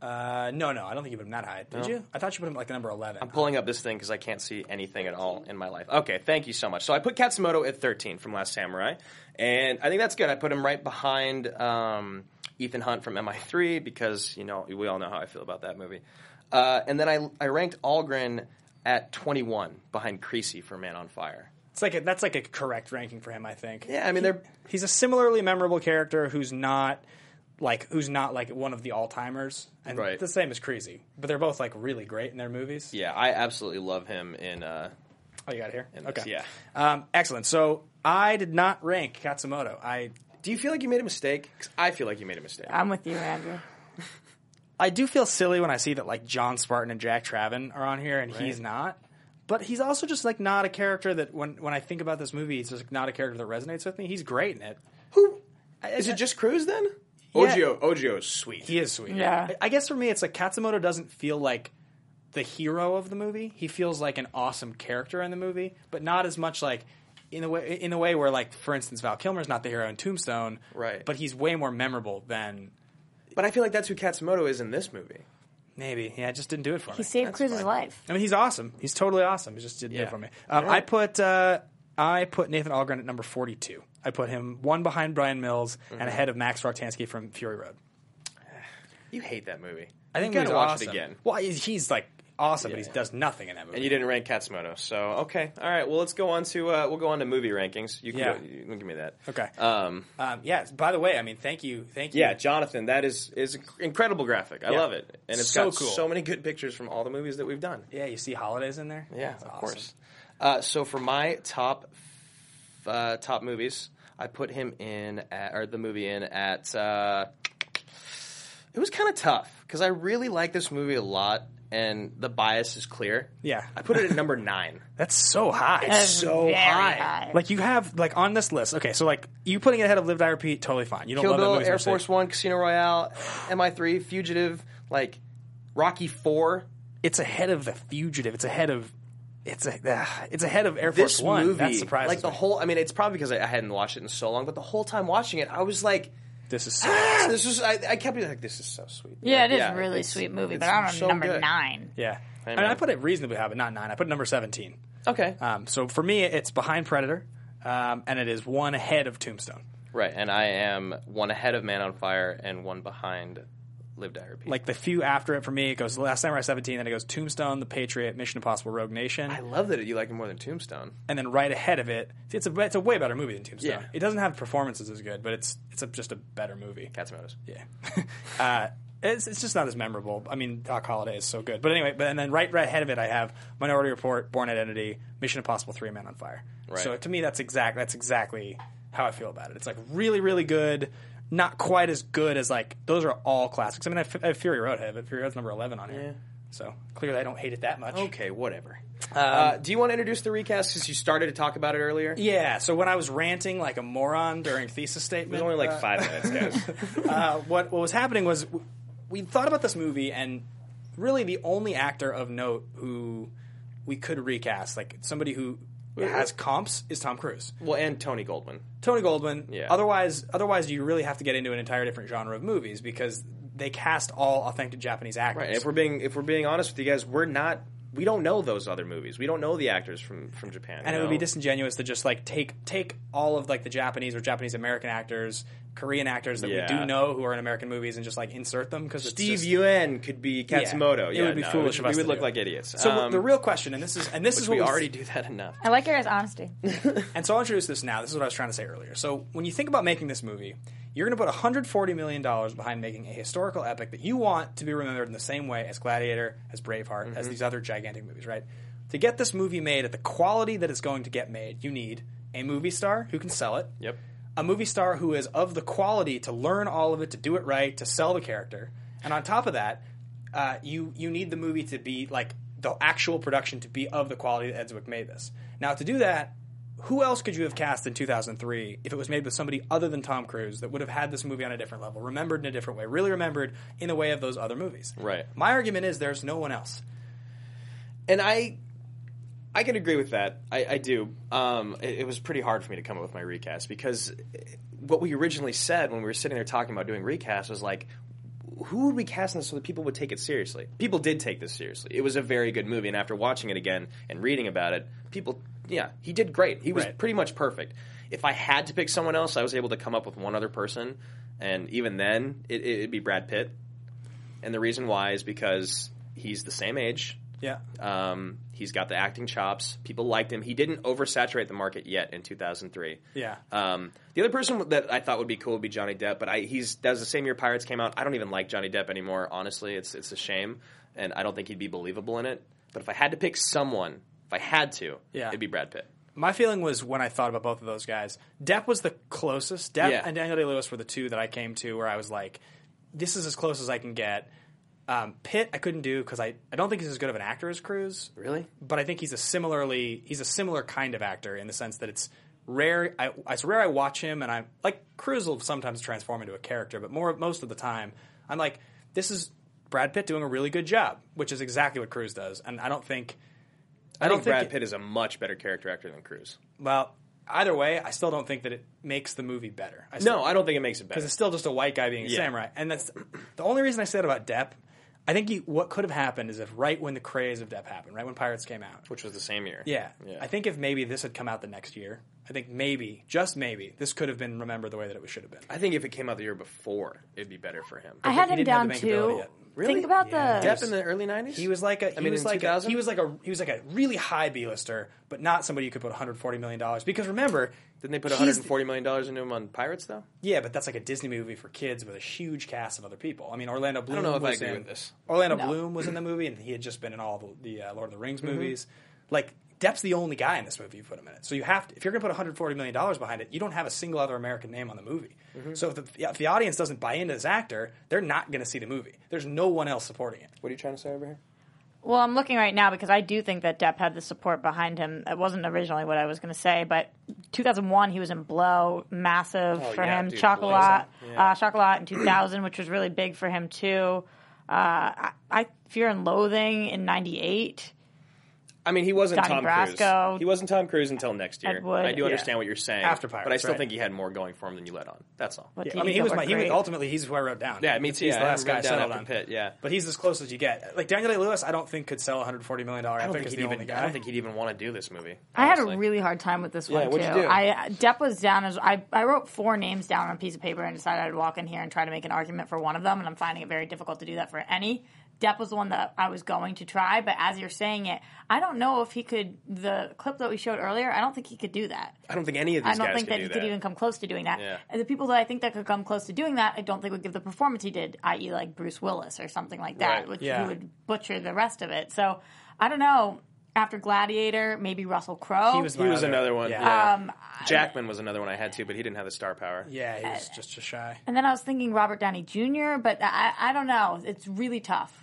[SPEAKER 4] Uh, no, no, I don't think you put him that high. Did
[SPEAKER 5] No.
[SPEAKER 4] you? I thought you put him like number 11.
[SPEAKER 5] I'm pulling up this thing because I can't see anything at all in my life. Okay, thank you so much. So I put Katsumoto at 13 from Last Samurai, and I think that's good. I put him right behind um, Ethan Hunt from MI3 because you know we all know how I feel about that movie. Uh, and then I I ranked Algren at 21 behind Creasy for Man on Fire.
[SPEAKER 4] It's like a, that's like a correct ranking for him, I think.
[SPEAKER 5] Yeah, I mean, they're-
[SPEAKER 4] he's a similarly memorable character who's not like who's not like one of the all-timers and
[SPEAKER 5] Right.
[SPEAKER 4] the same as Crazy. But they're both like really great in their movies.
[SPEAKER 5] Yeah, I absolutely love him in. Uh,
[SPEAKER 4] Oh, you got it here.
[SPEAKER 5] in this.
[SPEAKER 4] Okay.
[SPEAKER 5] Yeah.
[SPEAKER 4] Um, excellent. So I did not rank Katsumoto. I
[SPEAKER 5] Do you feel like you made a mistake? 'Cause I feel like you made a mistake.
[SPEAKER 11] I'm with you, Andrew.
[SPEAKER 4] I do feel silly when I see that like John Spartan and Jack Traven are on here and he's not. But he's also just like not a character that when when I think about this movie, he's just not a character that resonates with me. He's great in it.
[SPEAKER 5] Is it just Cruz then?
[SPEAKER 4] Yeah.
[SPEAKER 5] Ojo, Ojo is sweet.
[SPEAKER 4] He is sweet.
[SPEAKER 11] Yeah.
[SPEAKER 4] I, I guess for me, it's like Katsumoto doesn't feel like the hero of the movie. He feels like an awesome character in the movie, but not as much like in the way in the way where like for instance Val Kilmer's not the hero in Tombstone,
[SPEAKER 5] Right.
[SPEAKER 4] But he's way more memorable than
[SPEAKER 5] But I feel like that's who Katsumoto is in this movie.
[SPEAKER 4] Maybe. Yeah, it just didn't do it for
[SPEAKER 11] He
[SPEAKER 4] me.
[SPEAKER 11] saved Cruz's life.
[SPEAKER 4] I mean, he's awesome. He's totally awesome. He just didn't do
[SPEAKER 5] Yeah.
[SPEAKER 4] it for me. Um, I put uh, I put Nathan Algren at number forty-two. I put him one behind Brian Mills
[SPEAKER 5] Mm-hmm.
[SPEAKER 4] and ahead of Max Roktansky from Fury Road.
[SPEAKER 5] You hate that movie.
[SPEAKER 4] I think
[SPEAKER 5] you
[SPEAKER 4] he's
[SPEAKER 5] gotta watch
[SPEAKER 4] awesome.
[SPEAKER 5] it again.
[SPEAKER 4] Well, he's he's, like awesome, but he does nothing in that movie.
[SPEAKER 5] And you didn't rank Katsumoto, so okay, all right. Well, let's go on to uh, we'll go on to movie rankings. You can
[SPEAKER 4] Yeah.
[SPEAKER 5] go, you can give me that.
[SPEAKER 4] Okay.
[SPEAKER 5] Um,
[SPEAKER 4] Um, yes. By the way, I mean, thank you, thank you.
[SPEAKER 5] yeah, Jonathan, that is is an incredible graphic. I
[SPEAKER 4] Yeah.
[SPEAKER 5] love it, and it's
[SPEAKER 4] So
[SPEAKER 5] got
[SPEAKER 4] cool.
[SPEAKER 5] so many good pictures from all the movies that we've done.
[SPEAKER 4] yeah. You see holidays in there?
[SPEAKER 5] Yeah,
[SPEAKER 4] That's
[SPEAKER 5] of
[SPEAKER 4] awesome.
[SPEAKER 5] course. Uh, so for my top f- uh, top movies, I put him in at, or the movie in at. Uh, it was kind of tough because I really like this movie a lot, and the bias is clear.
[SPEAKER 4] Yeah.
[SPEAKER 5] I put it at number nine.
[SPEAKER 4] That's so high.
[SPEAKER 11] That is very high.
[SPEAKER 4] Like you have like on this list. Okay, so like you putting it ahead of Live Die Repeat, totally fine. You don't
[SPEAKER 5] Kill
[SPEAKER 4] love that
[SPEAKER 5] Bill,
[SPEAKER 4] movie, so
[SPEAKER 5] Air
[SPEAKER 4] much that-
[SPEAKER 5] Force One, Casino Royale, MI3, Fugitive, like Rocky Four.
[SPEAKER 4] It's ahead of the Fugitive. It's ahead of it's a, ah, it's ahead of Air
[SPEAKER 5] This
[SPEAKER 4] Force One.
[SPEAKER 5] movie,
[SPEAKER 4] that surprises
[SPEAKER 5] like the
[SPEAKER 4] me.
[SPEAKER 5] whole. I mean, it's probably because I, I hadn't watched it in so long, but the whole time watching it, I was like,
[SPEAKER 4] This is
[SPEAKER 5] "Ah, this is. I, I kept being like, this is so sweet.
[SPEAKER 11] Yeah, it is
[SPEAKER 5] Yeah,
[SPEAKER 11] a really
[SPEAKER 5] it's-
[SPEAKER 11] sweet movie,
[SPEAKER 5] it's
[SPEAKER 11] but I don't
[SPEAKER 5] so
[SPEAKER 11] know, number
[SPEAKER 5] good.
[SPEAKER 11] nine.
[SPEAKER 4] yeah. I, mean,
[SPEAKER 5] man.
[SPEAKER 4] I put it reasonably high, but not nine. I put number seventeen.
[SPEAKER 5] Okay,
[SPEAKER 4] Um, so for me, it's behind Predator, um, and it is one ahead of Tombstone.
[SPEAKER 5] right. And I am one ahead of Man on Fire and one behind Live Die Repeat.
[SPEAKER 4] Like the few after it for me, it goes Last Samurai seventeen, then it goes Tombstone, The Patriot, Mission Impossible, Rogue Nation.
[SPEAKER 5] I love that you like it more than Tombstone.
[SPEAKER 4] and then right ahead of it, see, it's a it's a way better movie than Tombstone.
[SPEAKER 5] Yeah.
[SPEAKER 4] It doesn't have performances as good, but it's it's a, just a better movie.
[SPEAKER 5] Katsumoto's.
[SPEAKER 4] Yeah, uh, it's it's just not as memorable. I mean, Doc Holiday is so good, but anyway, but and then right right ahead of it, I have Minority Report, Born Identity, Mission Impossible, Three Men on Fire.
[SPEAKER 5] Right.
[SPEAKER 4] So to me, that's exact that's exactly how I feel about it. It's like really really good. Not quite as good as like those are all classics. I mean, I have, I have Fury Road, I have it. Fury Road's number eleven on here, so clearly I don't hate it that much.
[SPEAKER 5] Okay, whatever. uh, do you want to introduce the recast since you started to talk about it earlier?
[SPEAKER 4] Yeah, so when I was ranting like a moron during thesis
[SPEAKER 5] It was
[SPEAKER 4] statement,
[SPEAKER 5] only like
[SPEAKER 4] uh,
[SPEAKER 5] five minutes, guys.
[SPEAKER 4] uh, what what was happening was w- we thought about this movie, and really the only actor of note who we could recast. Like somebody who has comps is Tom Cruise.
[SPEAKER 5] Well, and Tony Goldwyn.
[SPEAKER 4] Tony Goldwyn. Yeah. Otherwise, otherwise you really have to get into an entire different genre of movies because they cast all authentic Japanese actors.
[SPEAKER 5] Right. and If we're being if we're being honest with you guys, we're not. We don't know those other movies. We don't know the actors from from Japan. you
[SPEAKER 4] and it would be
[SPEAKER 5] know?
[SPEAKER 4] disingenuous to just like take take all of like the Japanese or Japanese American actors, Korean actors that we
[SPEAKER 5] Yeah.
[SPEAKER 4] do know who are in American movies and just like insert them because
[SPEAKER 5] Steve Yuen could be Katsumoto.
[SPEAKER 4] It
[SPEAKER 5] Yeah,
[SPEAKER 4] would be
[SPEAKER 5] no,
[SPEAKER 4] foolish
[SPEAKER 5] we
[SPEAKER 4] of us.
[SPEAKER 5] would
[SPEAKER 4] to
[SPEAKER 5] look
[SPEAKER 4] do.
[SPEAKER 5] like idiots.
[SPEAKER 4] So
[SPEAKER 5] Um,
[SPEAKER 4] the real question, and this is and this
[SPEAKER 5] which
[SPEAKER 4] is what
[SPEAKER 5] we
[SPEAKER 4] was-
[SPEAKER 5] already do that enough.
[SPEAKER 15] I like your guys' honesty.
[SPEAKER 4] And so I'll introduce this now. This is what I was trying to say earlier. So when you think about making this movie, you're going to put $140 million behind making a historical epic that you want to be remembered in the same way as Gladiator, as Braveheart, as
[SPEAKER 5] Mhm.
[SPEAKER 4] these other gigantic movies, right? To get this movie made at the quality that it's going to get made, you need a movie star who can sell it.
[SPEAKER 5] Yep.
[SPEAKER 4] A movie star who is of the quality to learn all of it, to do it right, to sell the character. And on top of that, uh, you you need the movie to be like the actual production to be of the quality that Edswick made this. Now to do that, who else could you have cast in 2003 if it was made with somebody other than Tom Cruise that would have had this movie on a different level, remembered in a different way, really remembered in the way of those other movies?
[SPEAKER 5] Right.
[SPEAKER 4] My argument is there's no one else.
[SPEAKER 5] And I, I can agree with that. I, I do. Um, it, it was pretty hard for me to come up with my recast because what we originally said when we were sitting there talking about doing recast was like, who would we cast in this so that people would take it seriously? People did take this seriously. It was a very good movie, and after watching it again and reading about it, people, yeah, he did great. He was
[SPEAKER 4] Right.
[SPEAKER 5] pretty much perfect. If I had to pick someone else, I was able to come up with one other person, and even then, it, it'd be Brad Pitt. And the reason why is because he's the same age.
[SPEAKER 4] Yeah.
[SPEAKER 5] Um, he's got the acting chops. People liked him. He didn't oversaturate the market yet in 2003.
[SPEAKER 4] Yeah.
[SPEAKER 5] Um, the other person that I thought would be cool would be Johnny Depp, but I, he's that was the same year Pirates came out. I don't even like Johnny Depp anymore. Honestly, it's it's a shame, and I don't think he'd be believable in it. But if I had to pick someone, if I had to,
[SPEAKER 4] Yeah.
[SPEAKER 5] it'd be Brad Pitt.
[SPEAKER 4] My feeling was when I thought about both of those guys, Depp was the closest. Depp
[SPEAKER 5] Yeah.
[SPEAKER 4] and Daniel Day Lewis were the two that I came to where I was like, this is as close as I can get. Um, Pitt, I couldn't do because I, I don't think he's as good of an actor as Cruz.
[SPEAKER 5] Really?
[SPEAKER 4] But I think he's a similarly he's a similar kind of actor in the sense that it's rare. I, it's rare I watch him and I'm like Cruz will sometimes transform into a character, but more most of the time I'm like this is Brad Pitt doing a really good job, which is exactly what Cruz does, and I don't think
[SPEAKER 5] I,
[SPEAKER 4] I don't
[SPEAKER 5] think,
[SPEAKER 4] think
[SPEAKER 5] Brad
[SPEAKER 4] it-
[SPEAKER 5] Pitt is a much better character actor than Cruz.
[SPEAKER 4] well, either way, I still don't think that it makes the movie better. I
[SPEAKER 5] no, I don't think it makes it better.
[SPEAKER 4] because it's still just a white guy being a
[SPEAKER 5] Yeah.
[SPEAKER 4] samurai, and that's the only reason I said about Depp. I think he, what could have happened is if right when the craze of Depp happened, right when Pirates came out,
[SPEAKER 5] which was the same year.
[SPEAKER 4] yeah,
[SPEAKER 5] Yeah.
[SPEAKER 4] I think if maybe this had come out the next year, I think maybe, just maybe, this could have been remembered the way that it should have been.
[SPEAKER 5] I think if it came out the year before, it'd be better for him.
[SPEAKER 6] I had him down
[SPEAKER 4] bankability
[SPEAKER 6] too.
[SPEAKER 4] yet.
[SPEAKER 5] Really?
[SPEAKER 6] Think about the
[SPEAKER 5] Depp in the early '90s.
[SPEAKER 4] He was like a he
[SPEAKER 5] mean,
[SPEAKER 4] was
[SPEAKER 5] in
[SPEAKER 4] like a,
[SPEAKER 5] 2000?
[SPEAKER 4] he was like a he was like a really high B lister, but not somebody you could put 140 million dollars because remember
[SPEAKER 5] Didn't they put
[SPEAKER 4] he's
[SPEAKER 5] 140 million dollars into him on Pirates though?
[SPEAKER 4] Yeah, but that's like a Disney movie for kids with a huge cast of other people. I mean, Orlando Bloom.
[SPEAKER 5] know if I
[SPEAKER 4] was
[SPEAKER 5] agree
[SPEAKER 4] in,
[SPEAKER 5] with this.
[SPEAKER 4] Orlando
[SPEAKER 5] No.
[SPEAKER 4] Bloom was in the movie, and he had just been in all the, the uh, Lord of the Rings
[SPEAKER 5] Mhm.
[SPEAKER 4] movies. Like Depp's the only guy in this movie you put him in it. So you have to, if you're going to put 140 million dollars behind it, you don't have a single other American name on the movie.
[SPEAKER 5] Mm-hmm.
[SPEAKER 4] So if the, if the audience doesn't buy into this actor, they're not going to see the movie. There's no one else supporting it.
[SPEAKER 5] What are you trying to say over here?
[SPEAKER 6] Well, I'm looking right now because I do think that Depp had the support behind him. It wasn't originally what I was going to say, but 2001 he was in Blow, massive
[SPEAKER 16] Oh,
[SPEAKER 6] for
[SPEAKER 16] yeah,
[SPEAKER 6] him.
[SPEAKER 16] dude,
[SPEAKER 6] Chocolat,
[SPEAKER 16] Blow's on. Yeah.
[SPEAKER 6] uh, Chocolat in 2000, which was really big for him too. Uh, I, I Fear and Loathing in '98.
[SPEAKER 5] I mean, he wasn't
[SPEAKER 6] Donnie
[SPEAKER 5] Tom
[SPEAKER 6] Brasco.
[SPEAKER 5] Cruise. He wasn't Tom Cruise until next year.
[SPEAKER 6] Ed Wood.
[SPEAKER 5] I do
[SPEAKER 6] Yeah.
[SPEAKER 5] understand what you're saying.
[SPEAKER 4] After Pirates,
[SPEAKER 5] but I still
[SPEAKER 4] right.
[SPEAKER 5] think he had more going for him than you let on. That's all.
[SPEAKER 4] Yeah, I mean, he was my he was, ultimately he's who I wrote down.
[SPEAKER 5] Yeah, me
[SPEAKER 4] He's
[SPEAKER 5] too. Yeah,
[SPEAKER 4] the
[SPEAKER 5] I
[SPEAKER 4] last guy
[SPEAKER 5] wrote
[SPEAKER 4] I
[SPEAKER 5] down
[SPEAKER 4] settled
[SPEAKER 5] after
[SPEAKER 4] on.
[SPEAKER 5] Pitt, yeah.
[SPEAKER 4] but he's as close as you get. Like Daniel Day Lewis, I don't think could sell a 140 million dollar
[SPEAKER 5] I
[SPEAKER 4] epic.
[SPEAKER 5] don't think
[SPEAKER 4] is
[SPEAKER 5] he'd
[SPEAKER 4] the
[SPEAKER 5] even.
[SPEAKER 4] only guy.
[SPEAKER 5] I don't think he'd even want to do this movie.
[SPEAKER 6] I had a really hard time with this
[SPEAKER 5] Yeah,
[SPEAKER 6] one too.
[SPEAKER 5] what'd you do?
[SPEAKER 6] I Depp was down as I, I wrote four names down on a piece of paper and decided I'd walk in here and try to make an argument for one of them, and I'm finding it very difficult to do that for any. Depp was the one that I was going to try, but as you're saying it, I don't know if he could. The clip that we showed earlier, I don't think he could do that.
[SPEAKER 5] I don't think any of these
[SPEAKER 6] I don't
[SPEAKER 5] guys
[SPEAKER 6] think
[SPEAKER 5] could
[SPEAKER 6] that
[SPEAKER 5] do
[SPEAKER 6] he
[SPEAKER 5] that.
[SPEAKER 6] could even come close to doing that.
[SPEAKER 5] Yeah.
[SPEAKER 6] And the people that I think that could come close to doing that, I don't think would give the performance he did, i.e., like Bruce Willis or something like that,
[SPEAKER 16] Right.
[SPEAKER 6] which
[SPEAKER 16] Yeah.
[SPEAKER 6] you would butcher the rest of it. So I don't know. After Gladiator, maybe Russell Crowe.
[SPEAKER 5] he was, another one. yeah.
[SPEAKER 6] Um,
[SPEAKER 5] Jackman was another one I had too, but he didn't have the star power.
[SPEAKER 4] Yeah,
[SPEAKER 6] Uh,
[SPEAKER 4] he was just a shy.
[SPEAKER 6] and then I was thinking Robert Downey Jr., but I, I don't know. It's really tough.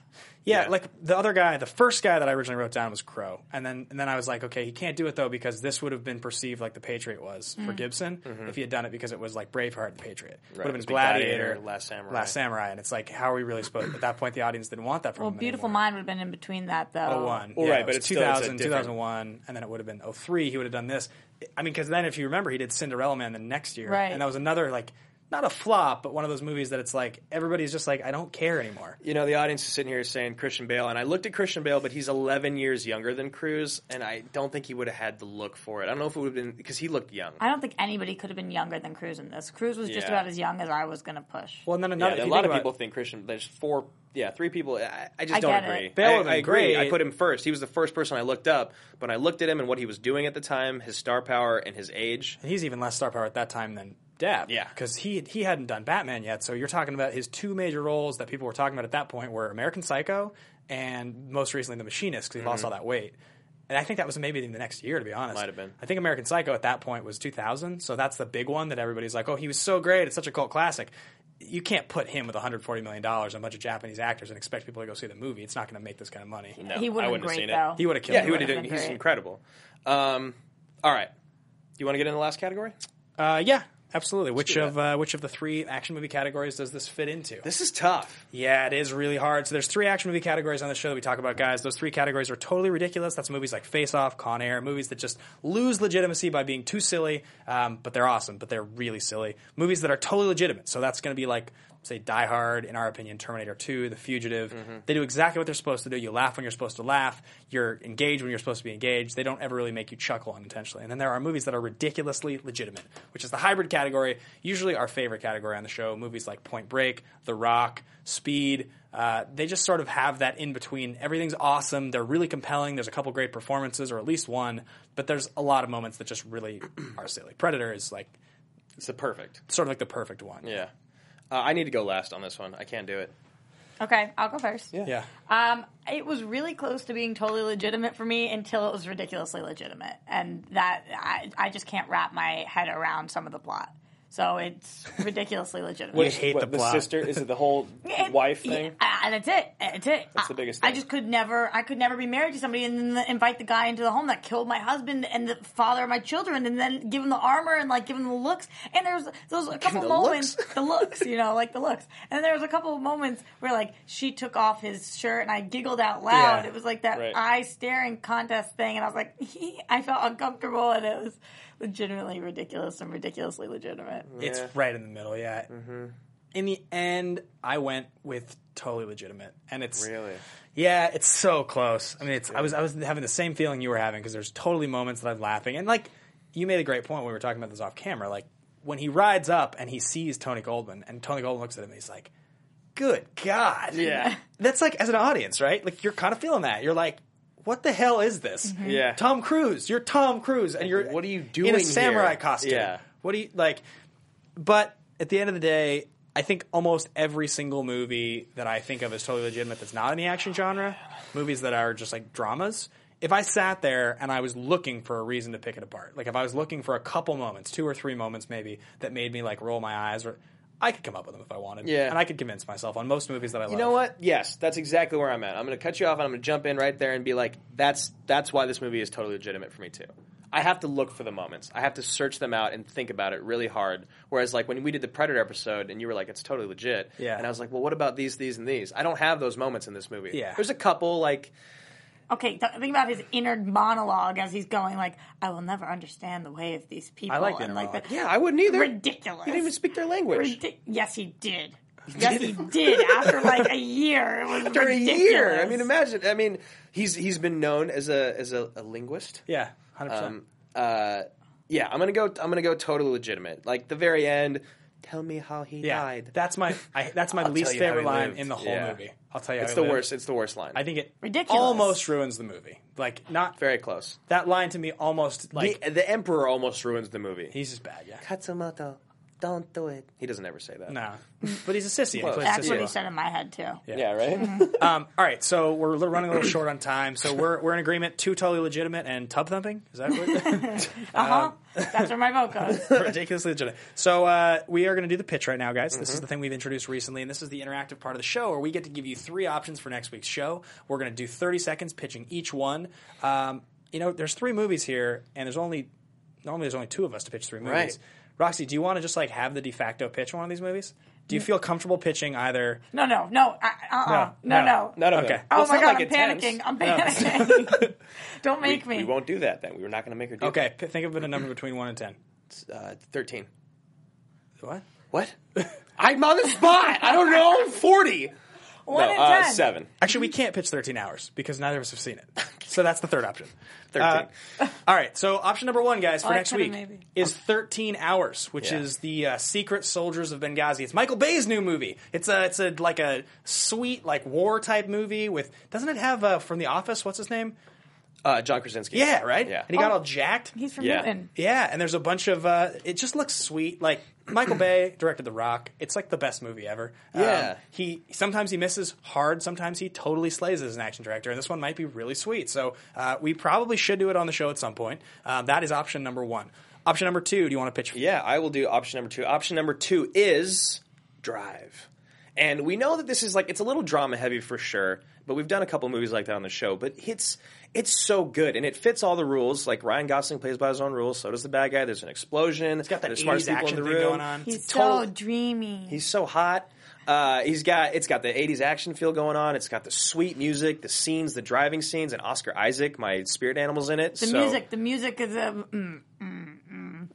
[SPEAKER 4] Yeah, like the other guy, the first guy that I originally wrote down was Crow, and then and then I was like, okay, he can't do it though because this would have been perceived like the Patriot was for
[SPEAKER 6] Mm-hmm.
[SPEAKER 5] Mm.
[SPEAKER 4] Gibson if he had done it because it was like Braveheart, the Patriot would
[SPEAKER 5] Right,
[SPEAKER 4] have been
[SPEAKER 5] it'd be
[SPEAKER 4] Gladiator,
[SPEAKER 5] Gladiator, Last Samurai.
[SPEAKER 4] Last Samurai, and it's like how are we really supposed? at that point, the audience didn't want that from
[SPEAKER 6] Well,
[SPEAKER 4] him
[SPEAKER 6] Beautiful Mind would have been in between that though.
[SPEAKER 4] Oh one,
[SPEAKER 5] Well,
[SPEAKER 4] yeah,
[SPEAKER 5] right,
[SPEAKER 4] it
[SPEAKER 5] but
[SPEAKER 4] was
[SPEAKER 5] it's still- it's a
[SPEAKER 4] 2000,
[SPEAKER 5] different-
[SPEAKER 4] 2001, and then it would have been 03, he would have done this. I mean, because then if you remember, he did Cinderella Man the next year,
[SPEAKER 5] Right.
[SPEAKER 4] and that was another, like, not a flop, but one of those movies that it's like, everybody's just like, I don't care anymore.
[SPEAKER 5] You know, the audience is sitting here saying Christian Bale, and I looked at Christian Bale, but he's 11 years younger than Cruz, and I don't think he would have had the look for it. I don't know if it would have been because he looked young.
[SPEAKER 6] I don't think anybody could have been younger than Cruz in this. Cruz was just
[SPEAKER 5] Yeah.
[SPEAKER 6] about as young as I was going to push.
[SPEAKER 4] Well, and then
[SPEAKER 5] Yeah, a lot of people think Christian. There's four, yeah, three people. I, I just
[SPEAKER 6] I
[SPEAKER 5] don't
[SPEAKER 6] get
[SPEAKER 5] agree.
[SPEAKER 6] it.
[SPEAKER 4] Bale
[SPEAKER 5] I,
[SPEAKER 4] would've
[SPEAKER 5] I
[SPEAKER 4] been
[SPEAKER 5] agree. I
[SPEAKER 4] great.
[SPEAKER 5] put him first. He was the first person I looked up. But I looked at him and what he was doing at the time, his star power and his age.
[SPEAKER 4] And he's even less star power at that time than Depp. Yeah. Because he, he hadn't done Batman yet, so you're talking about his two major roles that people were talking about at that point were American Psycho and most recently The Machinist, because he lost
[SPEAKER 5] Mhm.
[SPEAKER 4] all that weight. And I think that was maybe even the next year, to be honest.
[SPEAKER 5] Might have been.
[SPEAKER 4] I think American Psycho at that point was 2000, so that's the big one that everybody's like, oh, he was so great. It's such a cult classic. You can't put him with $140 million and a bunch of Japanese actors and expect people to go see the movie. It's not going to make this kind of money.
[SPEAKER 5] No, I wouldn't have seen it.
[SPEAKER 4] He would have killed
[SPEAKER 5] Yeah,
[SPEAKER 4] it.
[SPEAKER 5] he would have done. He's incredible. Um, all right. Do you want to get in the last category?
[SPEAKER 4] Uh, yeah, absolutely. Which of uh, which of the three action movie categories does this fit into?
[SPEAKER 5] This is tough.
[SPEAKER 4] Yeah, it is really hard. So there's three action movie categories on the show that we talk about, guys. Those three categories are totally ridiculous. That's movies like Face Off, Con Air, movies that just lose legitimacy by being too silly, um, but they're awesome, but they're really silly. Movies that are totally legitimate. So that's going to be like, say, Die Hard, in our opinion, Terminator 2, The Fugitive. They do exactly what they're supposed to do. You laugh when you're supposed to laugh. You're engaged when you're supposed to be engaged. They don't ever really make you chuckle unintentionally. And then there are movies that are ridiculously legitimate, which is the hybrid category, usually our favorite category on the show. Movies like Point Break, The Rock, Speed. Uh, they just sort of have that in between. Everything's awesome. They're really compelling. There's a couple great performances, or at least one, but there's a lot of moments that just really are silly. Predator is like
[SPEAKER 5] It's the perfect.
[SPEAKER 4] sort of like the perfect one.
[SPEAKER 5] Yeah. Uh, I need to go last on this one. I can't do it.
[SPEAKER 6] Okay, I'll go first.
[SPEAKER 4] Yeah.
[SPEAKER 6] Um, it was really close to being totally legitimate for me until it was ridiculously legitimate, and that I, I just can't wrap my head around some of the plot. So it's ridiculously legitimate.
[SPEAKER 5] Which- what, sister? Is it the whole wife thing?
[SPEAKER 6] Ah, and that's it. That's it. Uh,
[SPEAKER 5] That's the biggest
[SPEAKER 6] I
[SPEAKER 5] thing.
[SPEAKER 6] just could never. I could never be married to somebody and then invite the guy into the home that killed my husband and the father of my children, and then give him the armor and like give him the looks. And there's those a couple
[SPEAKER 17] the
[SPEAKER 6] moments, the looks, you know, like the looks. And there was a couple of moments where like she took off his shirt and I giggled out loud.
[SPEAKER 17] Yeah.
[SPEAKER 6] It was like that
[SPEAKER 17] Right.
[SPEAKER 6] eye staring contest thing, and I was like, I felt uncomfortable, and it was legitimately ridiculous and ridiculously legitimate.
[SPEAKER 5] Mm.
[SPEAKER 4] It's right in the middle, yeah.
[SPEAKER 5] Mm-hmm.
[SPEAKER 4] In the end, I went with totally legitimate, and it's
[SPEAKER 5] Really?
[SPEAKER 4] yeah, it's so close. I mean, it's I was I was having the same feeling you were having because there's totally moments that I'm laughing, and like you made a great point when we were talking about this off camera, like when he rides up and he sees Tony Goldman, and Tony Goldman looks at him, and he's like, "Good God,
[SPEAKER 5] Yeah.
[SPEAKER 4] That's like as an audience, right? Like you're kind of feeling that. You're like. What the hell is this?
[SPEAKER 5] Mhm. Yeah.
[SPEAKER 4] Tom Cruise. You're Tom Cruise, and you're what are you
[SPEAKER 5] doing
[SPEAKER 4] in a
[SPEAKER 5] here?
[SPEAKER 4] samurai costume?
[SPEAKER 5] Yeah.
[SPEAKER 4] What do you like? But at the end of the day, I think almost every single movie that I think of as totally legitimate that's not in the action genre, movies that are just like dramas, if I sat there and I was looking for a reason to pick it apart, like if I was looking for a couple moments, two or three moments maybe, that made me like roll my eyes or I could come up with them if I wanted.
[SPEAKER 5] Yeah.
[SPEAKER 4] And I could convince myself on most movies that I love.
[SPEAKER 5] You know what? Yes, that's exactly where I'm at. I'm going to cut you off and I'm going to jump in right there and be like, that's that's why this movie is totally legitimate for me too. I have to look for the moments. I have to search them out and think about it really hard. Whereas like when we did the Predator episode and you were like, it's totally legit.
[SPEAKER 4] Yeah.
[SPEAKER 5] And I was like, well, what about these, these, and these? I don't have those moments in this movie.
[SPEAKER 6] Yeah.
[SPEAKER 5] There's a couple like
[SPEAKER 6] Okay, th- think about his inner monologue as he's going like, "I will never understand the way of these people."
[SPEAKER 5] I like the
[SPEAKER 6] and
[SPEAKER 5] inner
[SPEAKER 6] like
[SPEAKER 5] monologue. Yeah, I wouldn't either.
[SPEAKER 6] Ridiculous.
[SPEAKER 5] You didn't even speak their language.
[SPEAKER 6] Ridic- yes, he did. Yes, he did. After like a year, it was
[SPEAKER 5] after
[SPEAKER 6] ridiculous.
[SPEAKER 5] a year. I mean, imagine. I mean, he's he's been known as a as a, a linguist.
[SPEAKER 4] Yeah, 100%.
[SPEAKER 5] uh, yeah, I'm gonna go. I'm gonna go totally legitimate. Like the very end. Tell me how he
[SPEAKER 4] Yeah.
[SPEAKER 5] died.
[SPEAKER 4] That's my I, that's my
[SPEAKER 5] I'll
[SPEAKER 4] least
[SPEAKER 5] tell you how
[SPEAKER 4] favorite
[SPEAKER 5] he
[SPEAKER 4] line
[SPEAKER 5] lived.
[SPEAKER 4] in the whole
[SPEAKER 5] Yeah.
[SPEAKER 4] movie. I'll tell you.
[SPEAKER 5] It's
[SPEAKER 4] how he
[SPEAKER 5] the
[SPEAKER 4] lived.
[SPEAKER 5] worst. It's the worst line.
[SPEAKER 4] I think it
[SPEAKER 6] Ridiculous.
[SPEAKER 4] almost ruins the movie. Like not
[SPEAKER 5] very close.
[SPEAKER 4] That line to me almost like
[SPEAKER 5] the, the emperor almost ruins the movie.
[SPEAKER 4] He's just bad. Yeah.
[SPEAKER 5] Katsumoto. Don't do it. He doesn't ever say that.
[SPEAKER 4] No. But he's a sissy. and he
[SPEAKER 5] Close.
[SPEAKER 4] plays
[SPEAKER 11] That's
[SPEAKER 4] sissy.
[SPEAKER 11] what he said in my head too.
[SPEAKER 5] Yeah, right?
[SPEAKER 4] um, all right, so we're li- running a little short on time. So we're we're in agreement. Two totally legitimate and tub thumping. Is that what?
[SPEAKER 11] Uh huh. That's where my vote goes.
[SPEAKER 4] ridiculously legitimate. So uh, we are going to do the pitch right now, guys.
[SPEAKER 11] Mm-hmm.
[SPEAKER 4] This is the thing we've introduced recently, and this is the interactive part of the show where we get to give you three options for next week's show. We're going to do 30 seconds pitching each one. Um, you know, there's three movies here, and there's only normally there's only two of us to pitch three movies.
[SPEAKER 5] Right.
[SPEAKER 4] Roxy, do you want to just like have the de facto pitch one of these movies? Do you feel comfortable pitching either?
[SPEAKER 11] No, no, no. Uh, uh, no, no, no.
[SPEAKER 5] None of
[SPEAKER 4] Okay.
[SPEAKER 5] them.
[SPEAKER 11] Oh
[SPEAKER 5] Well, it's
[SPEAKER 11] my
[SPEAKER 5] not
[SPEAKER 11] god,
[SPEAKER 5] like
[SPEAKER 11] I'm
[SPEAKER 5] intense.
[SPEAKER 11] panicking. I'm panicking. Don't make
[SPEAKER 5] We
[SPEAKER 11] me.
[SPEAKER 5] won't do that then. We're not going to make her do
[SPEAKER 4] Okay, p- think of it a number between one and ten.
[SPEAKER 5] that. Uh, 13.
[SPEAKER 4] What?
[SPEAKER 5] What? I'm on the spot. I don't know. I'm 40.
[SPEAKER 11] One
[SPEAKER 5] no,
[SPEAKER 11] and
[SPEAKER 5] uh,
[SPEAKER 11] ten.
[SPEAKER 5] 7.
[SPEAKER 4] Actually, we can't pitch 13 hours because neither of us have seen it. So that's the third option.
[SPEAKER 5] 13.
[SPEAKER 4] All right. So option number one, guys, for
[SPEAKER 11] Oh, I
[SPEAKER 4] next
[SPEAKER 11] kinda
[SPEAKER 4] week
[SPEAKER 11] maybe.
[SPEAKER 4] is 13 Hours, which
[SPEAKER 5] Yeah.
[SPEAKER 4] is the uh, Secret Soldiers of Benghazi. It's Michael Bay's new movie. It's a it's a like a sweet like war type movie with doesn't it have uh, from The Office? What's his name?
[SPEAKER 5] uh, John Krasinski.
[SPEAKER 4] Yeah, right.
[SPEAKER 5] Yeah.
[SPEAKER 4] And he got
[SPEAKER 11] Oh.
[SPEAKER 4] all jacked.
[SPEAKER 11] He's from
[SPEAKER 5] Yeah.
[SPEAKER 11] Newton.
[SPEAKER 4] Yeah, and there's a bunch of uh, it just looks sweet. Like Michael Bay directed The Rock. It's like the best movie ever. Um,
[SPEAKER 5] Yeah.
[SPEAKER 4] he sometimes he misses hard, sometimes he totally slays as an action director, and this one might be really sweet. So uh, we probably should do it on the show at some point. Uh, that is option number one. Option number two. Do you want to pitch?
[SPEAKER 5] Yeah, I will do option number two. Option number two is Drive. And we know that this is like it's a little drama heavy for sure, but we've done a couple movies like that on the show. But it's it's so good and it fits all the rules. Like Ryan Gosling plays by his own rules, so does the bad guy. There's an explosion. It's
[SPEAKER 4] got that
[SPEAKER 5] the smartest
[SPEAKER 4] 80s
[SPEAKER 5] people in the
[SPEAKER 4] action thing
[SPEAKER 5] room.
[SPEAKER 4] going on.
[SPEAKER 5] It's
[SPEAKER 11] He's
[SPEAKER 5] a total-
[SPEAKER 11] so dreamy.
[SPEAKER 5] He's so hot. Uh, he's got it's got the '80s action feel going on. It's got the sweet music, the scenes, the driving scenes, and Oscar Isaac, my spirit animals in it.
[SPEAKER 11] the
[SPEAKER 5] so
[SPEAKER 11] music. The music is a. Mm,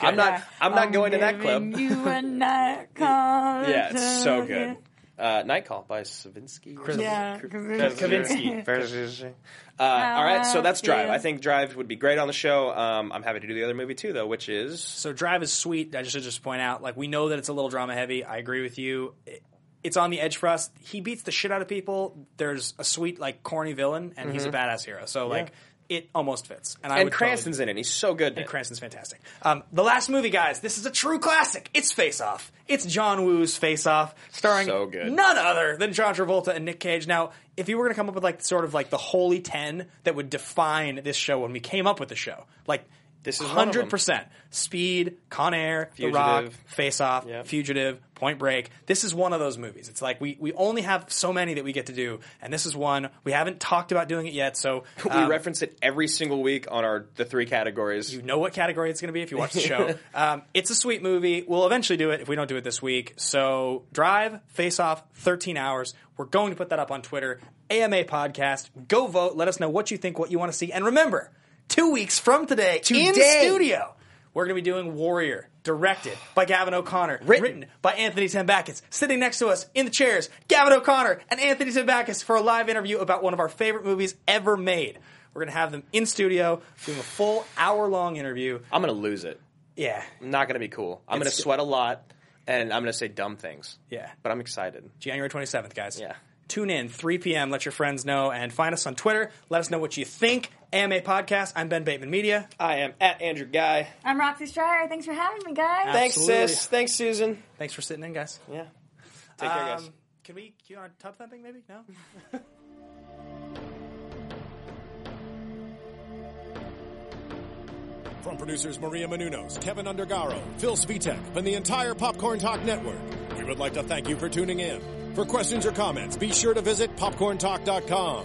[SPEAKER 5] I'm not I'm not going to that club.
[SPEAKER 11] giving You a night call.
[SPEAKER 5] Yeah, it's so good. Uh, Night Call by Savinsky.
[SPEAKER 11] Yeah,
[SPEAKER 4] Kavinsky.
[SPEAKER 5] Kavinsky. Uh, all right, so that's Drive. I think Drive would be great on the show. Um, I'm happy to do the other movie too, though, which is
[SPEAKER 4] So Drive is sweet. I just should just point out, like we know that it's a little drama heavy. I agree with you. It- It's on the edge for us. He beats the shit out of people. There's a sweet, like corny villain, and he's a badass hero. So like it almost fits. And I
[SPEAKER 5] and
[SPEAKER 4] would totally-
[SPEAKER 5] Cranston's in it. He's so good. in
[SPEAKER 4] And
[SPEAKER 5] it.
[SPEAKER 4] Cranston's fantastic. Um, the last movie, guys. This is a true classic. It's Face Off. It's John Woo's Face Off, starring
[SPEAKER 5] So good.
[SPEAKER 4] none other than John Travolta and Nick Cage. Now, if you were going to come up with like sort of like the holy ten that would define this show when we came up with the show, like
[SPEAKER 5] This is one of them.
[SPEAKER 4] hundred percent Speed, Con Air, The Rock,
[SPEAKER 5] Fugitive.
[SPEAKER 4] Face Off,
[SPEAKER 5] Yep.
[SPEAKER 4] Fugitive, Point Break. This is one of those movies. It's like we we only have so many that we get to do, and this is one we haven't talked about doing it yet. So
[SPEAKER 5] we reference it every single week on our the three categories.
[SPEAKER 4] Um, you know what category it's going to be if you watch the show. um, it's a sweet movie. We'll eventually do it if we don't do it this week. So drive, face off, 13 hours. We're going to put that up on Twitter, AMA Podcast. Go vote. Let us know what you think, what you want to see. And remember, two weeks from today, in
[SPEAKER 5] Today.
[SPEAKER 4] studio, we're going to be doing Warrior, directed by Gavin O'Connor,
[SPEAKER 5] Written.
[SPEAKER 4] by Anthony Zambakis. Sitting next to us in the chairs, Gavin O'Connor and Anthony Zambakis for a live interview about one of our favorite movies ever made. We're going to have them in studio doing a full hour long interview.
[SPEAKER 5] I'm gonna lose it.
[SPEAKER 4] Yeah.
[SPEAKER 5] I'm not gonna be cool. I'm gonna sweat a lot, and I'm gonna say dumb things.
[SPEAKER 4] Yeah.
[SPEAKER 5] but I'm excited.
[SPEAKER 4] January 27th, guys.
[SPEAKER 5] Yeah.
[SPEAKER 4] Tune in 3 p.m. Let your friends know and find us on Twitter. Let us know what you think. AMA Podcast. I'm Ben Bateman Media.
[SPEAKER 5] I am at Andrew Guy.
[SPEAKER 11] I'm Roxy Stryer. Thanks for having me, guys.
[SPEAKER 5] Thanks,
[SPEAKER 4] Absolutely.
[SPEAKER 5] sis. Thanks, Susan.
[SPEAKER 4] Thanks for sitting in, guys.
[SPEAKER 5] Yeah. Take care, guys.
[SPEAKER 4] Um, can we cue on tub thumping maybe? No?
[SPEAKER 2] From producers Maria Menunos, Kevin Undergaro, Phil Svitek, and the entire Popcorn Talk Network, we would like to thank you for tuning in. For questions or comments, be sure to visit popcorntalk.com.